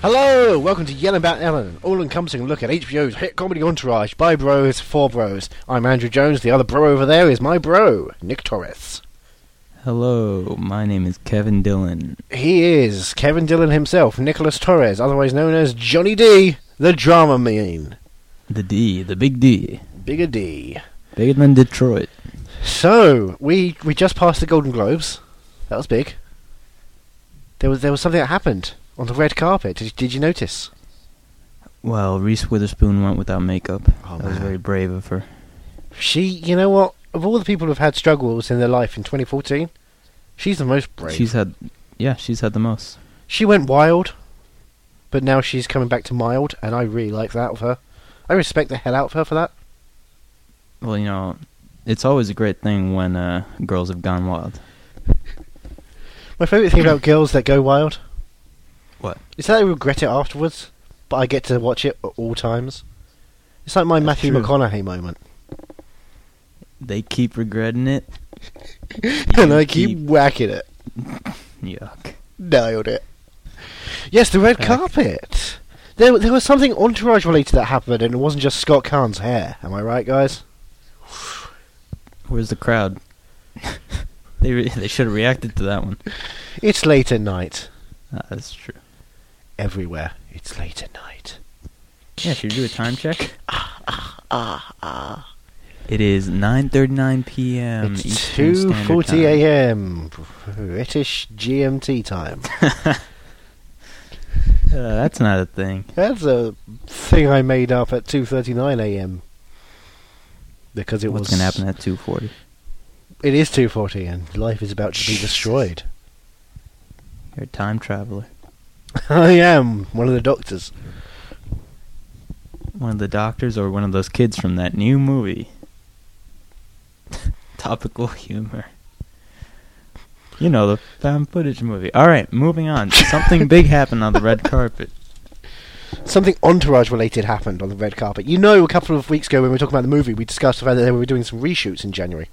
Hello, welcome to Yell About Ellen, all-encompassing look at HBO's hit comedy entourage by bros for bros. I'm Andrew Jones. The other bro over there is my bro, Nick Torres. Hello, my name is Kevin Dillon. He is Kevin Dillon himself, Nicholas Torres, otherwise known as Johnny D, the drama meme, The D, the big D. bigger D. Bigger than Detroit. So we we just passed the Golden Globes. That was big. There was there was something that happened on the red carpet. Did, did you notice? Well, Reese Witherspoon went without makeup. Oh, that was man. very brave of her. She, you know what? Of all the people who've had struggles in their life in 2014, she's the most brave. She's had, yeah, she's had the most. She went wild, but now she's coming back to mild, and I really like that of her. I respect the hell out of her for that. Well, you know, it's always a great thing when uh, girls have gone wild. My favourite thing about girls that go wild What? is that they regret it afterwards, but I get to watch it at all times. It's like my That's Matthew true. McConaughey moment. They keep regretting it. and You I keep whacking it. yuck. Nailed it. Yes, the red Heck. carpet. There, there was something entourage related that happened, and it wasn't just Scott Kahn's hair. Am I right, guys? Where's the crowd? they re- they should have reacted to that one. It's late at night Ah, that's true. everywhere. It's late at night. Yeah, should we do a time check? It is 9:39 p.m. it's Um, Eastern two Standard forty Time. a.m. British GMT time. Uh, that's not a thing. That's a thing I made up at two thirty nine a.m. Because it What's was gonna happen at two forty? It is two forty, and life is about to be destroyed. You're a time traveler, I am one of the doctors. one of the doctors, or one of those kids from that new movie. Topical humor. You know the found footage movie. All right, moving on. Something big happened on the red carpet. something entourage related happened on the red carpet. You know, a couple of weeks ago when we were talking about the movie, we discussed the fact that they were doing some reshoots in January.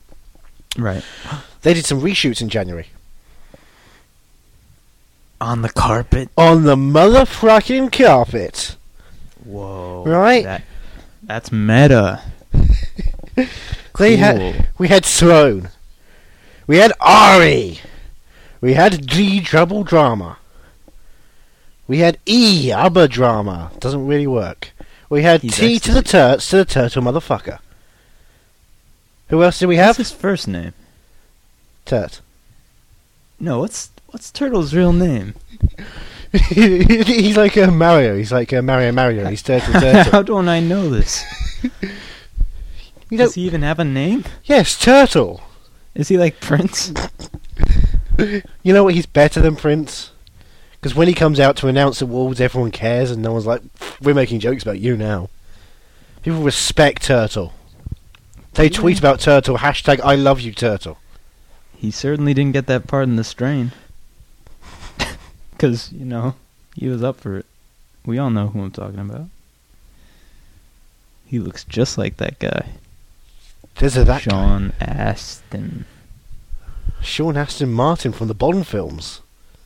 Right They did some reshoots in January on the carpet. on the motherfucking carpet. Whoa! Right? That, that's meta. They Cool. had we had Throne, we had Ari, we had D Trouble Drama, we had E Abba Drama. Doesn't really work. We had He's T to the Turts to the Turtle Motherfucker. Who else did we have? What's his first name? Turt. No, what's what's Turtle's real name? he's like a Mario. He's like a Mario Mario. He's turtle turtle. How don't I know this? You Does don't, he even have a name? yes, turtle. Is he like Prince? You know what? He's better than Prince because when he comes out to announce awards, everyone cares, and no one's like, "We're making jokes about you now." People respect Turtle. They tweet about Turtle. Hashtag I love you, Turtle. He certainly didn't get that part in the strain. Because, you know, he was up for it. We all know who I'm talking about. He looks just like that guy. There's a that guy. Sean Astin. Sean Aston Martin from the Bond films.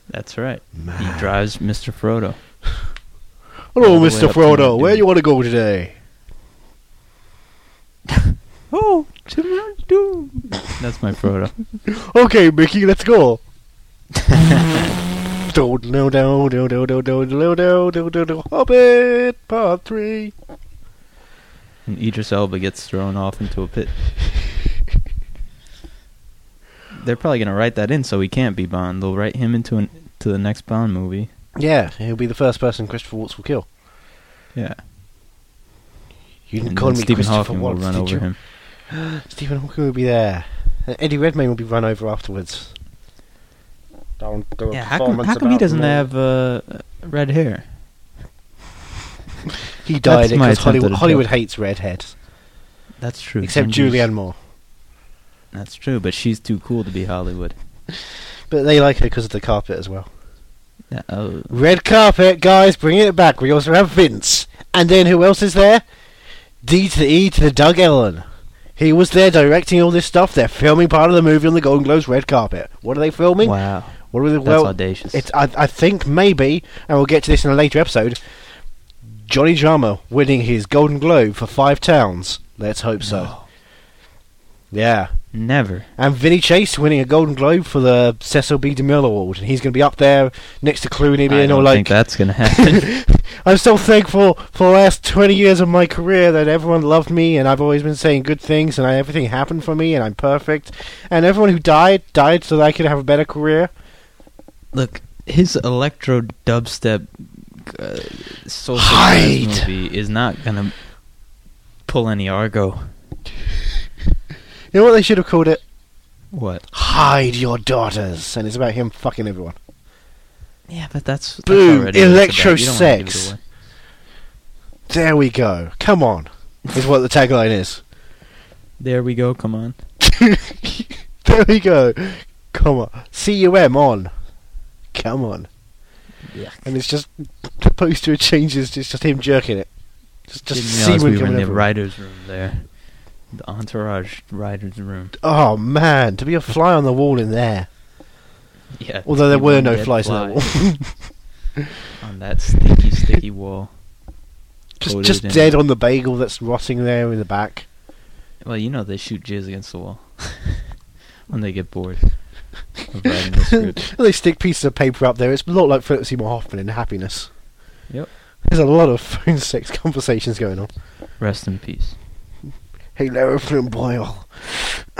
That's right. He Man. drives Mr. Frodo. Hello, all the way Mr. up to that Frodo. Where dude. you want to go today? Oh, That's my Frodo. Okay, Mickey, let's go. Do do do do do do do do do do do do Hobbit Part Three. And Idris Elba gets thrown off into a pit. They're probably going to write that in so he can't be Bond. They'll write him into an, to the next Bond movie. Yeah, he'll be the first person Christopher Watts will kill. Yeah. You didn't And call then me Stephen Christopher Hawking will Watts, run did over you? him. Stephen Hawking will be there. And Eddie Redmayne will be run over afterwards. Don't do a Yeah, how come, how performance come he about doesn't me. have uh, red hair? He died That's my because attempt at Hollywood, a Hollywood joke. hates redheads, That's true. except Genders- Julianne Moore. That's true, but she's too cool to be Hollywood. But they like her because of the carpet as well. Yeah, oh, Red carpet, guys, bringing it back. We also have Vince, and then who else is there? D to the E to the Doug Ellen. He was there directing all this stuff. They're filming part of the movie on the Golden Globes red carpet. What are they filming? wow. What are the That's well? audacious. It's I, I think maybe, and we'll get to this in a later episode. Johnny Drama winning his Golden Globe for Five Towns. Let's hope so. No. Yeah, Never. and Vinny Chase winning a Golden Globe for the Cecil B. DeMille Award, and he's going to be up there next to Clooney, I being all don't like, think that's gonna happen. I'm so thankful for the last 20 years of my career that everyone loved me and I've always been saying good things and I, everything happened for me and I'm perfect. And everyone who died, died so that I could have a better career. Look, his electro dubstep uh, social Hide. jazz movie is not gonna pull any Argo. You know what they should have called it? What? Hide Your Daughters. And it's about him fucking everyone. Yeah, but that's that's Boom, already what it's electro about. You don't wanna give it sex. away. There we go. Come on. Is what the tagline is. There we go. Come on. There we go. Come on. C-U-M on. Come on. Yeah. And it's just, the poster changes, it's just him jerking it. Just, just Didn't realize semen we were coming in the everywhere. writers' room there. The entourage writers' room. Oh man, to be a fly on the wall in there. Yeah. Although there you were one no dead flies on the wall, on that sticky, sticky wall. just Totally just didn't. dead on the bagel that's rotting there in the back. Well, you know they shoot jizz against the wall when they get bored of writing the script. they stick pieces of paper up there. It's a lot like Philip Seymour Hoffman in Happiness. Yep. There's a lot of phone sex conversations going on. Rest in peace. Hey, Larry Flynn Boyle.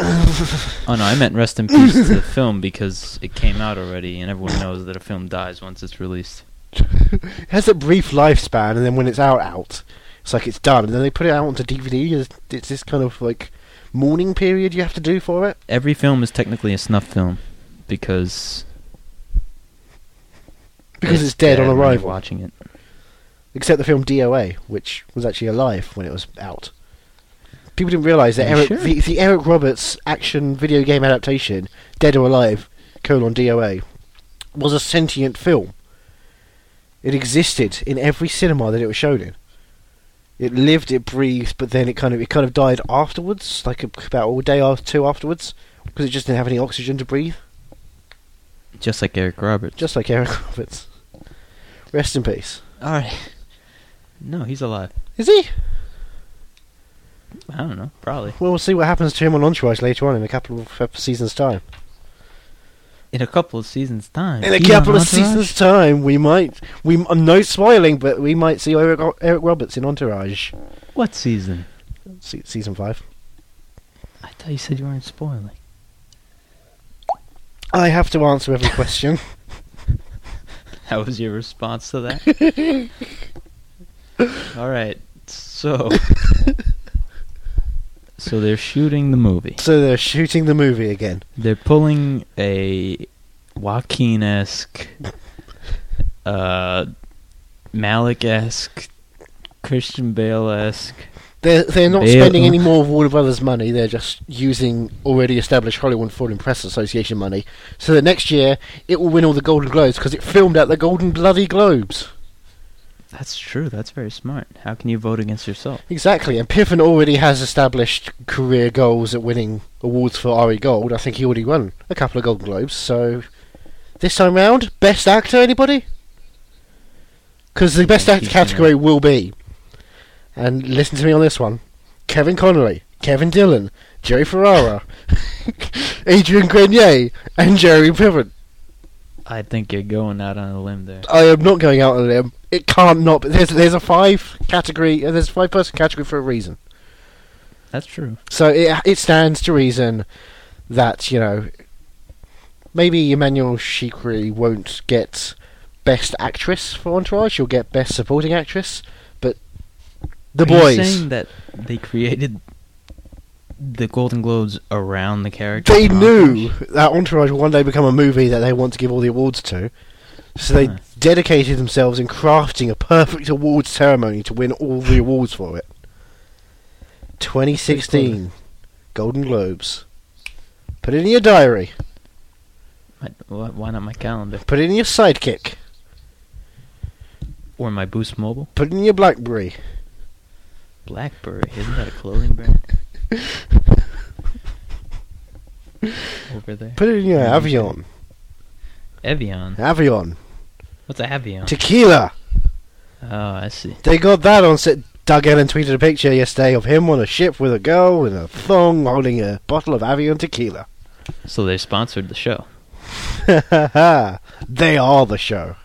Oh no, I meant rest in peace to the film because it came out already, and everyone knows that a film dies once it's released. It has a brief lifespan, and then when it's out, out, it's like it's done. And then they put it out onto DVD. It's, it's this kind of like mourning period you have to do for it. Every film is technically a snuff film because Because it's dead on when you're arrival. Watching it, except the film DOA, which was actually alive when it was out. People didn't realize that Are you Eric, sure? the, the Eric Roberts action video game adaptation, Dead or Alive, colon DOA, was a sentient film. It existed in every cinema that it was shown in. It lived, it breathed, but then it kind of it kind of died afterwards, like about all day or two afterwards, because it just didn't have any oxygen to breathe, just like Eric Roberts. just like Eric Roberts. Rest in peace. All right. No, he's alive. Is he? I don't know. Probably Well, we'll see what happens to him on Entourage later on in a couple of ep- seasons' time. in a couple of seasons' time. In a he's on couple of Entourage? seasons' time, we might we m- no spoiling, but we might see Eric, Eric Roberts in Entourage What season? se- season five. I thought you said you weren't spoiling. I have to answer every question. That was your response to that? All right. So So they're shooting the movie. so they're shooting the movie again. They're pulling a Joaquin-esque uh Malik-esque Christian Bale-esque They're they're not They- spending any more of Warner Brothers money. They're just using already established Hollywood Foreign Press Association money. So that next year it will win all the Golden Globes because it filmed at the Golden Bloody Globes. That's true. That's very smart. How can you vote against yourself? Exactly, and Piffin already has established career goals at winning awards for RE Gold. I think he already won a couple of Golden Globes, so this time round, best actor, anybody? Because the best Yeah, actor he's gonna- category will be, and listen to me on this one: Kevin Connolly, Kevin Dillon, Jerry Ferrara, Adrian Grenier, and Jerry Piven. I think you're going out on a limb there. I am not going out on a limb. It can't not. But there's there's a five category, uh, there's a five person category for a reason. That's true. So it it stands to reason that you know maybe Emmanuel Shikri won't get best actress for Entourage. She'll get best supporting actress, but the Are you boys saying that they created the Golden Globes around the character. Oh, they of knew Entourage? that Entourage would one day become a movie that they want to give all the awards to, so they Huh. dedicated themselves in crafting a perfect awards ceremony to win all the awards for it. 2016 Golden Globes. Put it in your diary. My, wh- why not my calendar Put it in your sidekick. or my Boost Mobile? Put it in your BlackBerry. Blackberry isn't that a clothing brand? over there. Put it in your Yeah, you avion. Evian. Avion. What's a Evian? Tequila. Oh, I see. They got that on set. Doug Allen tweeted a picture yesterday of him on a ship with a girl in a thong holding a bottle of Avion tequila. So they sponsored the show. they are the show.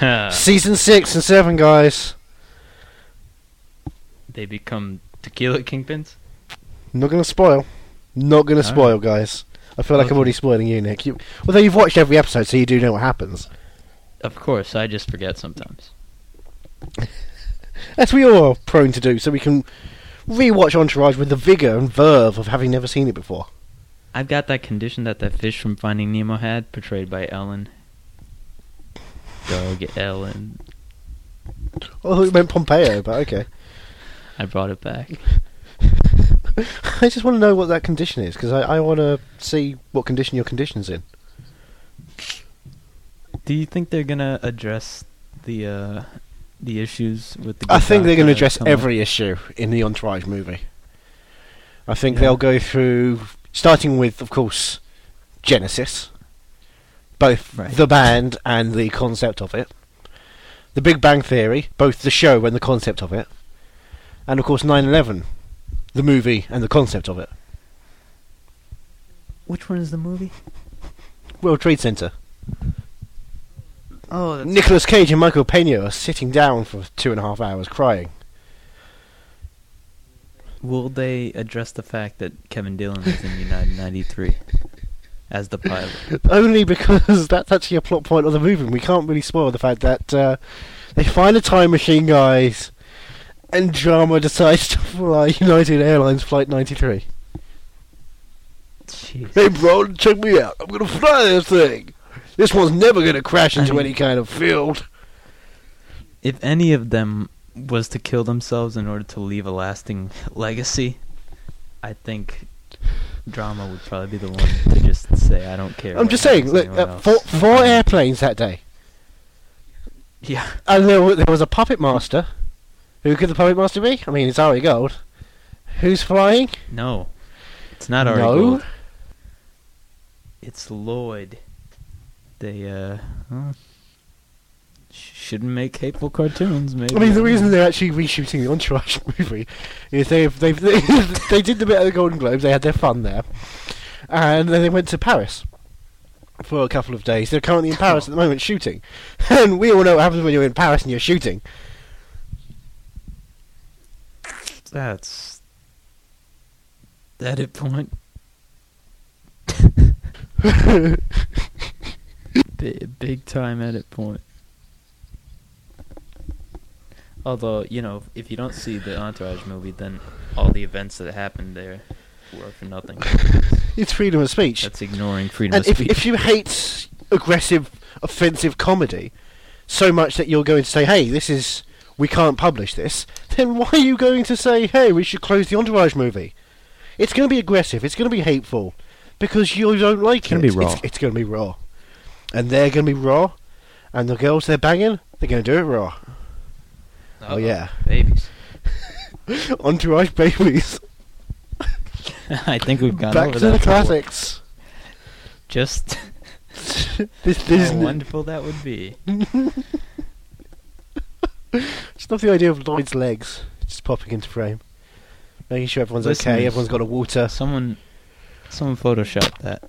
Uh. Season 6 and 7, guys. they become tequila kingpins. Not gonna spoil. Not gonna Alright. spoil, guys. I feel like I'm Okay. already spoiling you, Nick. You, although you've watched every episode, so you do know what happens. Of course, I just forget sometimes. As we all are prone to do, so we can rewatch Entourage with the vigour and verve of having never seen it before. I've got that condition that that fish from Finding Nemo had, portrayed by Ellen. Doug Ellen. Oh, I thought you meant Pompeo, but okay. I brought it back. I just want to know what that condition is, because I, I want to see what condition your condition's in. Do you think they're gonna address the uh, the issues with the? I think they're going to Gestapo address coming- every issue in the Entourage movie. I think Yeah. they'll go through, starting with, of course, Genesis, both Right. the band and the concept of it, The Big Bang Theory, both the show and the concept of it, and of course 9 11, the movie and the concept of it. Which one is the movie? World Trade Center. Oh, that's Nicolas Cage and Michael Pena are sitting down for two and a half hours crying. Will they address the fact that Kevin Dillon was in United 93 as the pilot? Only because that's actually a plot point of the movie. and We can't really spoil the fact that uh, they find a time machine, guys, and drama decides to fly United Airlines Flight 93. Jeez. Hey, bro, check me out. I'm gonna fly this thing. This one's never gonna crash into I- any kind of field. If any of them was to kill themselves in order to leave a lasting legacy, I think drama would probably be the one to just say, I don't care. I'm what just saying, happens to look, anyone uh, else." four, four airplanes that day. Yeah. And Oh, there, wa- there was a puppet master. Who could the puppet master be? I mean, it's Ari Gold. Who's flying? No. It's not Ari No? Gold. It's Lloyd. They, uh. huh. Sh- Shouldn't make hateful cartoons, maybe. I mean, the don't know. reason they're actually reshooting the Entourage movie is they've, they've they, they did the bit at the Golden Globes, they had their fun there, and then they went to Paris for a couple of days. They're currently in Paris at the moment shooting, and we all know what happens when you're in Paris and you're shooting. That's that it point. big, big time edit point. Although you know, if you don't see the Entourage movie, then all the events that happened there were for nothing. It's freedom of speech, That's ignoring freedom and of if speech. if you hate aggressive, offensive comedy so much that you're going to say, "Hey, this is." We can't publish this. Then why are you going to say, "Hey, we should close the Entourage movie"? It's going to be aggressive. It's going to be hateful because you don't like gonna it. be raw. It's, it's going to be raw, and they're going to be raw, and the girls they're banging, they're going to do it raw. oh, yeah. babies. Entourage babies. I think we've gone Back over to that the before. classics. Just this this how is wonderful that would be. it's not the idea of Lloyd's legs just popping into frame, making sure everyone's okay. Listeners. Everyone's got a water. uh, Someone, someone photoshopped that.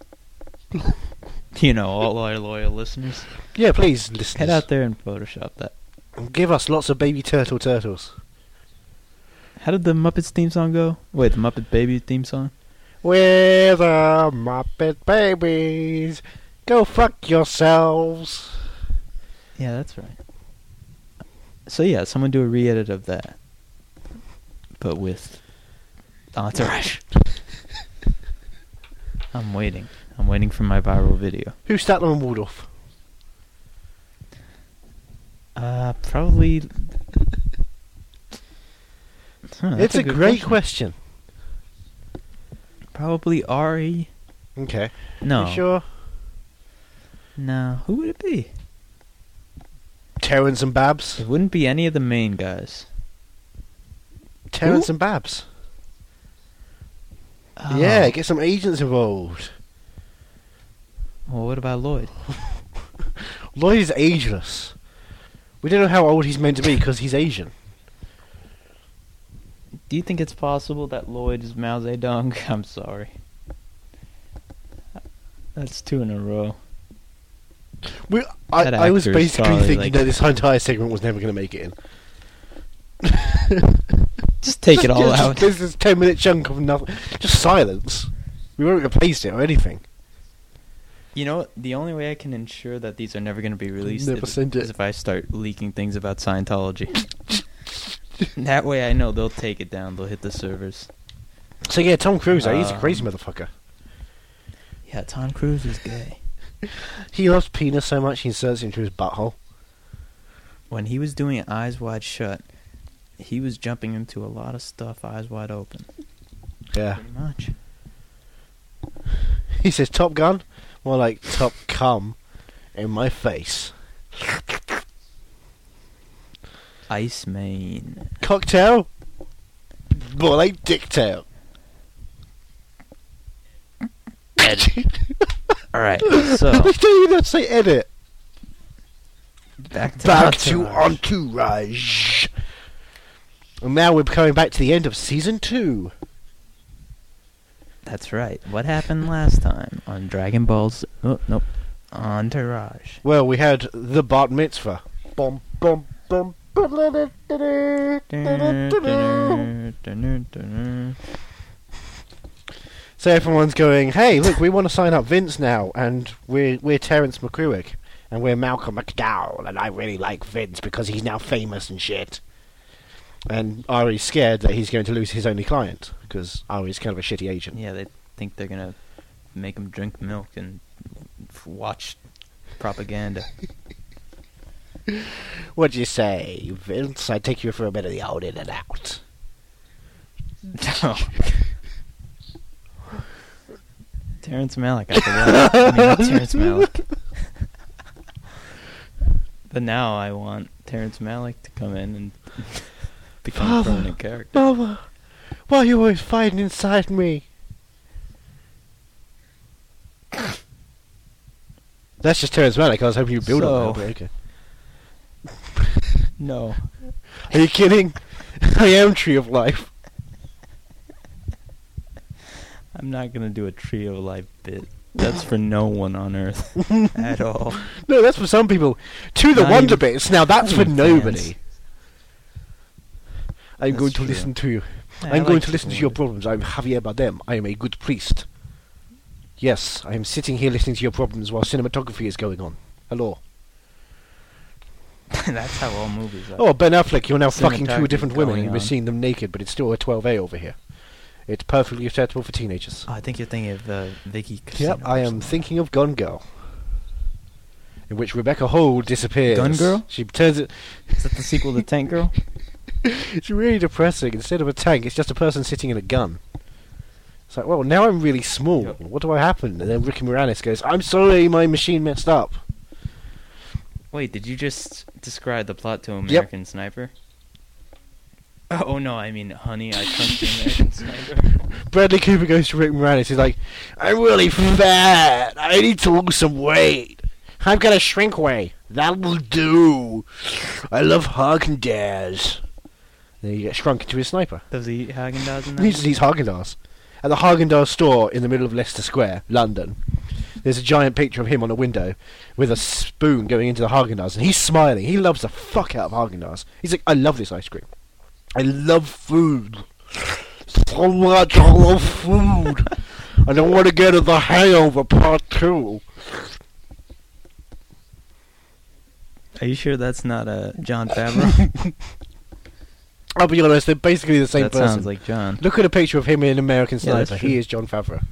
you know, all our loyal listeners, Yeah, please listen. head out there and Photoshop that. Give us lots of baby turtle turtles. How did the Muppets theme song go? Wait, the Muppet Baby theme song. We're the Muppet Babies. Go fuck yourselves. Yeah, that's right. So yeah, someone do a re-edit of that, but with entourage. I'm waiting. I'm waiting for my viral video. Who's Statler and Waldorf? Uh, probably. Huh, Uh, it's that's a, good great question. Probably Ari. Okay. No, You sure? no. Who would it be? Terrence and Babs. It wouldn't be any of the main guys. Terrence and Babs. Oh, Yeah, get some agents involved. Well, what about Lloyd? Lloyd is ageless. We don't know how old he's meant to be because he's Asian. Do you think it's possible that Lloyd is Mao Zedong? I'm sorry. That's two in a row. We, I, That I was actor is basically probably, thinking like- that this entire segment was never going to make it in. Just take it Just- all just- out. There's this ten minute chunk of nothing, just silence. We won't replace it or anything. You know, what? the only way I can ensure that these are never going to be released Never is, send it. is if I start leaking things about Scientology. that way I know they'll take it down. They'll hit the servers. So yeah, Tom Cruise, eh, he's a crazy Um, motherfucker. Yeah, Tom Cruise is gay. He loves penis so much he inserts it into his butthole. When he was doing Eyes Wide Shut, he was jumping into a lot of stuff eyes wide open. Yeah, Pretty much. he says Top Gun, more like Top Cum, in my face. Iceman. Cocktail, more like Dicktail. Edit. Alright, they so don't even have to say edit. back to back to Entourage. Entourage. And now we're coming back to the end of season two. That's right. What happened last time on Dragon Ball's oh nope. Entourage. Well, we had the Bat Mitzvah. Bum, bum, bum. So everyone's going, hey, look, we want to sign up Vince now, and we're, we're Terrence McCruick, and we're Malcolm McDowell, and I really like Vince because he's now famous and shit. And Ari's scared that he's going to lose his only client, because Ari's kind of a shitty agent. Yeah, they think they're gonna make him drink milk and f- watch propaganda. What'd you say, Vince? I take you for a bit of the old in and out. No. Terrence Malick, I forgot. I mean, not Terrence Malick. but now I want Terrence Malick to come in and become Father. a permanent character. Mama, why are you always fighting inside me? That's just Terrence Malick. I was hoping you'd build on that. So- but okay. No. Are you kidding? I am Tree of Life. I'm not gonna do a trio life bit. That's for no one on earth at all. No, that's for some people. To the Not Wonder even- Bits. Now that's for not even nobody. fans. I'm That's going to true. listen to you. Yeah, I I'm going like to listen to Chicken your Wonder. problems. I'm Javier Bardem. I am a good priest. Yes, I am sitting here listening to your problems while cinematography is going on. Hello. That's how all movies are. Oh, Ben Affleck, you're now fucking two Cinematography different women going and we're on. seeing them naked, but it's still a 12A over here. It's perfectly acceptable for teenagers. Oh, I think you're thinking of uh, Vicky. Casino Yep, or I am something. thinking of Gone Girl. In which Rebecca Hall disappears. Gone Girl? She turns it. Is that the sequel to Tank Girl? It's really depressing. Instead of a tank, it's just a person sitting in a gun. It's like, well, now I'm really small. Yep. What do I happen? And then Ricky Moranis goes, I'm sorry, my machine messed up. Wait, did you just describe the plot to American Sniper? Oh, oh, no, I mean, honey, I trumped the American Sniper. Bradley Cooper goes to Rick Moranis. He's like, I'm really fat. I need to lose some weight. I've got a shrink way. That will do. I love Haagen Dazs. Then you get shrunk into a sniper. Does he eat Haagen Dazs in He just that? eats Haagen Dazs. At the Haagen Dazs store in the middle of Leicester Square, London, there's a giant picture of him on a window with a spoon going into the Haagen Dazs, and he's smiling. He loves the fuck out of Haagen Dazs. He's like, I love this ice cream. I love food. So much, I love food. I don't want to get to the hangover part two. Are you sure that's not uh, John Favreau? I'll be honest, they're basically the same that person. sounds like John. Look at a picture of him in American Yeah, that's Sniper. true. he is John Favreau.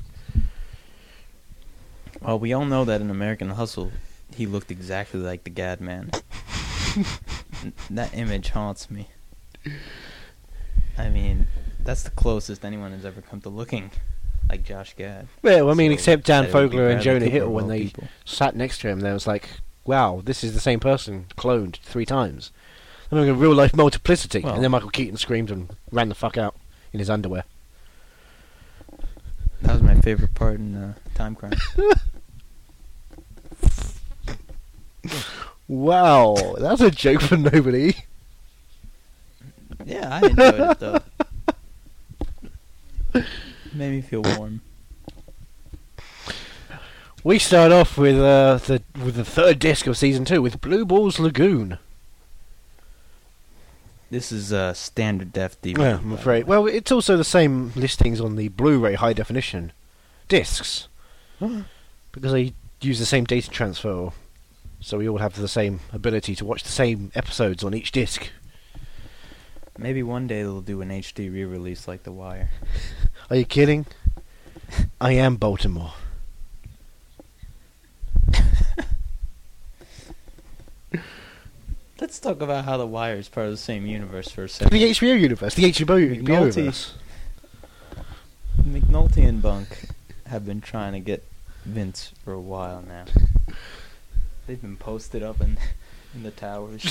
Well, we all know that in American Hustle, he looked exactly like the Gad Man. N- that image haunts me. I mean, that's the closest anyone has ever come to looking like Josh Gad. Well, I mean, So except Dan that it would be Fogler and Jonah Bradley Cooper Hill of when all they people. sat next to him there was like, wow, this is the same person cloned three times. I'm having a real life multiplicity. Well- and then Michael Keaton screamed and ran the fuck out in his underwear. favorite part in uh, Time Crime. Wow, that's a joke for nobody. Yeah, I enjoyed it though. Made me feel warm. We start off with uh, the with the third disc of season two with Blue Balls Lagoon. This is uh, standard def DVD. Yeah, by I'm the afraid. way. Well, it's also the same listings on the Blu-ray high definition discs because they use the same data transfer, so we all have the same ability to watch the same episodes on each disc. Maybe one day they'll do an HD re-release like The Wire. Are you kidding? I am Baltimore. Let's talk about how The Wire is part of the same universe for a second. The HBO universe. The HBO McNulty. universe. McNulty and Bunk have been trying to get Vince for a while now. They've been posted up in in the towers.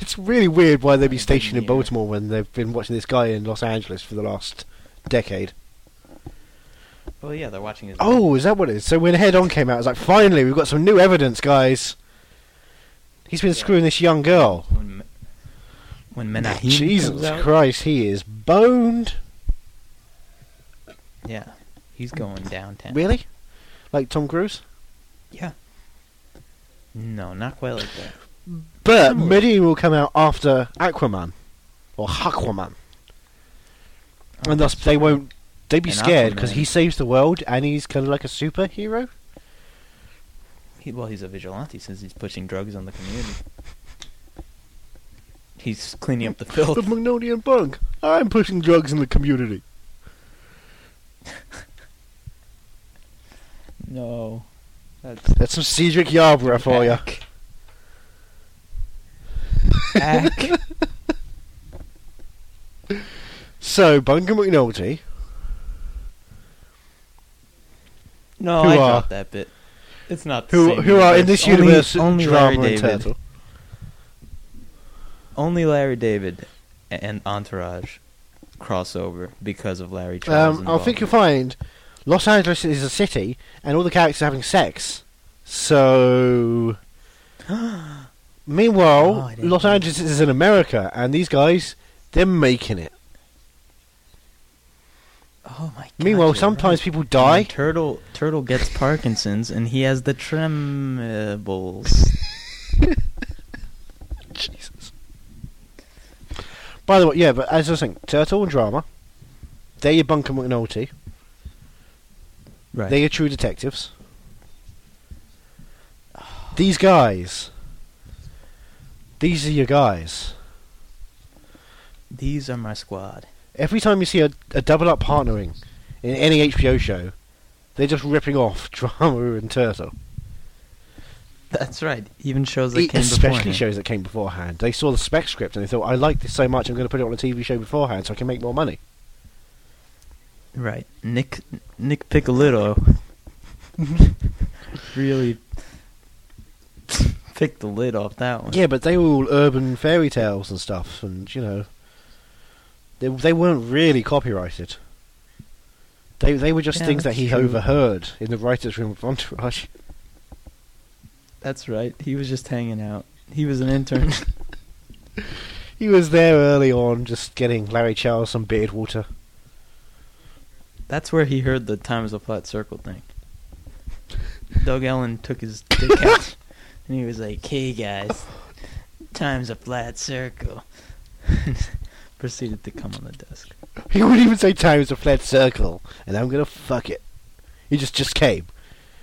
It's really weird why they'd be I didn't stationed in either. Baltimore when they've been watching this guy in Los Angeles for the last decade. Well, yeah, they're watching his. Oh, is that what it is? So when Head On came out, it's like, finally, we've got some new evidence, guys. He's been Yeah. screwing this young girl. When, Me- when Menahim comes Jesus out, Christ, he is boned. yeah, he's going downtown. Really? Like Tom Cruise? Yeah. No, not quite like that. But Similar. Medine will come out after Aquaman. Or Aquaman. Oh, and thus they won't. They'd be And scared because Aquaman. he saves the world and he's kind of like a superhero. He, well, he's a vigilante since he's pushing drugs on the community. He's cleaning up the The filth. Magnolia and Bunk. I'm pushing drugs in the community. no, that's That's some Cedric Yarborough for you. Ack. Ack. So Bunk and McNulty. No, Who I are- dropped that bit. It's not the who same who are in this Only- universe Only, drama Larry and David. turtle. Only Larry David and Entourage crossover because of Larry Charles. Um, I think you'll find Los Angeles is a city, and all the characters are having sex. So, Oh, meanwhile, I didn't Los know. Angeles is in America, and these guys they're making it. Oh my. God, Meanwhile, you're sometimes right. people die. And Turtle Turtle gets Parkinson's and he has the trembles. Jesus. By the way, yeah, but as I was saying, Turtle and Drama, they're your Bunker McNulty. Right. They're your True Detectives. These guys. These are your guys. These are my squad. Every time you see a, a double up partnering in any HBO show, they're just ripping off Drama and Turtle. That's right. Even shows that E- came before. Especially shows that came beforehand. They saw the spec script and they thought, I like this so much, I'm going to put it on a TV show beforehand so I can make more money. Right. Nick Nick Piccolito really picked the lid off that one. Yeah, but they were all urban fairy tales and stuff, and you know, they they weren't really copyrighted. They they were just Yeah, things that that's he true. overheard in the writers' room of Entourage. That's right. He was just hanging out. He was an intern. He was there early on, just getting Larry Charles some beard water. That's where he heard the time is a flat circle thing. Doug Ellen took his dick out and he was like, Hey guys, time's a flat circle proceeded to come on the desk. He wouldn't even say time is a flat circle, and I'm gonna fuck it. He just just came.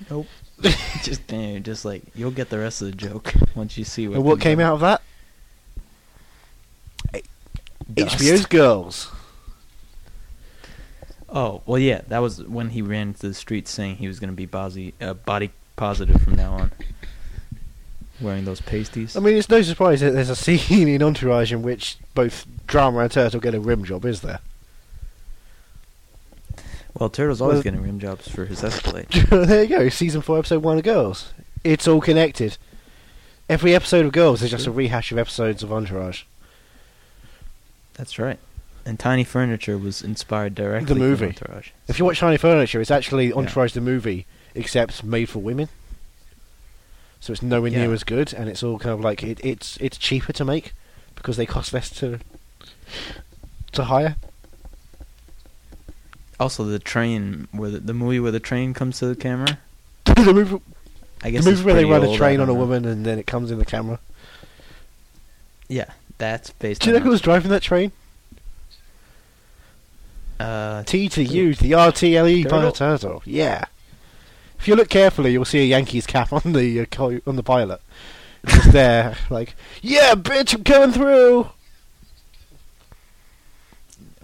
Nope. just damn, just like you'll get the rest of the joke once you see what and what came out of that? Dust. HBO's Girls. Oh well, yeah, that was when he ran to the streets saying he was going to be bossy, uh, body positive from now on. Wearing those pasties. I mean, it's no surprise that there's a scene in Entourage in which both Drama and Turtle get a rim job, is there? well, Turtle's always well- getting rim jobs for his Escalade. there you go, season four, episode one of Girls. It's all connected. Every episode of Girls is just a rehash of episodes of Entourage. That's right. And Tiny Furniture was inspired directly The movie. from Entourage. If you watch Shiny Furniture, it's actually Yeah. Entourage the movie, except made for women. So it's nowhere Yeah. near as good, and it's all kind of like it, it's it's cheaper to make because they cost less to to hire. Also, the train where the, the movie where the train comes to the camera. the movie, I the guess movie it's where they pretty run a old, I train on don't a know. woman and then it comes in the camera. Yeah, that's based. Do you know on who was driving that train? uh, T to U to the RTLE Turtle. by turtle. Yeah. If you look carefully, you'll see a Yankees cap on the uh, co- on the pilot. It's Just there, like, yeah, bitch, I'm coming through.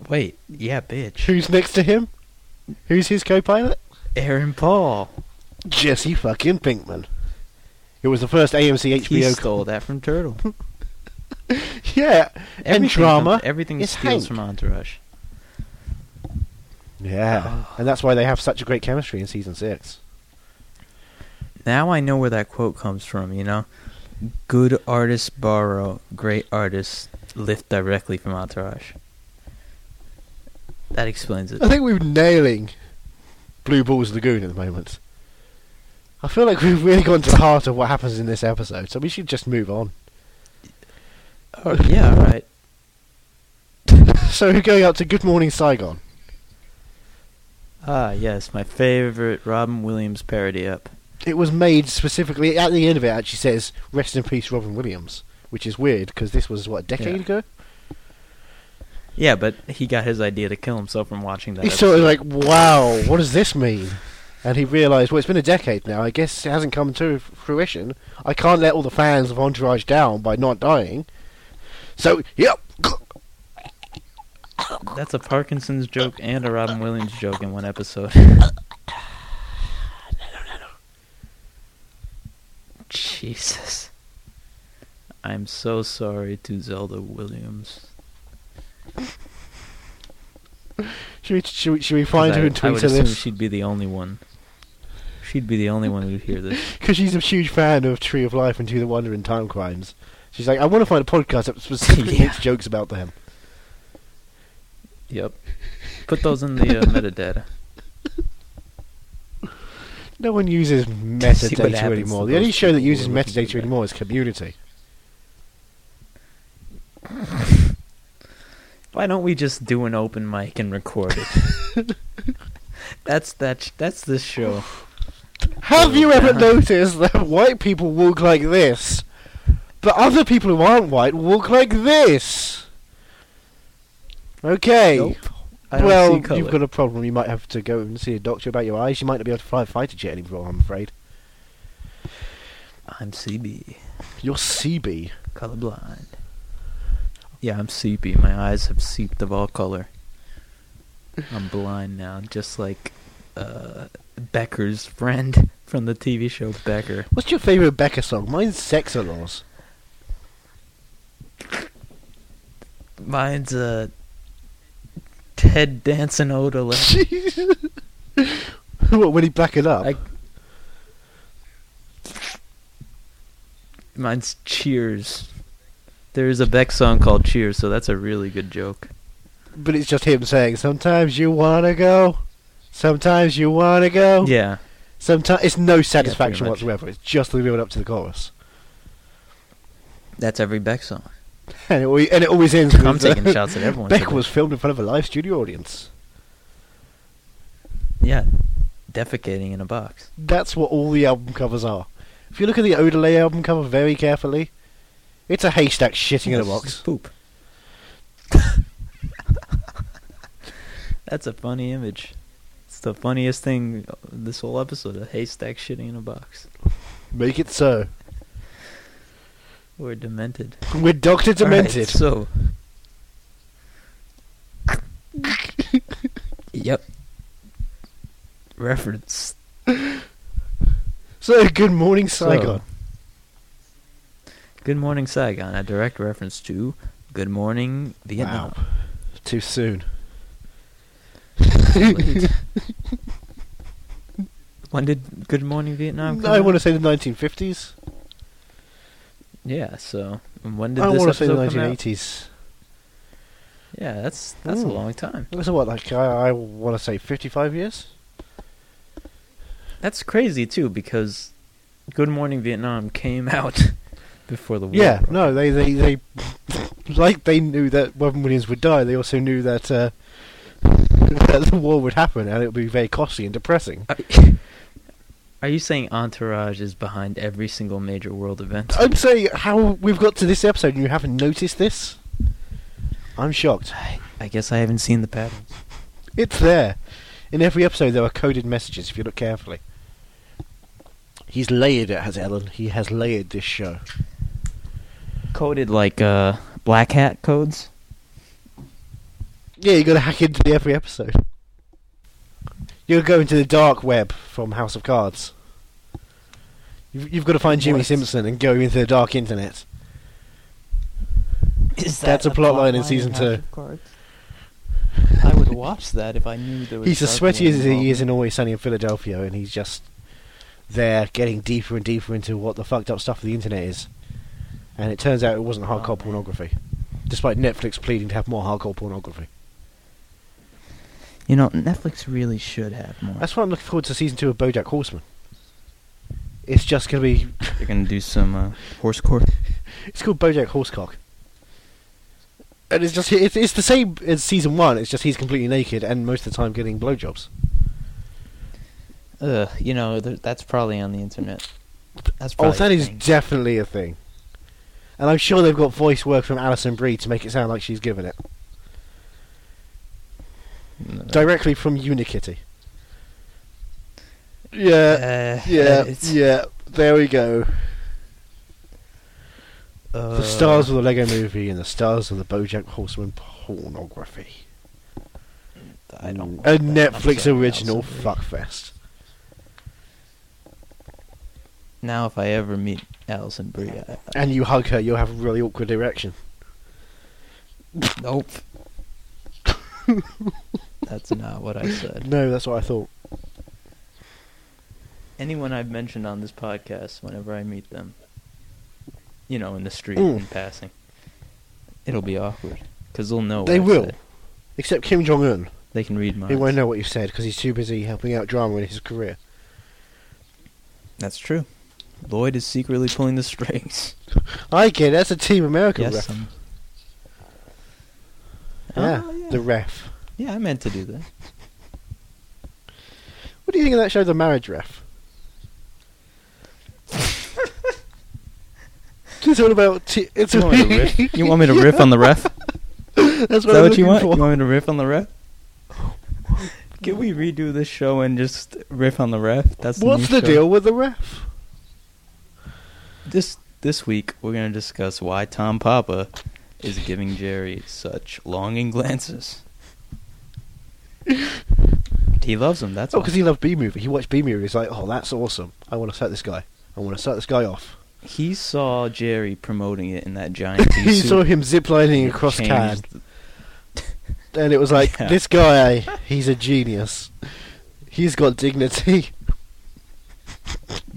wait, yeah, bitch, Who's next to him? Who's his co-pilot? Aaron Paul. Jesse fucking Pinkman. It was the first AMC He HBO. stole that from Turtle. yeah, and Everything drama. comes- everything he is steals Hank. from Entourage. yeah, Oh. and that's why they have such a great chemistry in season six. Now I know where that quote comes from. You know, good artists borrow, great artists lift directly from Entourage. That explains it. I think we're nailing Blue Balls Lagoon at the moment. I feel like we've really gone to the heart of what happens in this episode, so we should just move on. Oh, yeah, all right. So we're going out to Good Morning Saigon. Ah, yes, my favorite Robin Williams parody up. It was made specifically at the end of it. it Actually, says "Rest in peace, Robin Williams," which is weird because this was what a decade Yeah. ago. Yeah, but he got his idea to kill himself from watching that. He's sort of like, "Wow, what does this mean?" And he realised, well, it's been a decade now. I guess it hasn't come to f- fruition. I can't let all the fans of Entourage down by not dying. So, yep, episode. That's a Parkinson's joke and a Robin Williams joke in one episode. Jesus. I'm so sorry to Zelda Williams. Should we, should we, should we find 'Cause her I, and I tweet would her assume this? she'd be the only one. She'd be the only one who'd hear this. Because she's a huge fan of Tree of Life and To the Wonder and Time Crimes. She's like, I want to find a podcast that specifically Yeah. makes jokes about them. Yep. Put those in the uh, metadata. No one uses See what metadata happens anymore. to The only those show that people who uses are looking for metadata that. anymore is Community. Why don't we just do an open mic and record it? that's that. Sh- that's this show. Have you ever God. noticed that white people walk like this, but other people who aren't white walk like this? Okay. Nope. I don't well, see color. you've got a problem. You might have to go and see a doctor about your eyes. You might not be able to fly a fighter jet anymore, I'm afraid. I'm CB, You're CB. colorblind. Yeah, I'm CB. My eyes have seeped of all color. I'm blind now, just like uh, Becker's friend from the TV show Becker. What's your favourite Becca song? Mine's Sex a Laws. Mine's uh, Ted dancing Odala. what, when he black it up? I- Mine's Cheers. There is a Beck song called Cheers, so that's a really good joke. but it's just him saying, sometimes you wanna go, sometimes you wanna go. Yeah. Sometimes it's no satisfaction much. whatsoever. It's just the build up to the chorus, That's every Beck song. and it always, and it always ends. I'm with the- taking shots at everyone. Beck today. was filmed in front of a live studio audience. Yeah, defecating in a box. That's what all the album covers are. If you look at the Odelay album cover very carefully, it's a haystack shitting in a That's just box. Poop. That's a funny image. It's the funniest thing uh, this whole episode: a haystack shitting in a box. Make it so. We're demented. We're Doctor Demented. Alright, so. yep. Reference. So, good morning, So- Saigon. Good morning, Saigon. A direct reference to Good Morning Vietnam. Wow. Too soon. when did Good Morning Vietnam? Come I out? want to say the 1950s. Yeah, so and when did I this want to say the episode come out? 1980s. Yeah, that's that's Ooh. a long time. So what? Like I, I want to say fifty-five years. That's crazy too because Good Morning Vietnam came out before the war. Yeah, broke. no, they they they like they knew that Robin Williams would die. They also knew that uh, that the war would happen and it would be very costly and depressing. Are- Are you saying Entourage is behind every single major world event? I'm saying how we've got to this episode and you haven't noticed this. I'm shocked. I, I guess I haven't seen the patterns. It's there. In every episode, there are coded messages if you look carefully. He's layered it, has Ellen. He has layered this show. Coded like uh, black hat codes. Yeah, you got to hack into the every episode. You're going to the dark web from House of Cards. You've, you've got to find Jimmy What? Simpson and go into the dark internet. Is That's a the plot line in plotline season House two. of Cards? I would watch that if I knew there was. He's as dark sweaty women as he involved. is in Always Sunny in Philadelphia, and he's just there getting deeper and deeper into what the fucked up stuff of the internet is. And it turns out it wasn't hardcore Oh, man. pornography, despite Netflix pleading to have more hardcore pornography. You know, Netflix really should have more. That's why I'm looking forward to season two of BoJack Horseman. It's just gonna be. They're gonna do some uh, horse court. It's called BoJack Horsecock, and it's just it's, it's the same as season one. It's just he's completely naked and most of the time getting blowjobs. Ugh, you know, th- that's probably on the internet. That's Oh, probably. that a is thing. definitely a thing. And I'm sure they've got voice work from Alison Brie to make it sound like she's given it. No. Directly from Unikitty. Yeah, Uh, yeah, it's- yeah. There we go. uh, the stars of the Lego movie and the stars of the Bojack Horseman pornography. I don't. A want that. I'm Netflix sorry, original Alison Brie. fuckfest. Now, if I ever meet Allison Brie, I, I, And you hug her, you'll have a really awkward erection. nope. That's not what I said. No, that's what I thought. Anyone I've mentioned on this podcast, whenever I meet them, you know, in the street Mm. in passing, it'll be awkward because they'll know. They what I will. said. Except Kim Jong Un. They can read He mine. won't know what you said because he's too busy helping out drama in his career. That's true. Lloyd is secretly pulling the strings. I get it, that's a Team America Yes. ref. um, Yeah, oh, yeah. the ref. yeah, I meant to do that. What do you think of that show, The Marriage Ref? it's all about. T- it's You want me to riff, you want me to riff on the ref? Is That's what that I'm what you want? looking You for. want me to riff on the ref? Can we redo this show and just riff on the ref? That's the What's new the show. deal with the ref? This this week we're gonna discuss why Tom Papa is giving Jerry such longing glances. he loves him. That's Oh, all. because he loved B movie. He watched B movie. He's like, oh, that's awesome. I want to set this guy. I want to set this guy off. He saw Jerry promoting it in that giant. he suit. saw him ziplining across Changed Cannes. the- and it was like Yeah. this guy he's a genius he's got dignity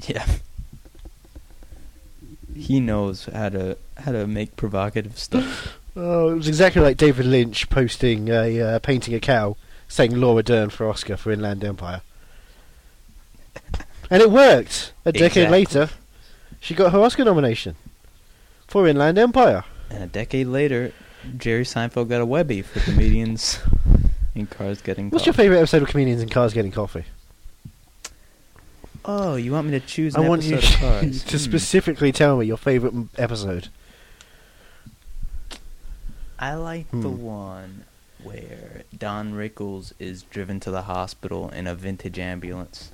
Yeah. He knows how to how to make provocative stuff. oh it was exactly like david lynch posting a uh, painting a cow saying laura dern for oscar for inland empire and it worked a decade Exactly. later she got her oscar nomination for inland empire And a decade later, Jerry Seinfeld got a Webby for comedians in cars getting. what's Caught. your favorite episode of comedians in cars getting coffee Oh, you want me to choose? i An want you episode of cars? to Hmm. specifically tell me your favorite m- episode I like the Hmm. one where Don Rickles is driven to the hospital in a vintage ambulance,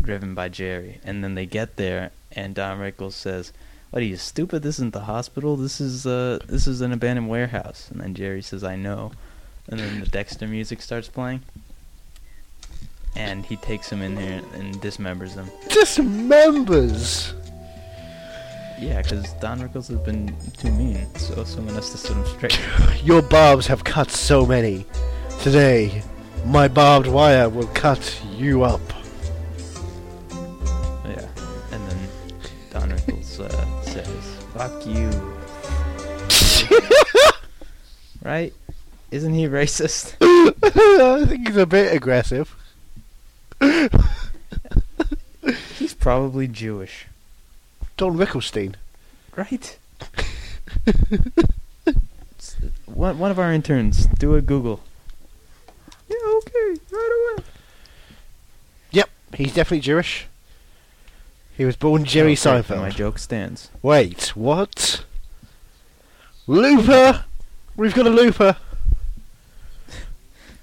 driven by Jerry, and then they get there, and Don Rickles says, "What are you stupid? This isn't the hospital. This is uh, this is an abandoned warehouse." And then Jerry says, "I know," and then the Dexter music starts playing, and he takes him in there and dismembers him. dismembers Yeah, because Don Rickles has been too mean, so someone has to set him straight. Your barbs have cut so many. Today, my barbed wire will cut you up. Yeah. And then Don Rickles uh, says, fuck you. right? Isn't he racist? I think he's a bit aggressive. He's probably Jewish, Don Rickelstein. right? S- one one of our interns do a Google. Yeah. Okay. Right away. He's definitely Jewish. He was born Jerry Oh, Okay, My Seinfeld. joke stands. Wait, what? Looper! We've got a looper!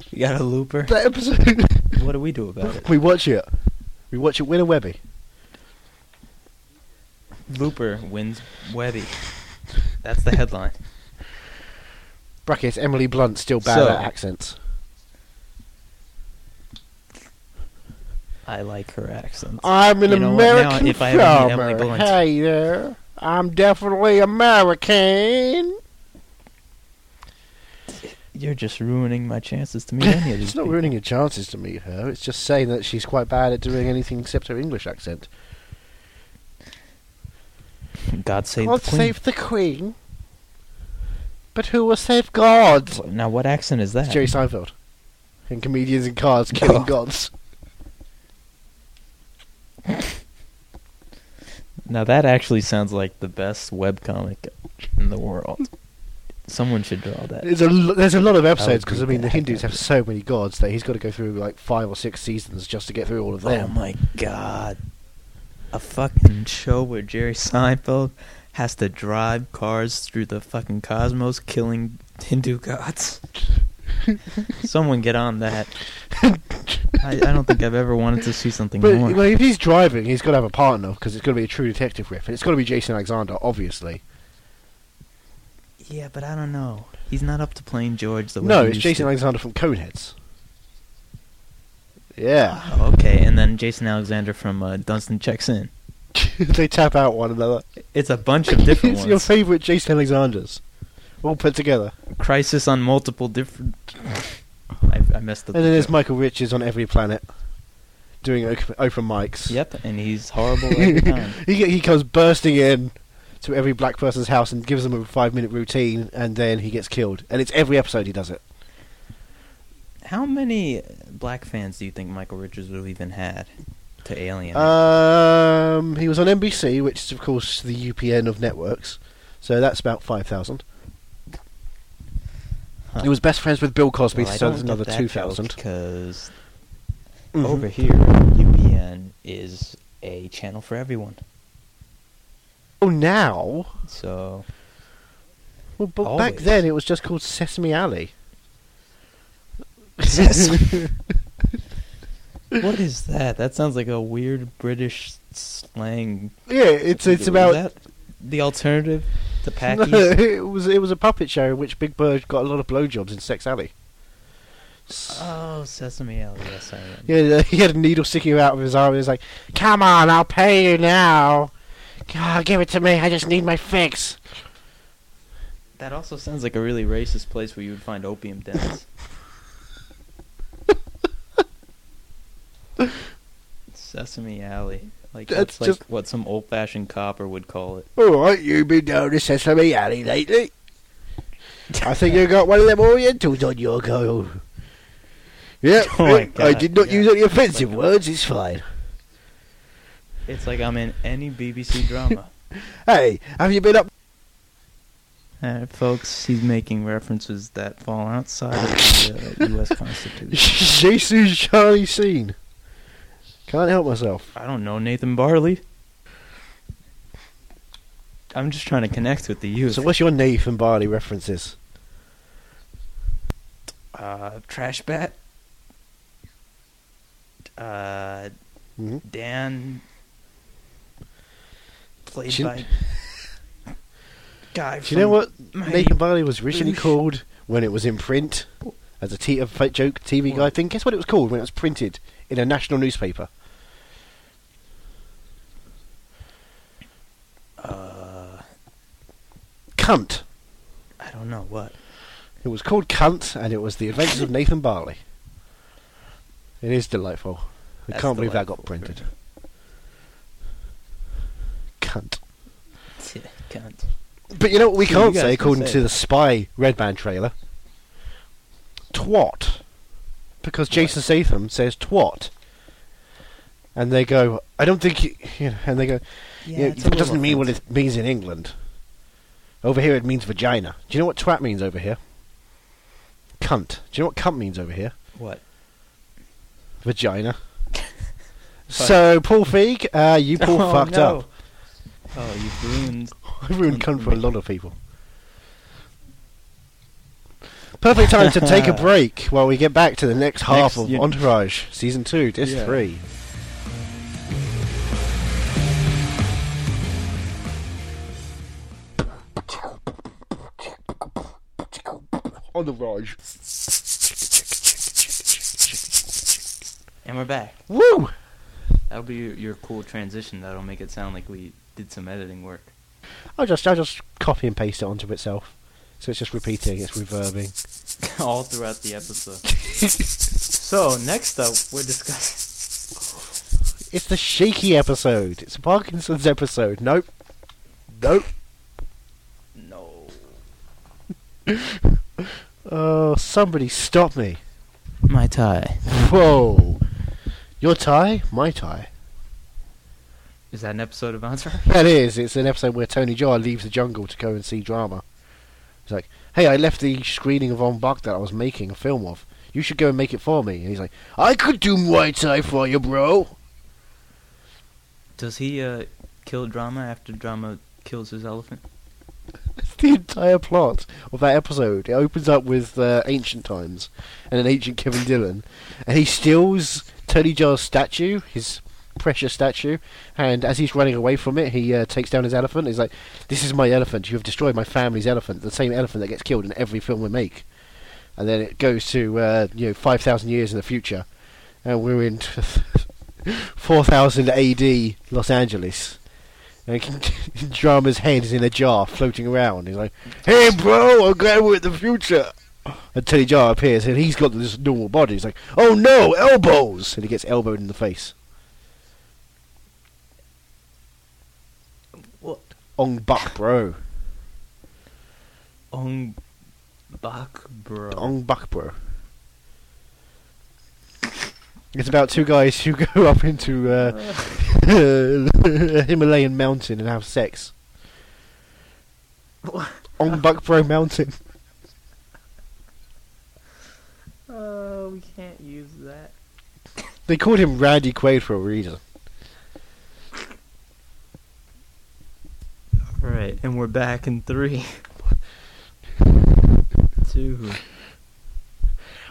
You got a looper. That episode. what do we do about it? we watch it. We watch it win a Webby. Looper wins Webby. That's the headline. Brackets, Emily Blunt still bad So- at accents. I like her accent. I'm an You know what, now, American if I ever meet Emily farmer. Blunt- Hey there. I'm definitely American. You're just ruining my chances to meet any of these. It's not people. ruining your chances to meet her. It's just saying that she's quite bad at doing anything except her English accent. God save God the queen. save the Queen. But who will save God? Now, what accent is that? It's Jerry Seinfeld. And comedians in cars killing Oh. gods. Now that actually sounds like the best webcomic in the world. Someone should draw that. There's a, lo- there's a lot of episodes because, I beat mean, the the heck Hindus out of have so many gods that he's got to go through like five or six seasons just to get through all of Oh them. my god. A fucking show where Jerry Seinfeld has to drive cars through the fucking cosmos killing Hindu gods. Someone get on that. I, I don't think I've ever wanted to see something but more. well, if he's driving, he's got to have a partner because it's got to be a true detective riff. And it's got to be Jason Alexander, obviously. yeah, but I don't know. He's not up to playing George the way no, he it's used Jason to. Alexander from Coneheads. Yeah. Oh, okay, and then Jason Alexander from uh, Dunstan checks in. they tap out one another. It's a bunch of different it's your ones. favourite Jason Alexanders. All put together. Crisis on multiple different. I, I messed up. And then the there's joke. Michael Richards on every planet doing open, open mics. Yep, and he's horrible every time. he he comes bursting in to every black person's house and gives them a five minute routine, and then he gets killed. And it's every episode he does it. How many black fans do you think Michael Richards would have even had to Alien? Uh, Um, he was on NBC, which is of course the UPN of networks, so that's about five thousand. Huh. He was best friends with Bill Cosby, Well, I so don't that's get another that two thousand. Because Mhm. over here, UPN is a channel for everyone. Oh, now, So well, but back Always. then it was just called Sesame Alley. what is that? That sounds like a weird British slang. Yeah, it's it's Was about that the alternative to No, Packies. it was it was a puppet show in which Big Bird got a lot of blowjobs in Sex Alley. S- Oh, Sesame Alley. Yes, I am. Yeah, he had a needle sticking out of his arm. He was like, "Come on, I'll pay you now. God, give it to me. I just need my fix." That also sounds like a really racist place where you would find opium dens. Sesame Alley. Like That's that's, like just- what some old fashioned copper would call it. All right, you Oh, been down to Sesame Alley lately? I think you got one of them Orientals on your go. Yeah, Oh my I God, did not yeah. use any offensive Like- words. It's fine. It's like I'm in any BBC drama. Hey, have you been up? Alright, Uh, folks, he's making references that fall outside of the uh, US Constitution. Jesus Charlie Scene. Can't help myself. I don't know, Nathan Barley. I'm just trying to connect with the youth. So what's your Nathan Barley references? uh, Trash Bat, uh, Mhm. Dan, played Do you- by guy. Do you know from what Mighty- Nathan Barley was originally Boosh. called when it was in print as a, t- a fake joke TV guide thing? Guess what it was called when it was printed in a national newspaper? Uh, Cunt. I don't know what. It was called Cunt, and it was the Adventures of Nathan Barley. It is delightful. I That's can't believe that got delightful. printed. Cunt. T- Cunt. But you know what we Yeah, you can't guys say, can according say to it. the Spy Red Band trailer? twat because Jason Statham says twat, and they go, "I don't think," you, you know, and they go, "Yeah, it's a it doesn't little mean what it means in England. Over here, it means vagina. Do you know what twat means over here? Cunt. Do you know what cunt means over here? What? Vagina." so, Paul Feig, uh, you Paul Oh, fucked no. up. Oh, you've ruined. I ruined cunt for a lot of people. Perfect time to take a break while we get back to the next half Next of unit. Entourage Season 2, Disc Yeah. 3. Entourage. And we're back. Woo! That'll be your, your cool transition. That'll make it sound like we did some editing work. I'll just, I'll just copy and paste it onto itself. So it's just repeating, it's reverbing. all throughout the episode. so next up, we're discussing. It's the shaky episode. It's Parkinson's episode. Nope. Nope. No. Oh, somebody stop me. My tie. Whoa. Your tie? My tie. Is that an episode of Answer? That is, it's an episode where Tony Jar leaves the jungle to go and see drama. He's like, hey, I left the screening of On Buck that I was making a film of. You should go and make it for me. And he's like, I could do Muay Thai for you, bro. Does he uh, kill Drama after Drama kills his elephant? That's the entire plot of that episode. It opens up with uh, ancient times and an ancient Kevin Dillon, and he steals Tony Jar's statue, his precious statue, and as he's running away from it, he uh, takes down his elephant. He's like, "This is my elephant. You have destroyed my family's elephant, the same elephant that gets killed in every film we make." And then it goes to uh, you know five thousand years in the future, and we're in four thousand A.D. Los Angeles. And Drama's head is in a jar, floating around. He's like, "Hey, bro, I'm glad we're in the future." And Teddy Jar appears, and he's got this normal body. He's like, "Oh no, elbows!" And he gets elbowed in the face. What? On buck, bro. Ong Bak Bro. On buck, bro. It's about two guys who go up into uh, a Himalayan mountain and have sex. On buck, bro, mountain. Oh, we can't use that. They called him Randy Quaid for a reason. Alright, and we're back in three. Two.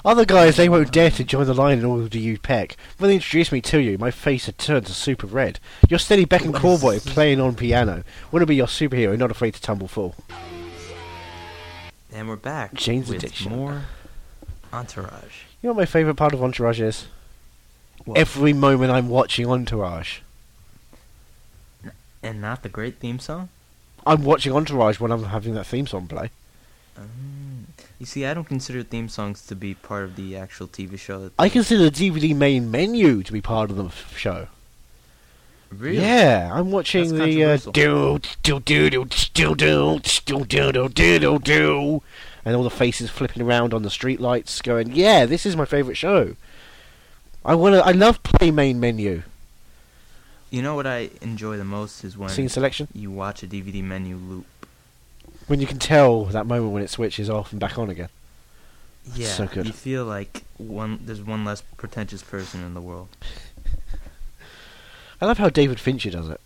Other guys, they won't dare to join the line in order to you peck. When they introduced me to you, my face had turned to super red. You're steady Beck and Corboy playing on piano. Want to be your superhero, not afraid to tumble full. And we're back Jane's with Addiction. more Entourage. You know what my favourite part of Entourage is? What? Every moment I'm watching Entourage. And not the great theme song? I'm watching Entourage when I'm having that theme song play. Um, you see, I don't consider theme songs to be part of the actual TV show. That I consider the DVD main menu to be part of the f- show. really? Yeah, I'm watching That's the uh, controversial. do do do do do do do do do do do do, and all the faces flipping around on the streetlights, going, "Yeah, this is my favorite show." I wanna, I love play main menu You know what I enjoy the most is when scene selection you watch a DVD menu loop. when you can tell that moment when it switches off and back on again. Yeah, so good. you feel like one there's one less pretentious person in the world. I love how David Fincher does it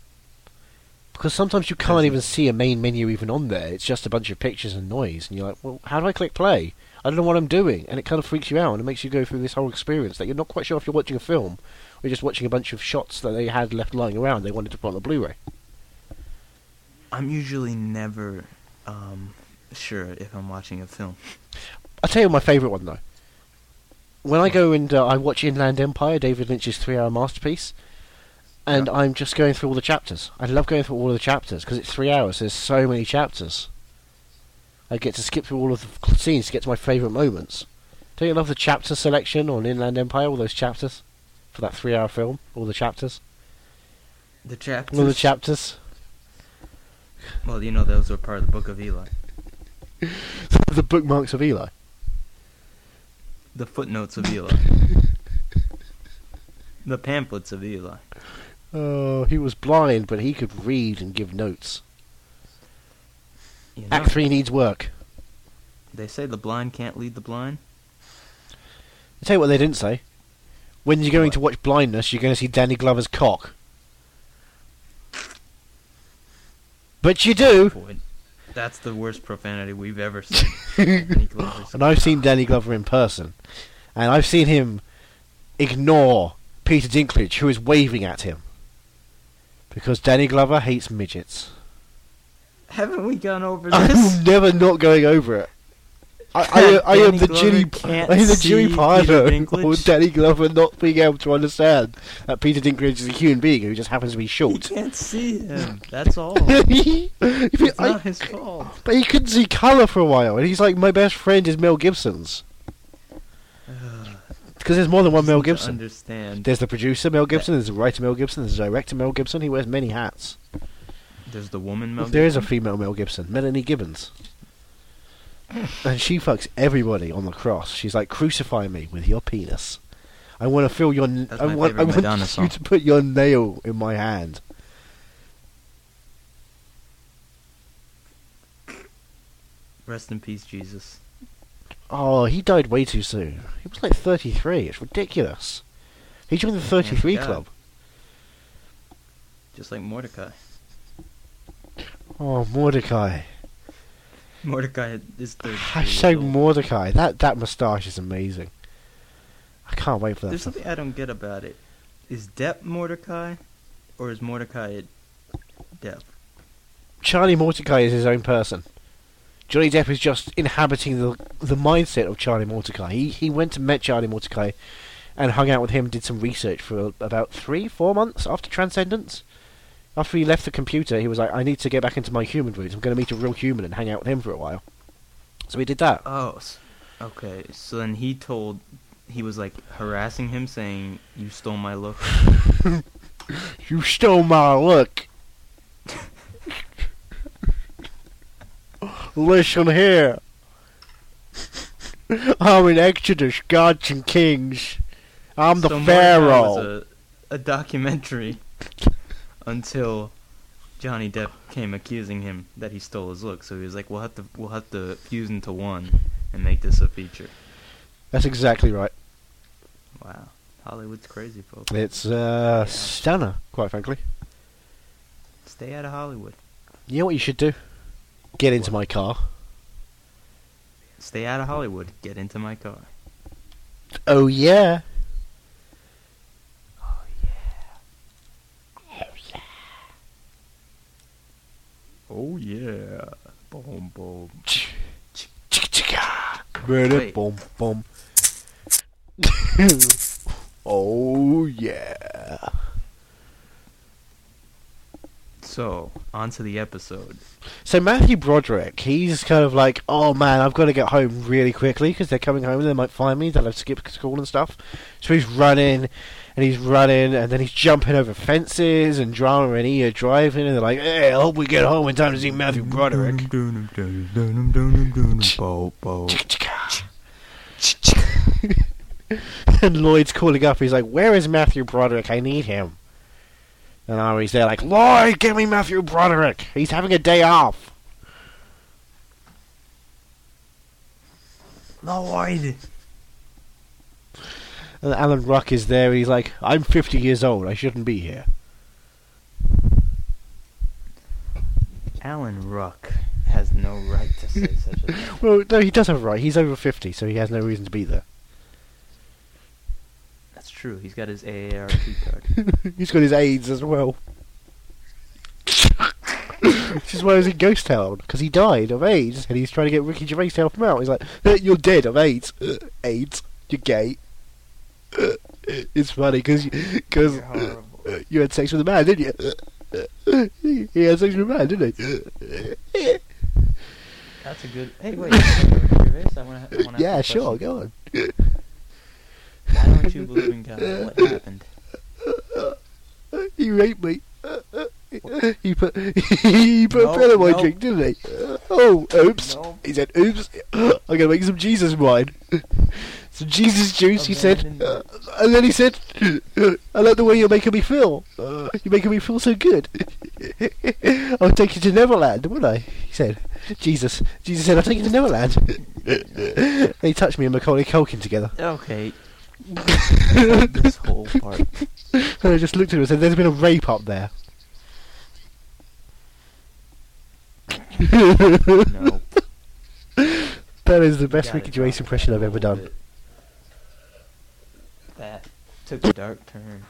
because sometimes you can't Doesn't- even see a main menu even on there. It's just a bunch of pictures and noise, and you're like, "Well, how do I click play?" I don't know what I'm doing, and it kind of freaks you out, and it makes you go through this whole experience that you're not quite sure if you're watching a film or just watching a bunch of shots that they had left lying around. They wanted to put on the Blu-ray. I'm usually never um, sure if I'm watching a film. I'll tell you my favourite one though. When I go and uh, I watch Inland Empire, David Lynch's three-hour masterpiece, and I'm just going through all the chapters. I love going through all of the chapters because it's three hours. There's so many chapters. I get to skip through all of the f- scenes to get to my favourite moments. Don't you love the chapter selection on Inland Empire? All those chapters for that three-hour film. All the chapters. The chapters. All the chapters. Well, you know those were part of the Book of Eli. the bookmarks of Eli. The footnotes of Eli. the pamphlets of Eli. Oh, he was blind, but he could read and give notes. You know, Act three needs work. they say the blind can't lead the blind. I tell you what they didn't say. When you're going to watch Blindness, you're going to see Danny Glover's cock. But you do, Boy, that's the worst profanity we've ever seen. Danny Glover's- and I've seen Danny Glover in person, and I've seen him ignore Peter Dinklage, who is waving at him, because Danny Glover hates midgets. Haven't we gone over this? I'm never not going over it. I, I, I am Danny the Glover Jimmy, can't I am the Jimmy see Pardo Peter or Dinklage. Danny Glover not being able to understand that Peter Dinklage is a human being who just happens to be He short. can't see him. That's all. If you- It's I- not his fault. but he couldn't see colour for a while, and he's like, my best friend is Mel Gibson's. Uh, Because there's more than one Mel Doesn't Gibson. Understand? There's the producer Mel Gibson, there's the writer Mel Gibson, there's the director Mel Gibson. He wears many hats. There's the woman Mel. There is a Gibson? female Mel Gibson, Melanie Gibbons. and she fucks everybody on the cross. She's like, crucify me with your penis. I want to feel your. N- That's I my want, I favourite want Madonna you song. to put your nail in my hand. Rest in peace, Jesus. Oh, he died way too soon. He was like 33. It's ridiculous. He joined the 33 God. club. Just like Mordecai. Oh, Mordecai. Mordecai is thirty. Hashtag Mordecai. That that moustache is amazing. I can't wait for that. There's stuff. something I don't get about it. Is Depp Mordecai, or is Mordecai Depp? Charlie Mordecai is his own person. Johnny Depp is just inhabiting the the mindset of Charlie Mordecai. He he went and met Charlie Mordecai, and hung out with him. Did some research for about three four months after Transcendence. After he left the computer, he was like, "I need to get back into my human roots. I'm going to meet a real human and hang out with him for a while." So he did that. Oh, s- okay. So then he told, he was like harassing him, saying, "You stole my look." You stole my look. Listen here. I'm in Exodus, Gods and Kings. I'm the So Mordecai Pharaoh. was a, a documentary until Johnny Depp came accusing him that he stole his look. So he was like, "We'll have to, we'll have to fuse into one and make this a feature." That's exactly right. Wow, Hollywood's crazy, folks. It's uh, Yeah. stunner, quite frankly. Stay out of Hollywood. You know what you should do? Get into my car. Stay out of Hollywood. Get into my car. Oh yeah. Oh yeah, boom boom. Murder, Wait. boom, boom. oh yeah. So on to the episode. So Matthew Broderick, he's kind of like, oh man, I've got to get home really quickly because they're coming home and they might find me. They'll have skipped school and stuff. So he's running and he's running and then he's jumping over fences and drama and he are driving and they're like, hey, I hope we get home in time to see Matthew Broderick. and Lloyd's calling up. He's like, where is Matthew Broderick? I need him. And Ari's there like, Lloyd, get me Matthew Broderick. He's having a day off. Lloyd. And Alan Ruck is there, and he's like, "I'm 50 years old. I shouldn't be here." Alan Ruck has no right to say such a thing. Well, no, he does have a right. He's over 50, so he has no reason to be there. That's true. He's got his AARP card. he's got his AIDS as well. Which is why he was in Ghost Town, because he died of AIDS, and he's trying to get Ricky Gervais to help him out. He's like, "Eh, "You're dead of AIDS. Eh, AIDS. You're gay." Eh, eh, It's funny because because You're horrible. you had sex with a man, didn't you? Eh, eh, eh, He had sex with a man, didn't he? Eh, eh, eh. That's a good. Hey, wait. Gervais, I wanna, I wanna Yeah, ask a sure. question. Go on. Why don't you believe in God? What happened? He raped me. He put he put No, a pill in my no. drink, didn't he? Oh, oops. No. He said, "Oops, I'm gonna make some Jesus wine, some Jesus juice." He said, uh, Abandonment. and then he said, "I like the way you're making me feel. Uh, you're making me feel so good. I'll take you to Neverland, won't I?" He said, "Jesus." Jesus said, "I'll take you to Neverland." and he touched me and Macaulay Culkin together, Okay, and this whole part. I just looked at him and said, "There's been a rape up there." No. That is the best Gotta Ricky Gervais drop impression that I've ever a little done. bit. That took a dark turn.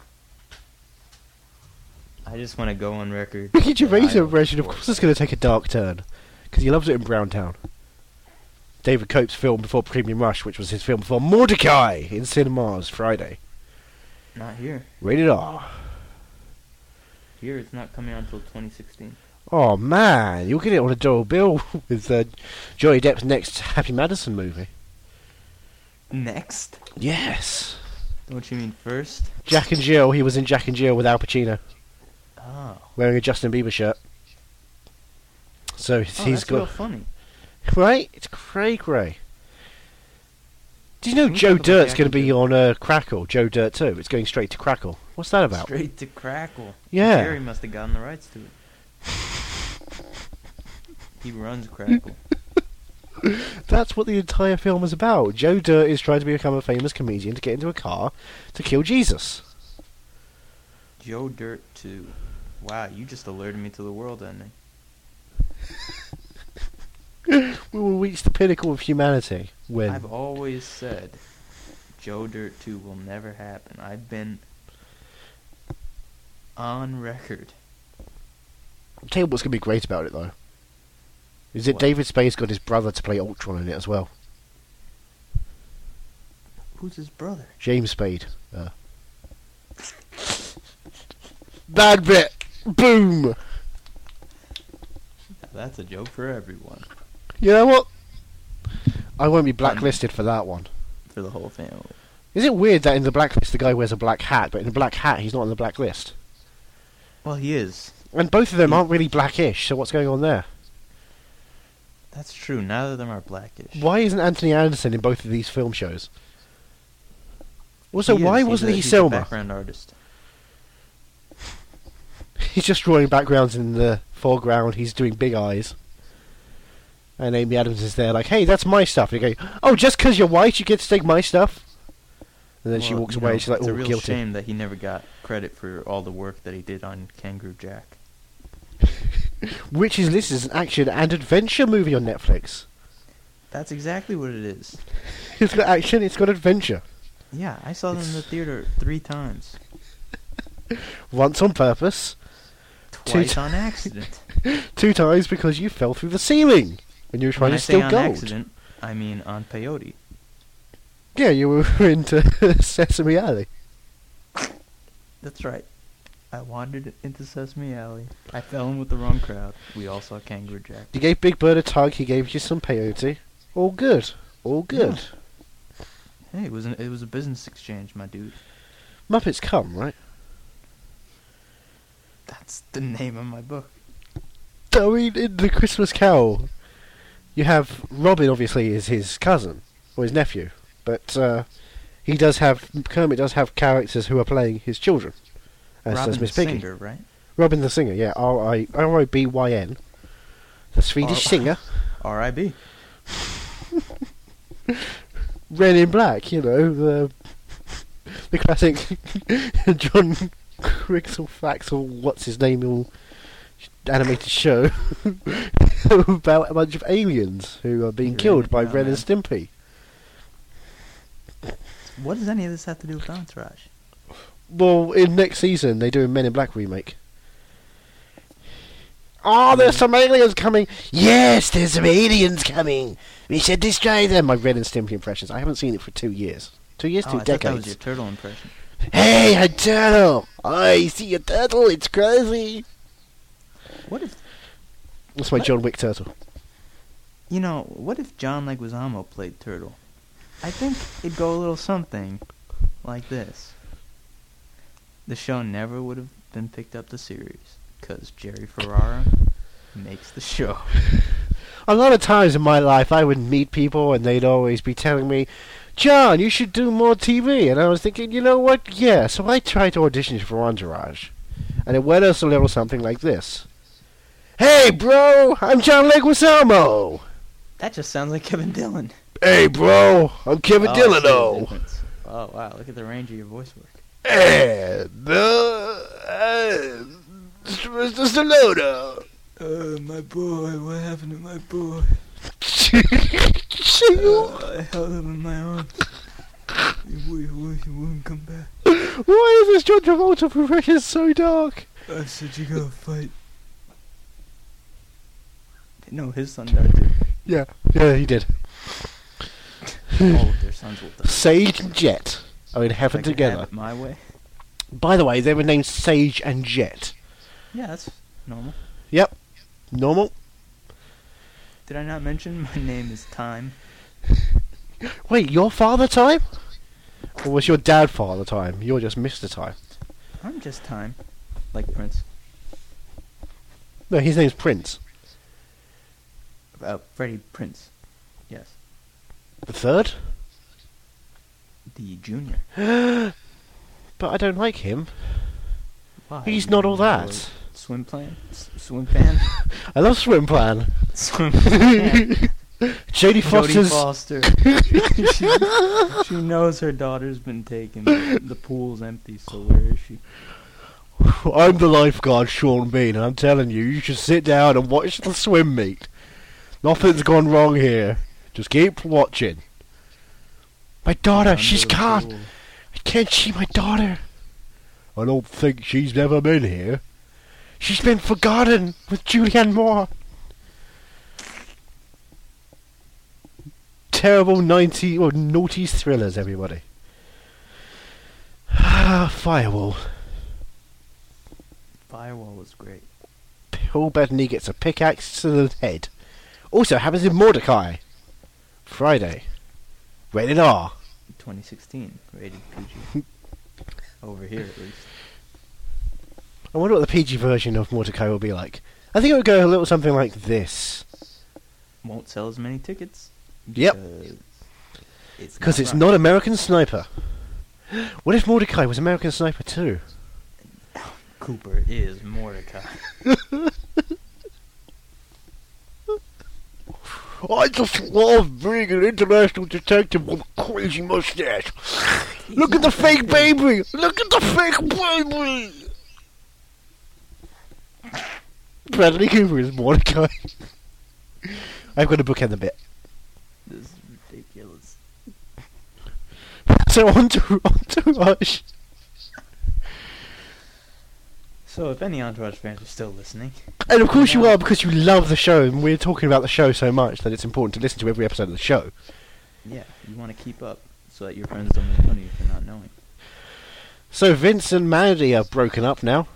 I just want to go on record. Ricky that I Gervais don't impression, of support course, it's going to take a dark turn because he loves it in Brown Town. David Cope's film before Premium Rush, which was his film before Mordecai in cinemas Friday. it. Not here. Rated R. Here it's not coming out until 2016. Oh man, you'll get it on a double bill with uh, Johnny Depp's next Happy Madison movie. Next? Yes. Don't you mean first? Jack and Jill. He was in Jack and Jill with Al Pacino, Oh. wearing a Justin Bieber shirt. So Oh, he's that's got real funny. Right? It's cray cray. Do you know Can we Joe talk about Dirt's Jack going and to be Jill? on uh, Crackle, Joe Dirt too. It's going straight to Crackle. What's that about? Straight to Crackle. Yeah. Jerry must have gotten the rights to it. he runs Crackle. That's what the entire film is about. Joe Dirt is trying to become a famous comedian to get into a car to kill Jesus. Joe Dirt 2. Wow, you just alerted me to the world ending. We will reach the pinnacle of humanity when. I've always said Joe Dirt 2 will never happen. I've been on record. I'll tell you what's going to be great about it though. Is that What? David Spade's got his brother to play Ultron in it as well? Who's his brother? James Spade. Uh. Bad bit! Boom! That's a joke for everyone. You know what? I won't be Um, blacklisted for that one. For the whole family. Is it weird that in the blacklist the guy wears a black hat, but in the black hat he's not on the blacklist? Well, he is. And both of them aren't really blackish, so what's going on there? That's true. Neither of them are blackish. Why isn't Anthony Anderson in both of these film shows? Also, He why is. He's wasn't a- he he's a Selma? background artist. He's just drawing backgrounds in the foreground, he's doing big eyes. And Amy Adams is there, like, hey, that's my stuff. And you go, oh, just 'cause you're white, you get to take my stuff? And then she Well, walks you away know, and she's like, it's oh, a real guilty. shame that he never got credit for all the work that he did on Kangaroo Jack. Which is listed as an action and adventure movie on Netflix. That's exactly what it is. It's got action, it's got adventure. Yeah, I saw them in the It's- theater three times. Once on purpose, Two Twice ti- on accident. two times because you fell through the ceiling when you were trying when I to say steal on gold. accident, I mean on peyote. Yeah, you were into Sesame Alley. That's right. I wandered into Sesame Alley. I fell in with the wrong crowd. We all saw Kangaroo Jack. You gave Big Bird a tug, he gave you some peyote. All good. All good. Hey, it was an, it was a business exchange, my dude. Muppets come, right? That's the name of my book. I mean, in the Christmas Carol, you have Robin. Obviously, is his cousin or his nephew, but uh, he does have Kermit does have characters who are playing his children. As Robin does Miss the Piggy. Singer, right? Robin the singer, yeah, R I R I B Y N, the Swedish R- singer, R.I.B. Red in Black. You know the the classic John Crixel Faxel. What's his name? All animated show about a bunch of aliens who are being You're in killed it by now, Ren and man. Stimpy. What does any of this have to do with Entourage? Well, in next season they do a Men in Black remake. Oh, there's Hmm. some aliens coming! Yes, there's some aliens coming. We should destroy them. My Red and Stimpy impressions. I haven't seen it for two years. Two years, oh, two I thought that was your decades. turtle impression. Hey, a turtle! I see a turtle. It's crazy. What if That's my What? John Wick turtle. you know? What if John Leguizamo played turtle? I think it'd go a little something like this. The show never would have been picked up to series. because Jerry Ferrara makes the show. A lot of times in my life, I would meet people and they'd always be telling me, John, you should do more TV. And I was thinking, you know what? Yeah. So I tried to audition for Entourage. And it went us a little something like this Hey, bro, I'm John Leguizamo. That just sounds like Kevin Dillon. Hey, bro, I'm Kevin Oh, I see the Dillano. difference. Oh wow, look at the range of your voice work. And, uh, uh, Mr. Stallone. Uh, my boy, what happened to my boy? Shield? I held him in my arms. He, wouldn't come back. Why is this John Travolta progression so dark? I said you gotta fight. No, his son died too. Yeah, yeah, he did. All of Oh, their sons will die. Sage and Jet are in If I heaven could together. have it my way. By the way, they were named Sage and Jet. Yeah, that's normal. Yep, normal. Did I not mention my name is Time? Wait, your father time? Or was your dad father time? You're just Mr. Time. I'm just Time, like Prince. No, his name's Prince. Uh, Freddie Prince. Yes, The third? the junior. But I don't like him. Why? He's not all You know, that. Swim plan? S- swim fan? I love Swim Plan. swim fan. Jodie Jodie Foster's. Foster. she, she knows her daughter's been taken. but The pool's empty, so where is she? I'm the lifeguard, Sean Bean, and I'm telling you, you should sit down and watch the swim meet. Nothing's gone wrong here. Just keep watching. My daughter, Under she's the gone. pool. I can't see my daughter. I don't think she's ever been here. She's been forgotten with Julianne Moore. Terrible 90 or naughty thrillers, everybody. Ah, Firewall. Firewall was great. Paul Bettany gets a pickaxe to the head. Also happens in Mordecai. Friday. Rated R. 2016, rated PG. Over here, at least. I wonder what the PG version of Mordecai will be like. I think it would go a little something like this. Won't sell as many tickets. Yep. because It's Because not it's right. not American Sniper. What if Mordecai was American Sniper too? Cooper is Mordecai. I just love being an international detective with a crazy mustache. Look at the fake baby! Look at the fake baby! Bradley Cooper is Mordecai. I've got a bookend a bit. This is ridiculous. So on to, on to Rush. So, if any Entourage fans are still listening, And of course you are because you love the show and we're talking about the show so much that it's important to listen to every episode of the show. yeah, you want to keep up so that your friends don't make fun of you for not knowing. So Vince and Mandy are broken up now.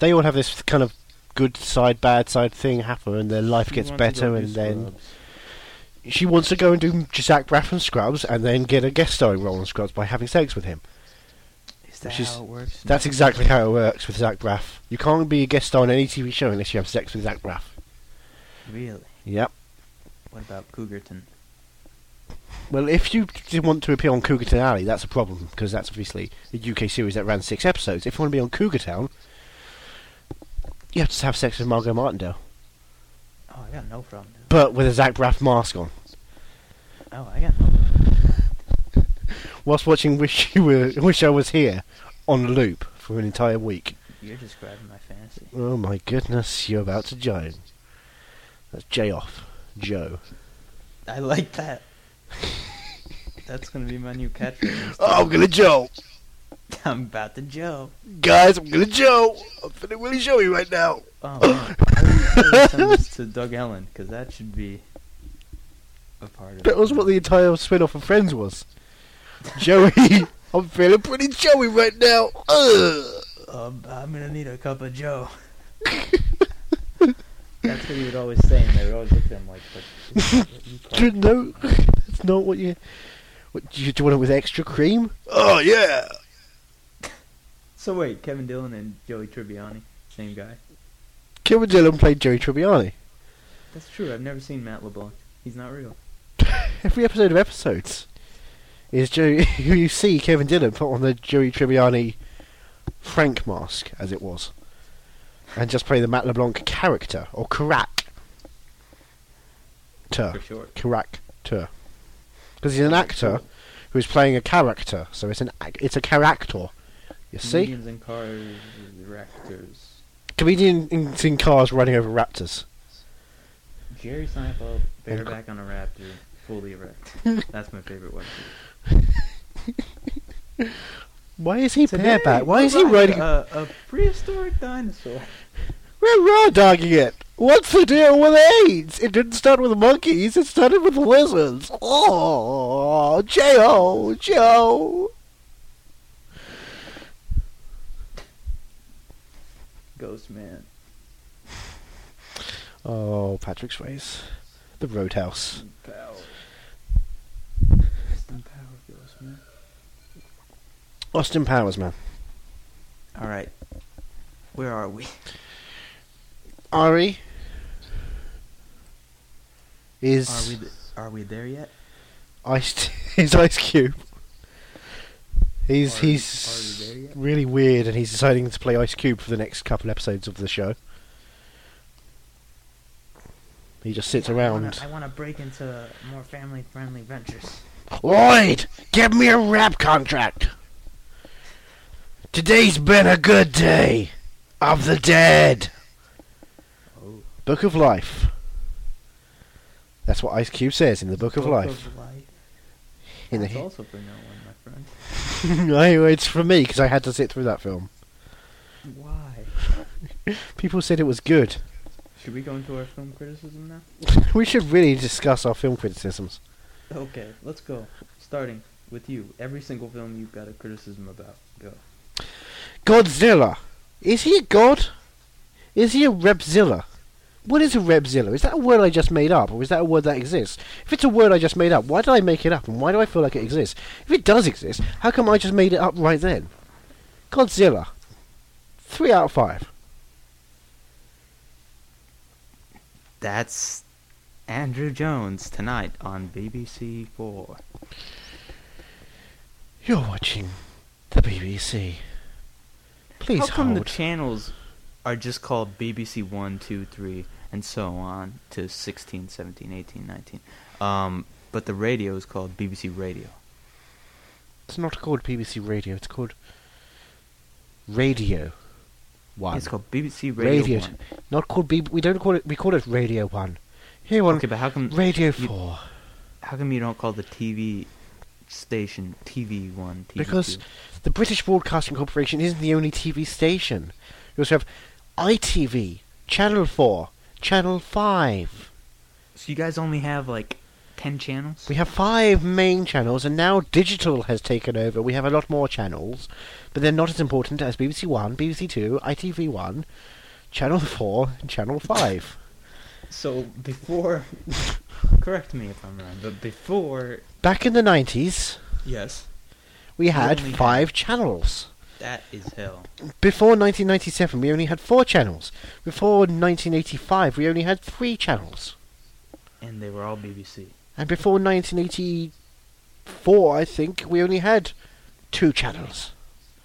They all have this kind of good side, bad side thing happen, and their life You gets want to go better. do And then scrubs. she wants to go and do Zach Braff and Scrubs, and then get a guest starring role in Scrubs by having sex with him. Is that Which is- how it works? That's exactly how it works with Zach Braff. You can't be a guest star on any TV show unless you have sex with Zach Braff. Really? Yep. What about Cougarton? Well, if you did want to appear on Cougarton Alley, that's a problem because that's obviously a UK series that ran six episodes. If you want to be on Cougar Town, you have to have sex with Margot Martindale, Oh, I got no problem. dude. but with a Zach Braff mask on. Oh, I got no problem. whilst watching Wish You Were Wish I Was Here on loop for an entire week. You're describing my fantasy. Oh my goodness, you're about to join. That's J off. Joe. I like that. That's gonna be my new catchphrase. Oh, I'm gonna Joe. I'm about to Joe. Guys, I'm gonna Joe. I'm finna Willie Joey right now. Oh man, I would really send this to Doug Ellen because that should be a part of. That was what the entire spin off of Friends was. Joey. I'm feeling pretty Joey right now. Ugh. Um, I'm gonna need a cup of Joe. That's what he would always say, and they would always look at him like, "But is that what you call it?" No, it's not what you. What, do, you, do you want it with extra cream? Oh, yeah. So wait, Kevin Dillon and Joey Tribbiani, same guy. Kilmer Dillon played Joey Tribbiani. That's true. I've never seen Matt LeBlanc. He's not real. Every episode of episodes is Joey. Who you see Kevin Dillon put on the Joey Tribbiani Frank mask, as it was, and just play the Matt LeBlanc character or character. Ah. For sure. Character, because he's an actor who's playing a character, so it's an ac- it's a character. You see, Mediums and cars, directors. comedian in, in cars running over raptors. Jerry Seinfeld, bareback on a raptor, fully erect. That's my favorite one. Why is he Today, bareback? Why we is he ride riding? A, a prehistoric dinosaur. We're raw dogging it. What's the deal with AIDS? It didn't start with monkeys. It started with lizards. Oh, Joe, Joe. Ghost man. Oh, Patrick Swayze, the Roadhouse. Power. Austin Power, ghost man. Austin Powers, man. All right. Where are we? Ari is Are we th- are we there yet? Ice his Ice Cube. He's Are- are he's we there yet? really weird, and he's deciding to play Ice Cube for the next couple episodes of the show. He just sits around. I want to break into more family-friendly ventures. Lloyd, give me a rap contract. Today's been a good day of the dead. Oh. Book of Life. That's what Ice Cube says in the Book, of, Life. in That's the also for no one, my friend. no, it's for me because I had to sit through that film. Why? People said it was good. Should we go into our film criticism now? we should really discuss our film criticisms. Okay, let's go. Starting with you. Every single film you've got a criticism about. Go. Godzilla. Is he a god? Is he a Repzilla? What is a Repzilla? Is that a word I just made up, or is that a word that exists? If it's a word I just made up, why did I make it up, and why do I feel like it exists? If it does exist, how come I just made it up right then? Godzilla. Three out of five. That's Andrew Jones tonight on BBC Four. You're watching the BBC. Please How come the hold. channels are just called BBC One, Two, Three, and so on to 16, 17, 18, 19? Um, but the radio is called BBC Radio. it's not called BBC Radio. It's called Radio One. It's called BBC Radio, Radio. One. Not called B. We don't call it. We call it Radio One. Here on Okay, but how come Radio you- Four. how come you don't call the TV station TV One? TV Because two? the British Broadcasting Corporation isn't the only TV station. You also have ITV, Channel Four, Channel Five. so you guys only have like ten channels. We have five main channels, and now digital has taken over. We have a lot more channels, but they're not as important as BBC One, BBC Two, ITV One, Channel Four, and Channel Five. So before, correct me if I'm wrong, but before, Back in the nineties, yes, we had only had- five channels. that is hell. Before 1997, we only had four channels. Before 1985, we only had three channels. And they were all BBC. And before 1984, I think, we only had two channels.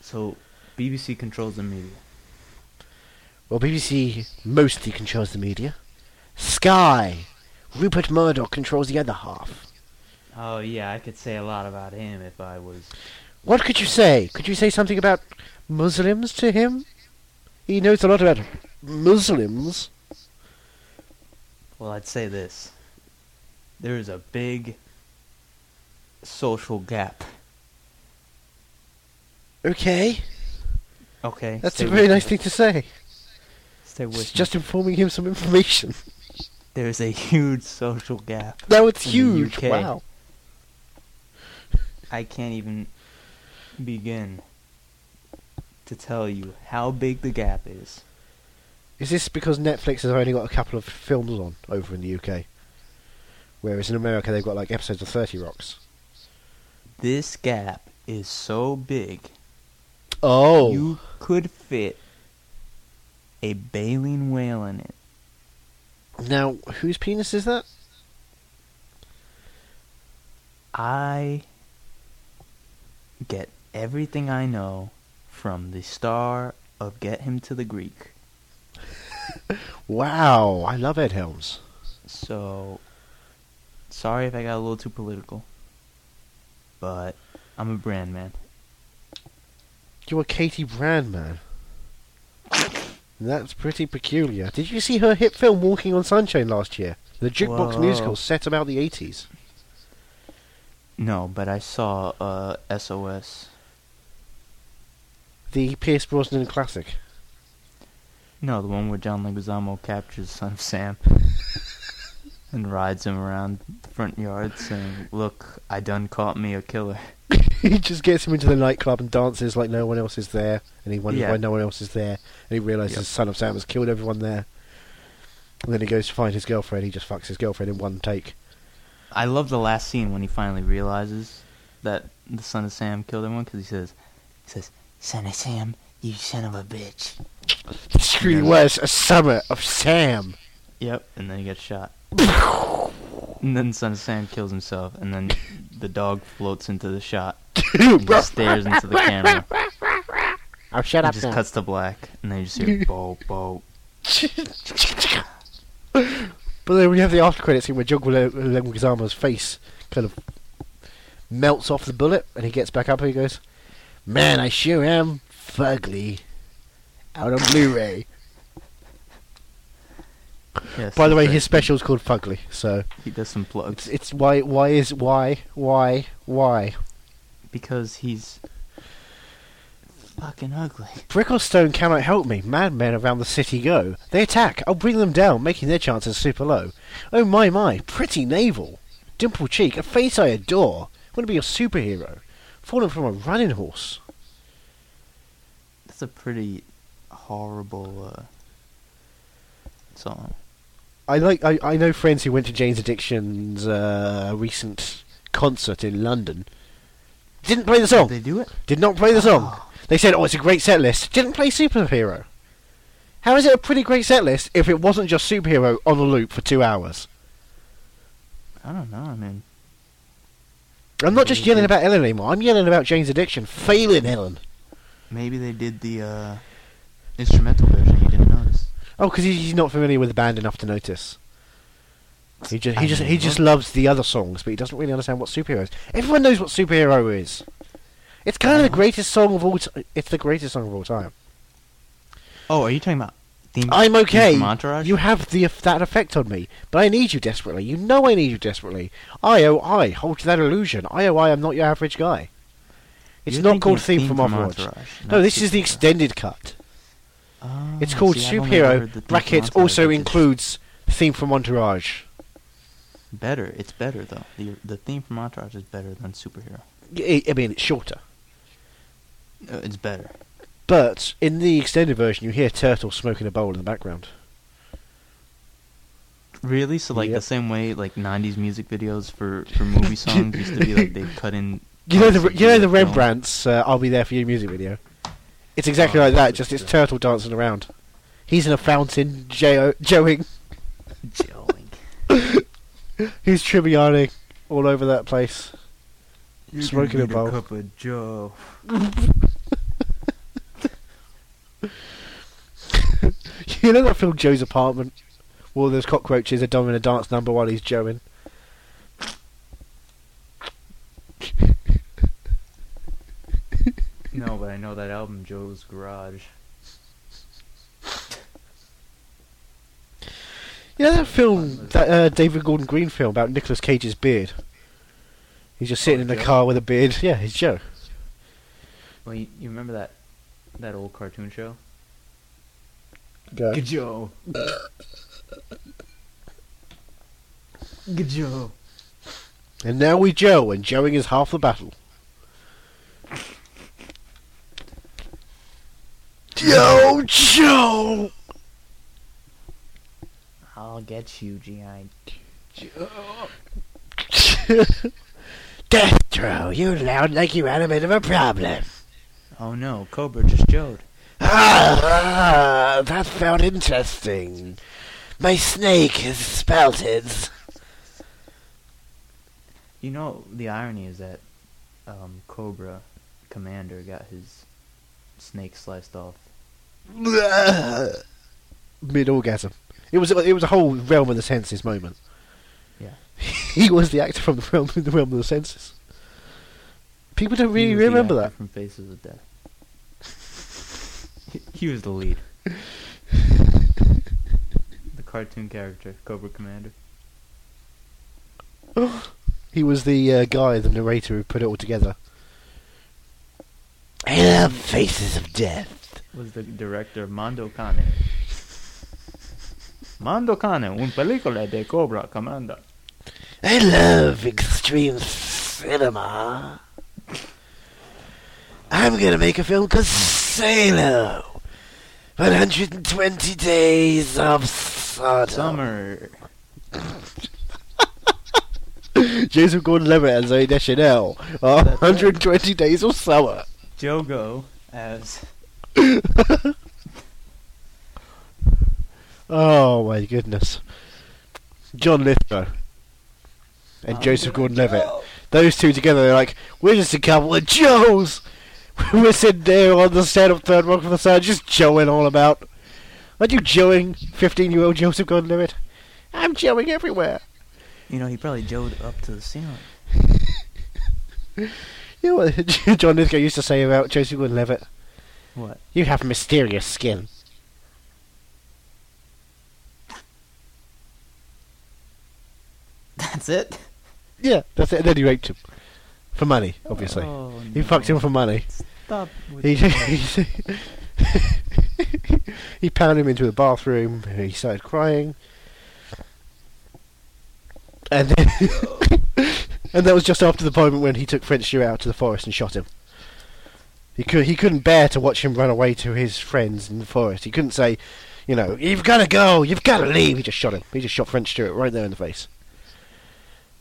So BBC controls the media. Well, BBC mostly controls the media. Sky, Rupert Murdoch controls the other half. Oh yeah, I could say a lot about him if I was. What could you say? Could you say something about Muslims to him? He knows a lot about Muslims. Well, I'd say this. There is a big social gap. Okay, Okay. that's stay a very with nice me. thing to say. Stay with It's me. just informing him some information. there is a huge social gap. No, it's in the huge. UK. Wow. I can't even begin to tell you how big the gap is. Is this because Netflix has only got a couple of films on over in the UK? Whereas in America they've got like episodes of 30 Rocks. This gap is so big Oh. you could fit a baleen whale in it. Now, whose penis is that? I get everything I know from the star of Get Him to the Greek. Wow, I love Ed Helms. So, sorry if I got a little too political, but I'm a brand man. You are Katie Brandman. That's pretty peculiar. Did you see her hit film Walking on Sunshine last year? The jukebox Whoa. musical set about the 80s. No, but I saw uh, SOS. The Pierce Brosnan classic. No, the one where John Leguizamo captures Son of Sam and rides him around the front yard saying, Look, I done caught me a killer. he just gets him into the nightclub and dances like no one else is there, and he wonders Yeah. why no one else is there, and he realizes Yep. Son of Sam has killed everyone there. And then he goes to find his girlfriend. He just fucks his girlfriend in one take. I love the last scene when he finally realizes that the son of Sam killed everyone because he says, he says, Son of Sam, you son of a bitch. Truly was a summer of Sam. Yep, and then he gets shot. and then son of Sam kills himself, and then the dog floats into the shot and just stares into the camera. Oh, shut It up just now. cuts to black, and then you just hear bo bo. But then we have the after credits scene where John Leguizamo's face kind of melts off the bullet, and he gets back up and he goes, "Man, I sure am fugly." Out on Blu-ray. Yes, By the way, that's his right. special's called Fugly, so he does some it's plugs it's why why is why why why because he's fucking ugly. brick or stone cannot help me. Madmen around the city go. They attack. I'll bring them down, making their chances super low. Oh my my, pretty navel, dimple cheek, a face I adore. Want to be a superhero? Fallen from a running horse. That's a pretty horrible uh, song. I like. I, I know friends who went to Jane's Addiction's uh, recent concert in London. Didn't play the Did song. they do it? Did not play the song. They said, "Oh, it's a great set list." Didn't play superhero. How is it a pretty great set list if it wasn't just superhero on a loop for two hours? I don't know. I mean, I'm not just yelling about Ellen anymore. I'm yelling about Jane's Addiction failing Ellen. maybe they did the uh, instrumental version. You didn't notice. Oh, because he's not familiar with the band enough to notice. He just he I just he mean, just loves the other songs, but he doesn't really understand what superhero is. Everyone knows what superhero is. It's kind of the greatest song of all. T- it's the greatest song of all time. Oh, are you talking about? Theme, I'm theme okay. from Entourage. You have the eff- that effect on me, but I need you desperately. You know I need you desperately. I oh I hold to that illusion. I oh I am not your average guy. It's You're not thinking called of theme, from Overwatch. No, this is the Superhero. extended cut. Oh, It's called see, I've only ever heard Superhero the theme from brackets Entourage, also which is includes theme from Entourage. better. It's better though. The the theme from Entourage is better than superhero. I I mean, it's shorter. Uh, it's better. But in the extended version, you hear Turtle smoking a bowl in the background. Really? So like Yep. the same way like '90s music videos for for movie songs used to be like they cut in. You know the parts of you know the the film. Rembrandt's uh, "I'll Be There for You" music video. It's exactly Oh, like that. that's Just it's good. Turtle dancing around. He's in a fountain, jo- joeing. Jolling. He's trivialing all over that place. You can Smoking a get a bowl. cup of Joe. you know that film Joe's apartment, where all those cockroaches are doing a dance number while he's joeing. No, but I know that album, Joe's Garage. You know that film, that uh, David Gordon Green film about Nicolas Cage's beard. He's just sitting in the Joe? car with a beard. Oh, Yeah, he's Joe. Well, you, you remember that that old cartoon show? Go. Joe. Good Joe. And now we Joe, and Joeing is half the battle. Yo, Joe! I'll get you, G.I. Deaththrow, you loud like you had a bit of a problem. Oh no, Cobra just Joed. Ah, ah, that sounds interesting. My snake is spouted. You know, the irony is that um, Cobra Commander got his snake sliced off. Mid orgasm. It was it was a whole realm of the senses moment. Yeah. he was the actor from the realm the realm of the senses. People don't really He was the remember actor that. From Faces of Death. He- he was the lead. the cartoon character, Cobra Commander. He was the uh, guy, the narrator, who put it all together. I love faces of death. was the director Mondo Cane. Mondo Cane, un película de Cobra Commander. I love extreme cinema. I'm gonna make a film called Salo. 120 Days of Sodom. Summer. Jason Gordon-Levitt and Zoe Deschanel. are That's right. 120 Days of Summer. Jogo as Oh my goodness. John Lithgow and I'm Joseph gonna Gordon-Levitt. Those two together, they're like, we're just a couple of Joes. we're sitting there on the stand of Third Rock from the Sun, just Joeing all about. Aren't you Joeing 15-year-old Joseph Gordon-Levitt? I'm Joeing everywhere. you know, he probably joed up to the ceiling. You know what John Lithgow used to say about Joseph Gordon-Levitt? What? You have mysterious skin. That's it. Yeah, that's it. And then he raped him. For money, obviously. Oh, He fucked no. him for money. Stop. With He that. he, he pounded him into the bathroom. He started crying, and then and that was just after the moment when he took French Stewart out to the forest and shot him. He could he couldn't bear to watch him run away to his friends in the forest. He couldn't say, you know, you've got to go, you've got to leave. He just shot him. He just shot French Stewart right there in the face.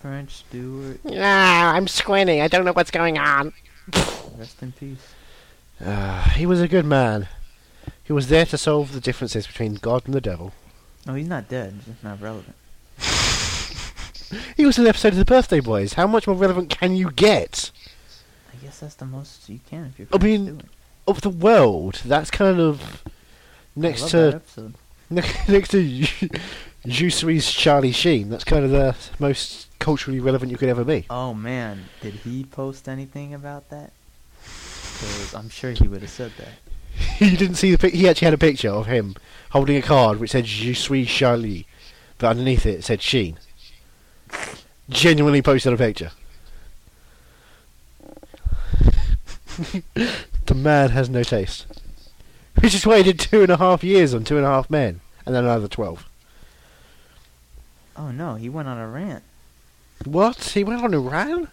French Stewart, Ah, I'm squinting. I don't know what's going on. rest in peace. Ah, he was a good man. He was there to solve the differences between God and the devil. No, he's not dead. It's just not relevant. He was in an episode of The Birthday Boys. How much more relevant can you get? I guess that's the most you can if you're. I French mean, Stewart. Of the world, that's kind of I next love that to episode. next to Jussery's Charlie Sheen. That's kind of the most culturally relevant you could ever be. Oh man, did he post anything about that? 'Cause I'm sure he would have said that. you didn't see the pic. He actually had a picture of him holding a card which said Jussery Charlie, but underneath it, it said Sheen. Genuinely posted a picture. the man has no taste. Which is why he did two and a half years on Two and a Half Men, and then another twelve. Oh no, he went on a rant. What? He went on Iran?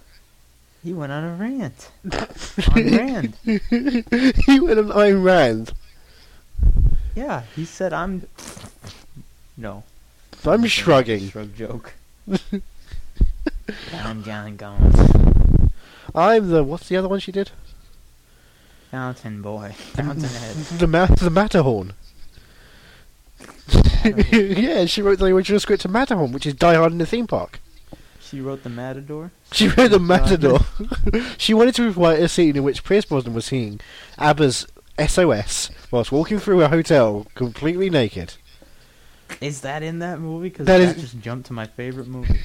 He went on a rant. on Rand. he went on Ayn Rand. Yeah, he said I'm. No. I'm shrugging. Shrug joke. down, down, gone. I'm the what's the other one she did? Fountain boy. Fountainhead. The ma- the Matterhorn. yeah, she wrote the original script to Matterhorn, which is Die Hard in a theme park. she wrote the Matador. She wrote the Die Hard. Matador. she wanted to write a scene in which Pierce Brosnan was singing ABBA's SOS whilst walking through a hotel completely naked. Is that in that movie? Because That that, is- just jumped to my favorite movie.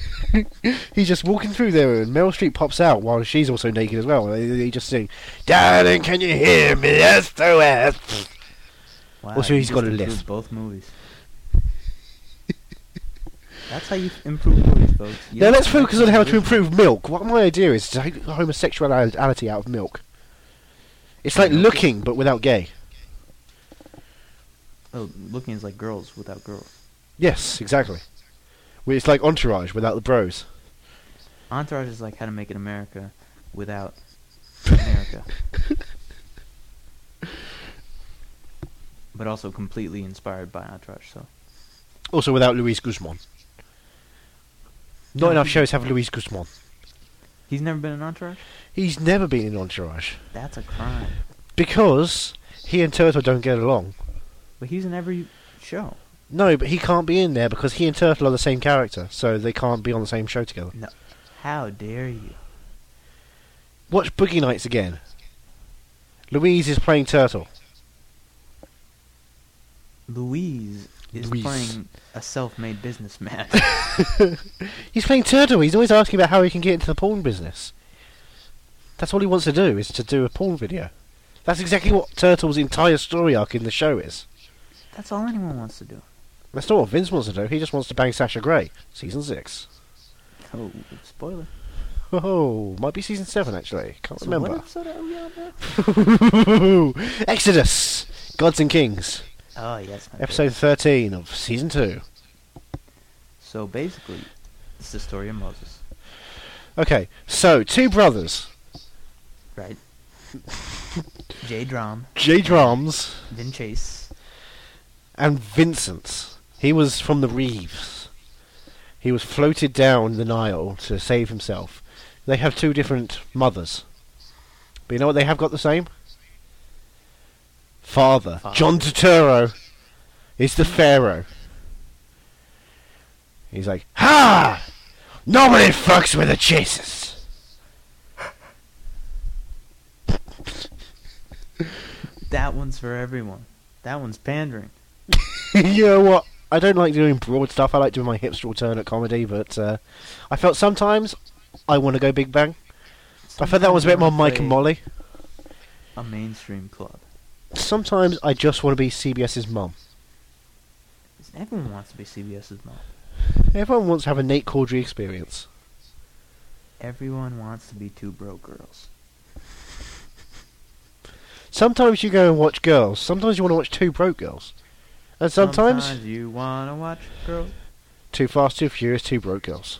He's just walking through there, and Meryl Streep pops out while she's also naked as well. And they, they just sing, "Darling, can you hear me? SOS." Wow. Also, you he's got just a improved lisp. Both movies. That's how you improve movies, folks. You Now don't let's have focus on how to do- improve milk. What my idea is to take homosexuality out of milk. It's like looking but without gay. Oh, looking is like girls without girls. Yes, exactly. Well, It's like entourage without the bros. Entourage is like how to make an America without America. but also completely inspired by Entourage, so. Also without Luis Guzman. Not enough shows have Luis Guzman. He's never been in Entourage? He's never been in entourage That's a crime. because He and Turtle don't get along. But he's in every show. No, but he can't be in there because he and Turtle are the same character, so they can't be on the same show together. How dare you? Watch Boogie Nights again. Louise is playing Turtle. Louise is Louise. playing a self-made businessman. He's playing Turtle. He's always asking about how he can get into the porn business. That's all he wants to do is to do a porn video. That's exactly what Turtle's entire story arc in the show is. That's all anyone wants to do. That's not what Vince wants to do. He just wants to bang Sasha Grey. Season six. Oh, spoiler. Oh, might be season seven actually. Can't So remember. what episode are we on now? Exodus, Gods and Kings, Oh, yes. my episode favorite. thirteen of season two. So basically, it's the story of Moses, Okay, so two brothers, right? J. Drom, J. Drums Vin Chase. and Vincent. He was from the Reeves. He was floated down the Nile to save himself. They have two different mothers. But you know what they have got the same? Father. Father. John Turturro is the Pharaoh. He's like, Ha! Nobody fucks with the chasers! That one's for everyone. That one's pandering. you know what? I don't like doing broad stuff. I like doing my hipster alternate comedy, but uh, I felt sometimes I want to go Big Bang. I felt that was a bit more Mike and Molly. A mainstream club. Sometimes I just want to be CBS's mum. Everyone wants to be CBS's mom. Everyone wants to have a Nate Caudry experience. Everyone wants to be two broke girls. Sometimes you go and watch girls. Sometimes you want to watch two broke girls. And sometimes, you wanna watch girls. too fast, too furious, two broke girls.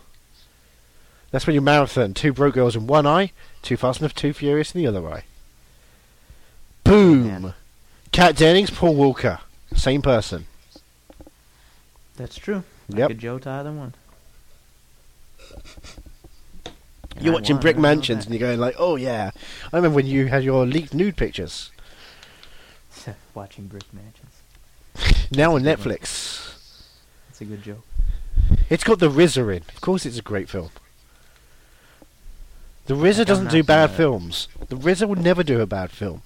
That's when you marathon two broke girls in one eye, too fast enough, too furious in the other eye. Boom! Man. Cat Dennings, Paul Walker, same person. That's true. I Yep. could Joe tie the one. And You're I watching won, Brick I know Mansions that. and you're going like, "Oh yeah, I remember when you had your leaked nude pictures." watching Brick Mansions. Now on Good one. Netflix, That's a good joke. it's got the RZA in. Of course, it's a great film. The RZA I've doesn't not do seen bad that. films. The RZA will never do a bad film.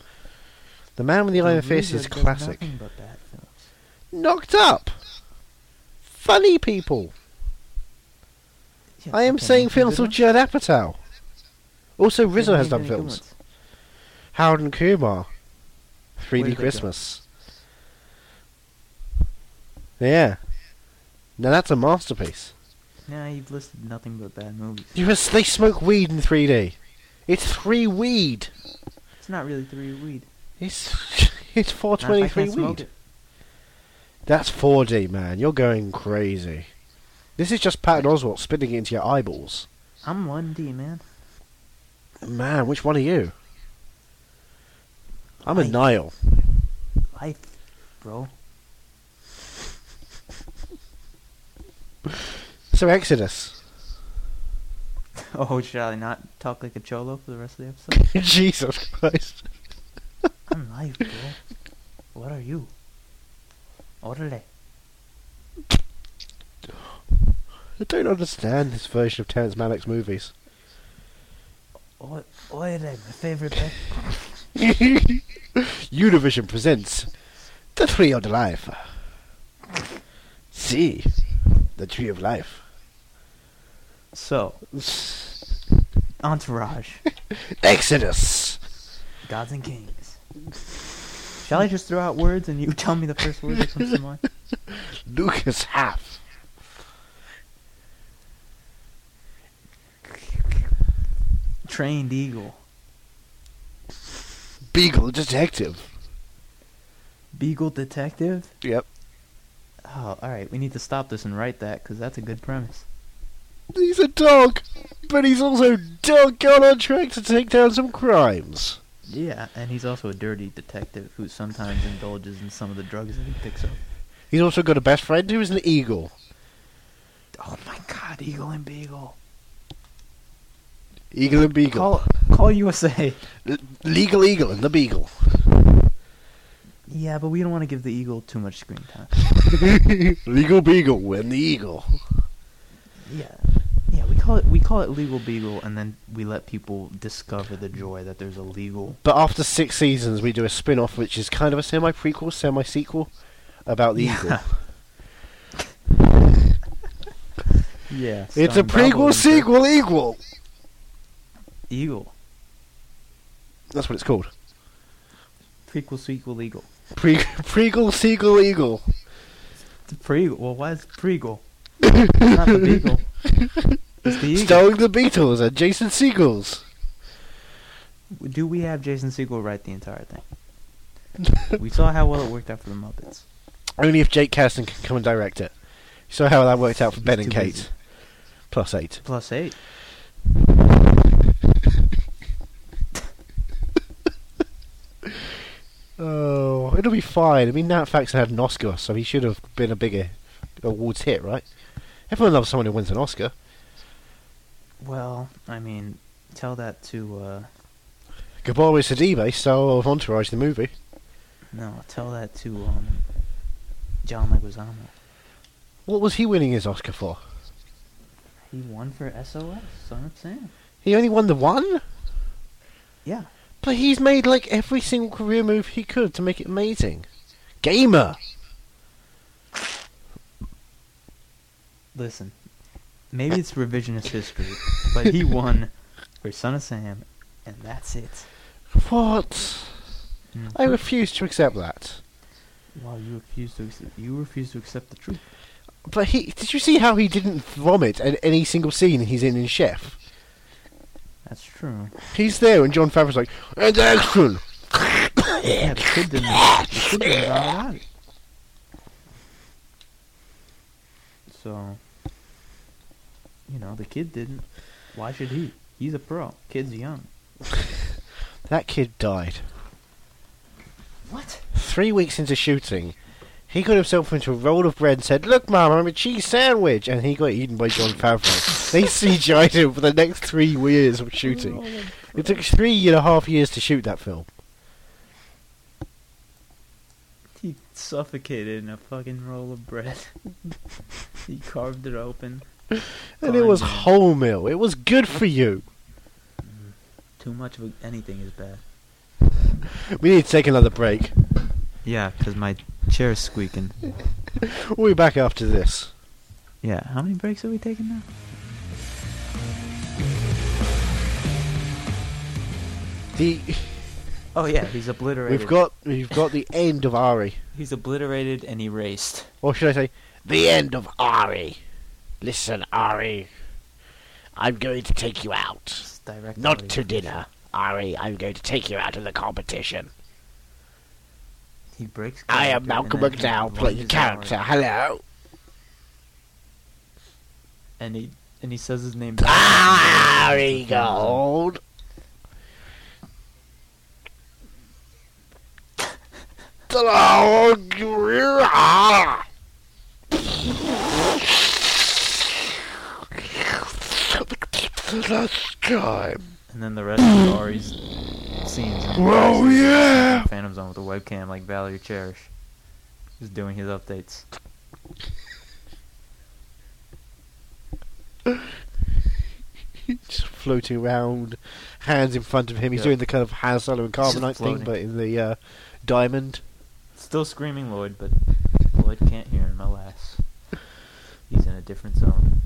The Man with the Iron Fist is classic. Nothing but bad films. Knocked up. Funny people. Yeah, I am okay, saying make a films good with one. Judd Apatow. Also, Make RZA has any done good films. ones. Howard and Kumar. Where did 3D they go? Christmas. Yeah. Now that's a masterpiece. Nah, you've listed nothing but bad movies. You must, they smoke weed in 3D. It's three weed. It's not really three weed. It's it's Not if I 423 can't smoke weed. it. That's 4D, man. You're going crazy. This is just Patton Oswalt spitting it into your eyeballs. I'm one D man. Man, which one are you? I'm a Life. Nile. Life, bro. So Exodus. Oh, shall I not talk like a cholo for the rest of the episode? Jesus Christ. I'm life, bro. What are you? Orale. I don't understand this version of Terrence Malick's movies. Orale, my favorite band. Univision presents The Tree of Life. See, The Tree of Life. So, Entourage. Exodus! Gods and Kings. Shall I just throw out words and you tell me the first word that comes to mind? Lucas Half. Trained Eagle. Beagle Detective. Beagle Detective? Yep. Oh, alright, we need to stop this and write that because that's a good premise. He's a dog, but he's also doggone on track to take down some crimes. Yeah, and he's also a dirty detective who sometimes indulges in some of the drugs that he picks up. He's also got a best friend who is an eagle. Oh my god, Eagle and Beagle. Eagle and Beagle. Call, call USA. L- Legal Eagle and the Beagle. Yeah, but we don't want to give the eagle too much screen time. Legal Beagle, win the Eagle. Yeah, yeah. We call it we call it legal beagle, and then we let people discover the joy that there's a legal. But after six seasons, we do a spin off, which is kind of a semi prequel, semi sequel about the Eagle. Yeah, It's a starring Bravo prequel, and Jer- sequel, equal. Eagle That's what it's called. prequel sequel eagle. Pre- prequel, sequel, eagle. It's a prequel. Well, why is it prequel? it's not the beagle. It's the eagle. Starring the Beatles and Jason Segels. Do we have Jason Segel write the entire thing? we saw how well it worked out for the Muppets. Only if Jake Caston can come and direct it. You saw how that worked out for Ben He's and too Kate. busy. Plus eight. Plus eight. Oh, it'll be fine. I mean, Nat Faxon had an Oscar, so he should have been a bigger awards hit, right? Everyone loves someone who wins an Oscar. Well, I mean, tell that to uh, Gabor Sidibe, star of Entourage, the movie. no, tell that to um, John Leguizamo. What was he winning his Oscar for? He won for SOS. Son of Sam. He only won the one? Yeah. But he's made like every single career move he could to make it amazing. Gamer! Listen, maybe it's revisionist history, but he won for Son of Sam, and that's it. What? Mm. I refuse to accept that. Well, you refuse to accept, you refuse to accept the truth. But he did you see how he didn't vomit at any single scene he's in in Chef? That's true. He's there and John Favreau's like, and action! Yeah, the kid didn't. The kid didn't vomit out. it. So, you know, the kid didn't. Why should he? He's a pro. Kid's young. That kid died. What? Three weeks into shooting, he got himself into a roll of bread and said, Look, Mum, I'm a cheese sandwich! And he got eaten by John Favreau. they CGI'd him for the next three years of Oh, shooting. It took three and a half years to shoot that film. He suffocated in a fucking roll of bread. he carved it open. And it was Garden. wholemeal. It was good for you. Too much of anything is bad. We need to take another break. Yeah, because my chair is squeaking. We'll be back after this. Yeah, how many breaks are we taking now? The Oh yeah, he's obliterated. we've got we've got the end of Ari, He's obliterated and erased. or should I say, the end of Ari. Listen, Ari, I'm going to take you out. It's direct Not audio. to dinner, Ari. I'm going to take you out of the competition. He breaks. I am character Malcolm and then he McDowell, playing lunges outward. character. Hello. And he and he says his name. Ah! Ari Gold. Last time. And then the rest of Ari's scenes. and Well, voices. yeah. Phantom's on with a webcam like Valerie Cherish, just doing his updates. Just floating around, hands in front of him. He's Yeah. doing the kind of Hans Solomon Carbonite thing, floating. but in the uh, diamond. Still screaming Lloyd, but Lloyd can't hear him. Alas, he's in a different zone.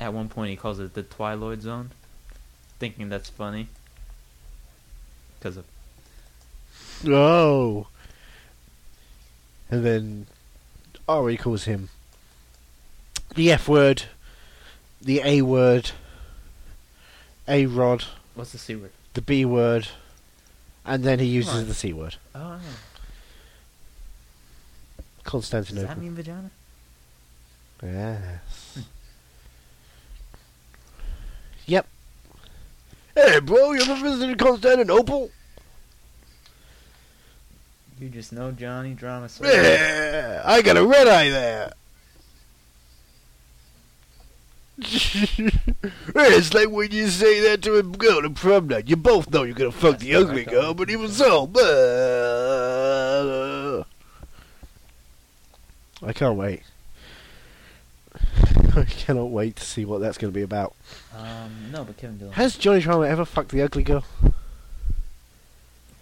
At one point, he calls it the Twilight Zone, thinking that's funny because of Oh. And then Ari calls him the F word, the A word, A rod, what's the c word? the B word, and then he uses Right. the C word. Oh, does Constantinople. that mean vagina? Yes. yep. Hey, bro, you ever visited Constantinople? You just know Johnny drama. Yeah, I got a red eye there. it's like when you say that to a girl at prom night. You both know you're gonna fuck the ugly girl, but even so, I can't wait. I cannot wait to see what that's gonna be about. Um, no, but Kevin Dillon. Has Johnny Drama ever fucked the ugly girl?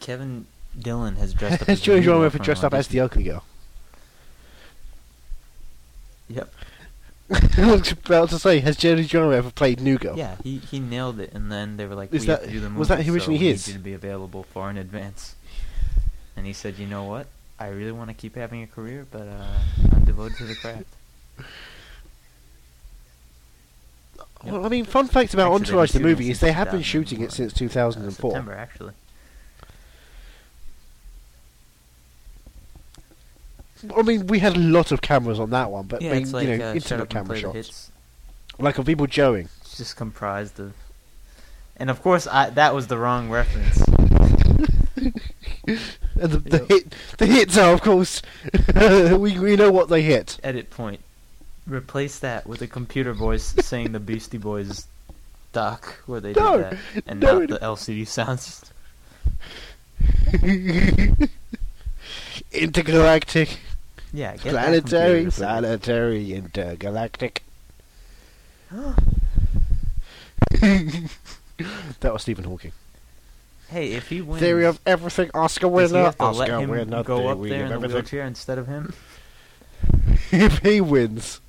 Kevin Dillon has dressed up. Has as Johnny Lou Drama ever from dressed up as Audition. the ugly girl? Yep. I was about to say, has Johnny Drama ever played New Girl? Yeah, he he nailed it, and then they were like, Is "We that- have to do the movie, was that who so originally we he need is? you to be available far in advance." And he said, "You know what? I really want to keep having a career, but uh, I'm devoted to the craft." Well, I mean, fun fact about Actually, they've been Entourage the shooting movie since is they have been 2001, shooting it since uh, 2004. September, actually. I mean, we had a lot of cameras on that one, but yeah, I mean, it's like you know, uh, Shut internet Up and camera Play the shots. Hits. Like on people joeing. It's just comprised of, and of course, I that was the wrong reference. And the, the Yep. hit, the hits are, of course, we we know what they hit. Edit point. Replace that with a computer voice saying the Beastie Boys doc where they No, did that, and no, it- not the LCD sounds. intergalactic, Yeah, get that computer planetary, to say- planetary, intergalactic. that was Stephen Hawking. Hey, if he wins, Theory of everything, Oscar does he winner, have to let Oscar him winner, go up theory there in of the everything. wheelchair instead of him? if he wins,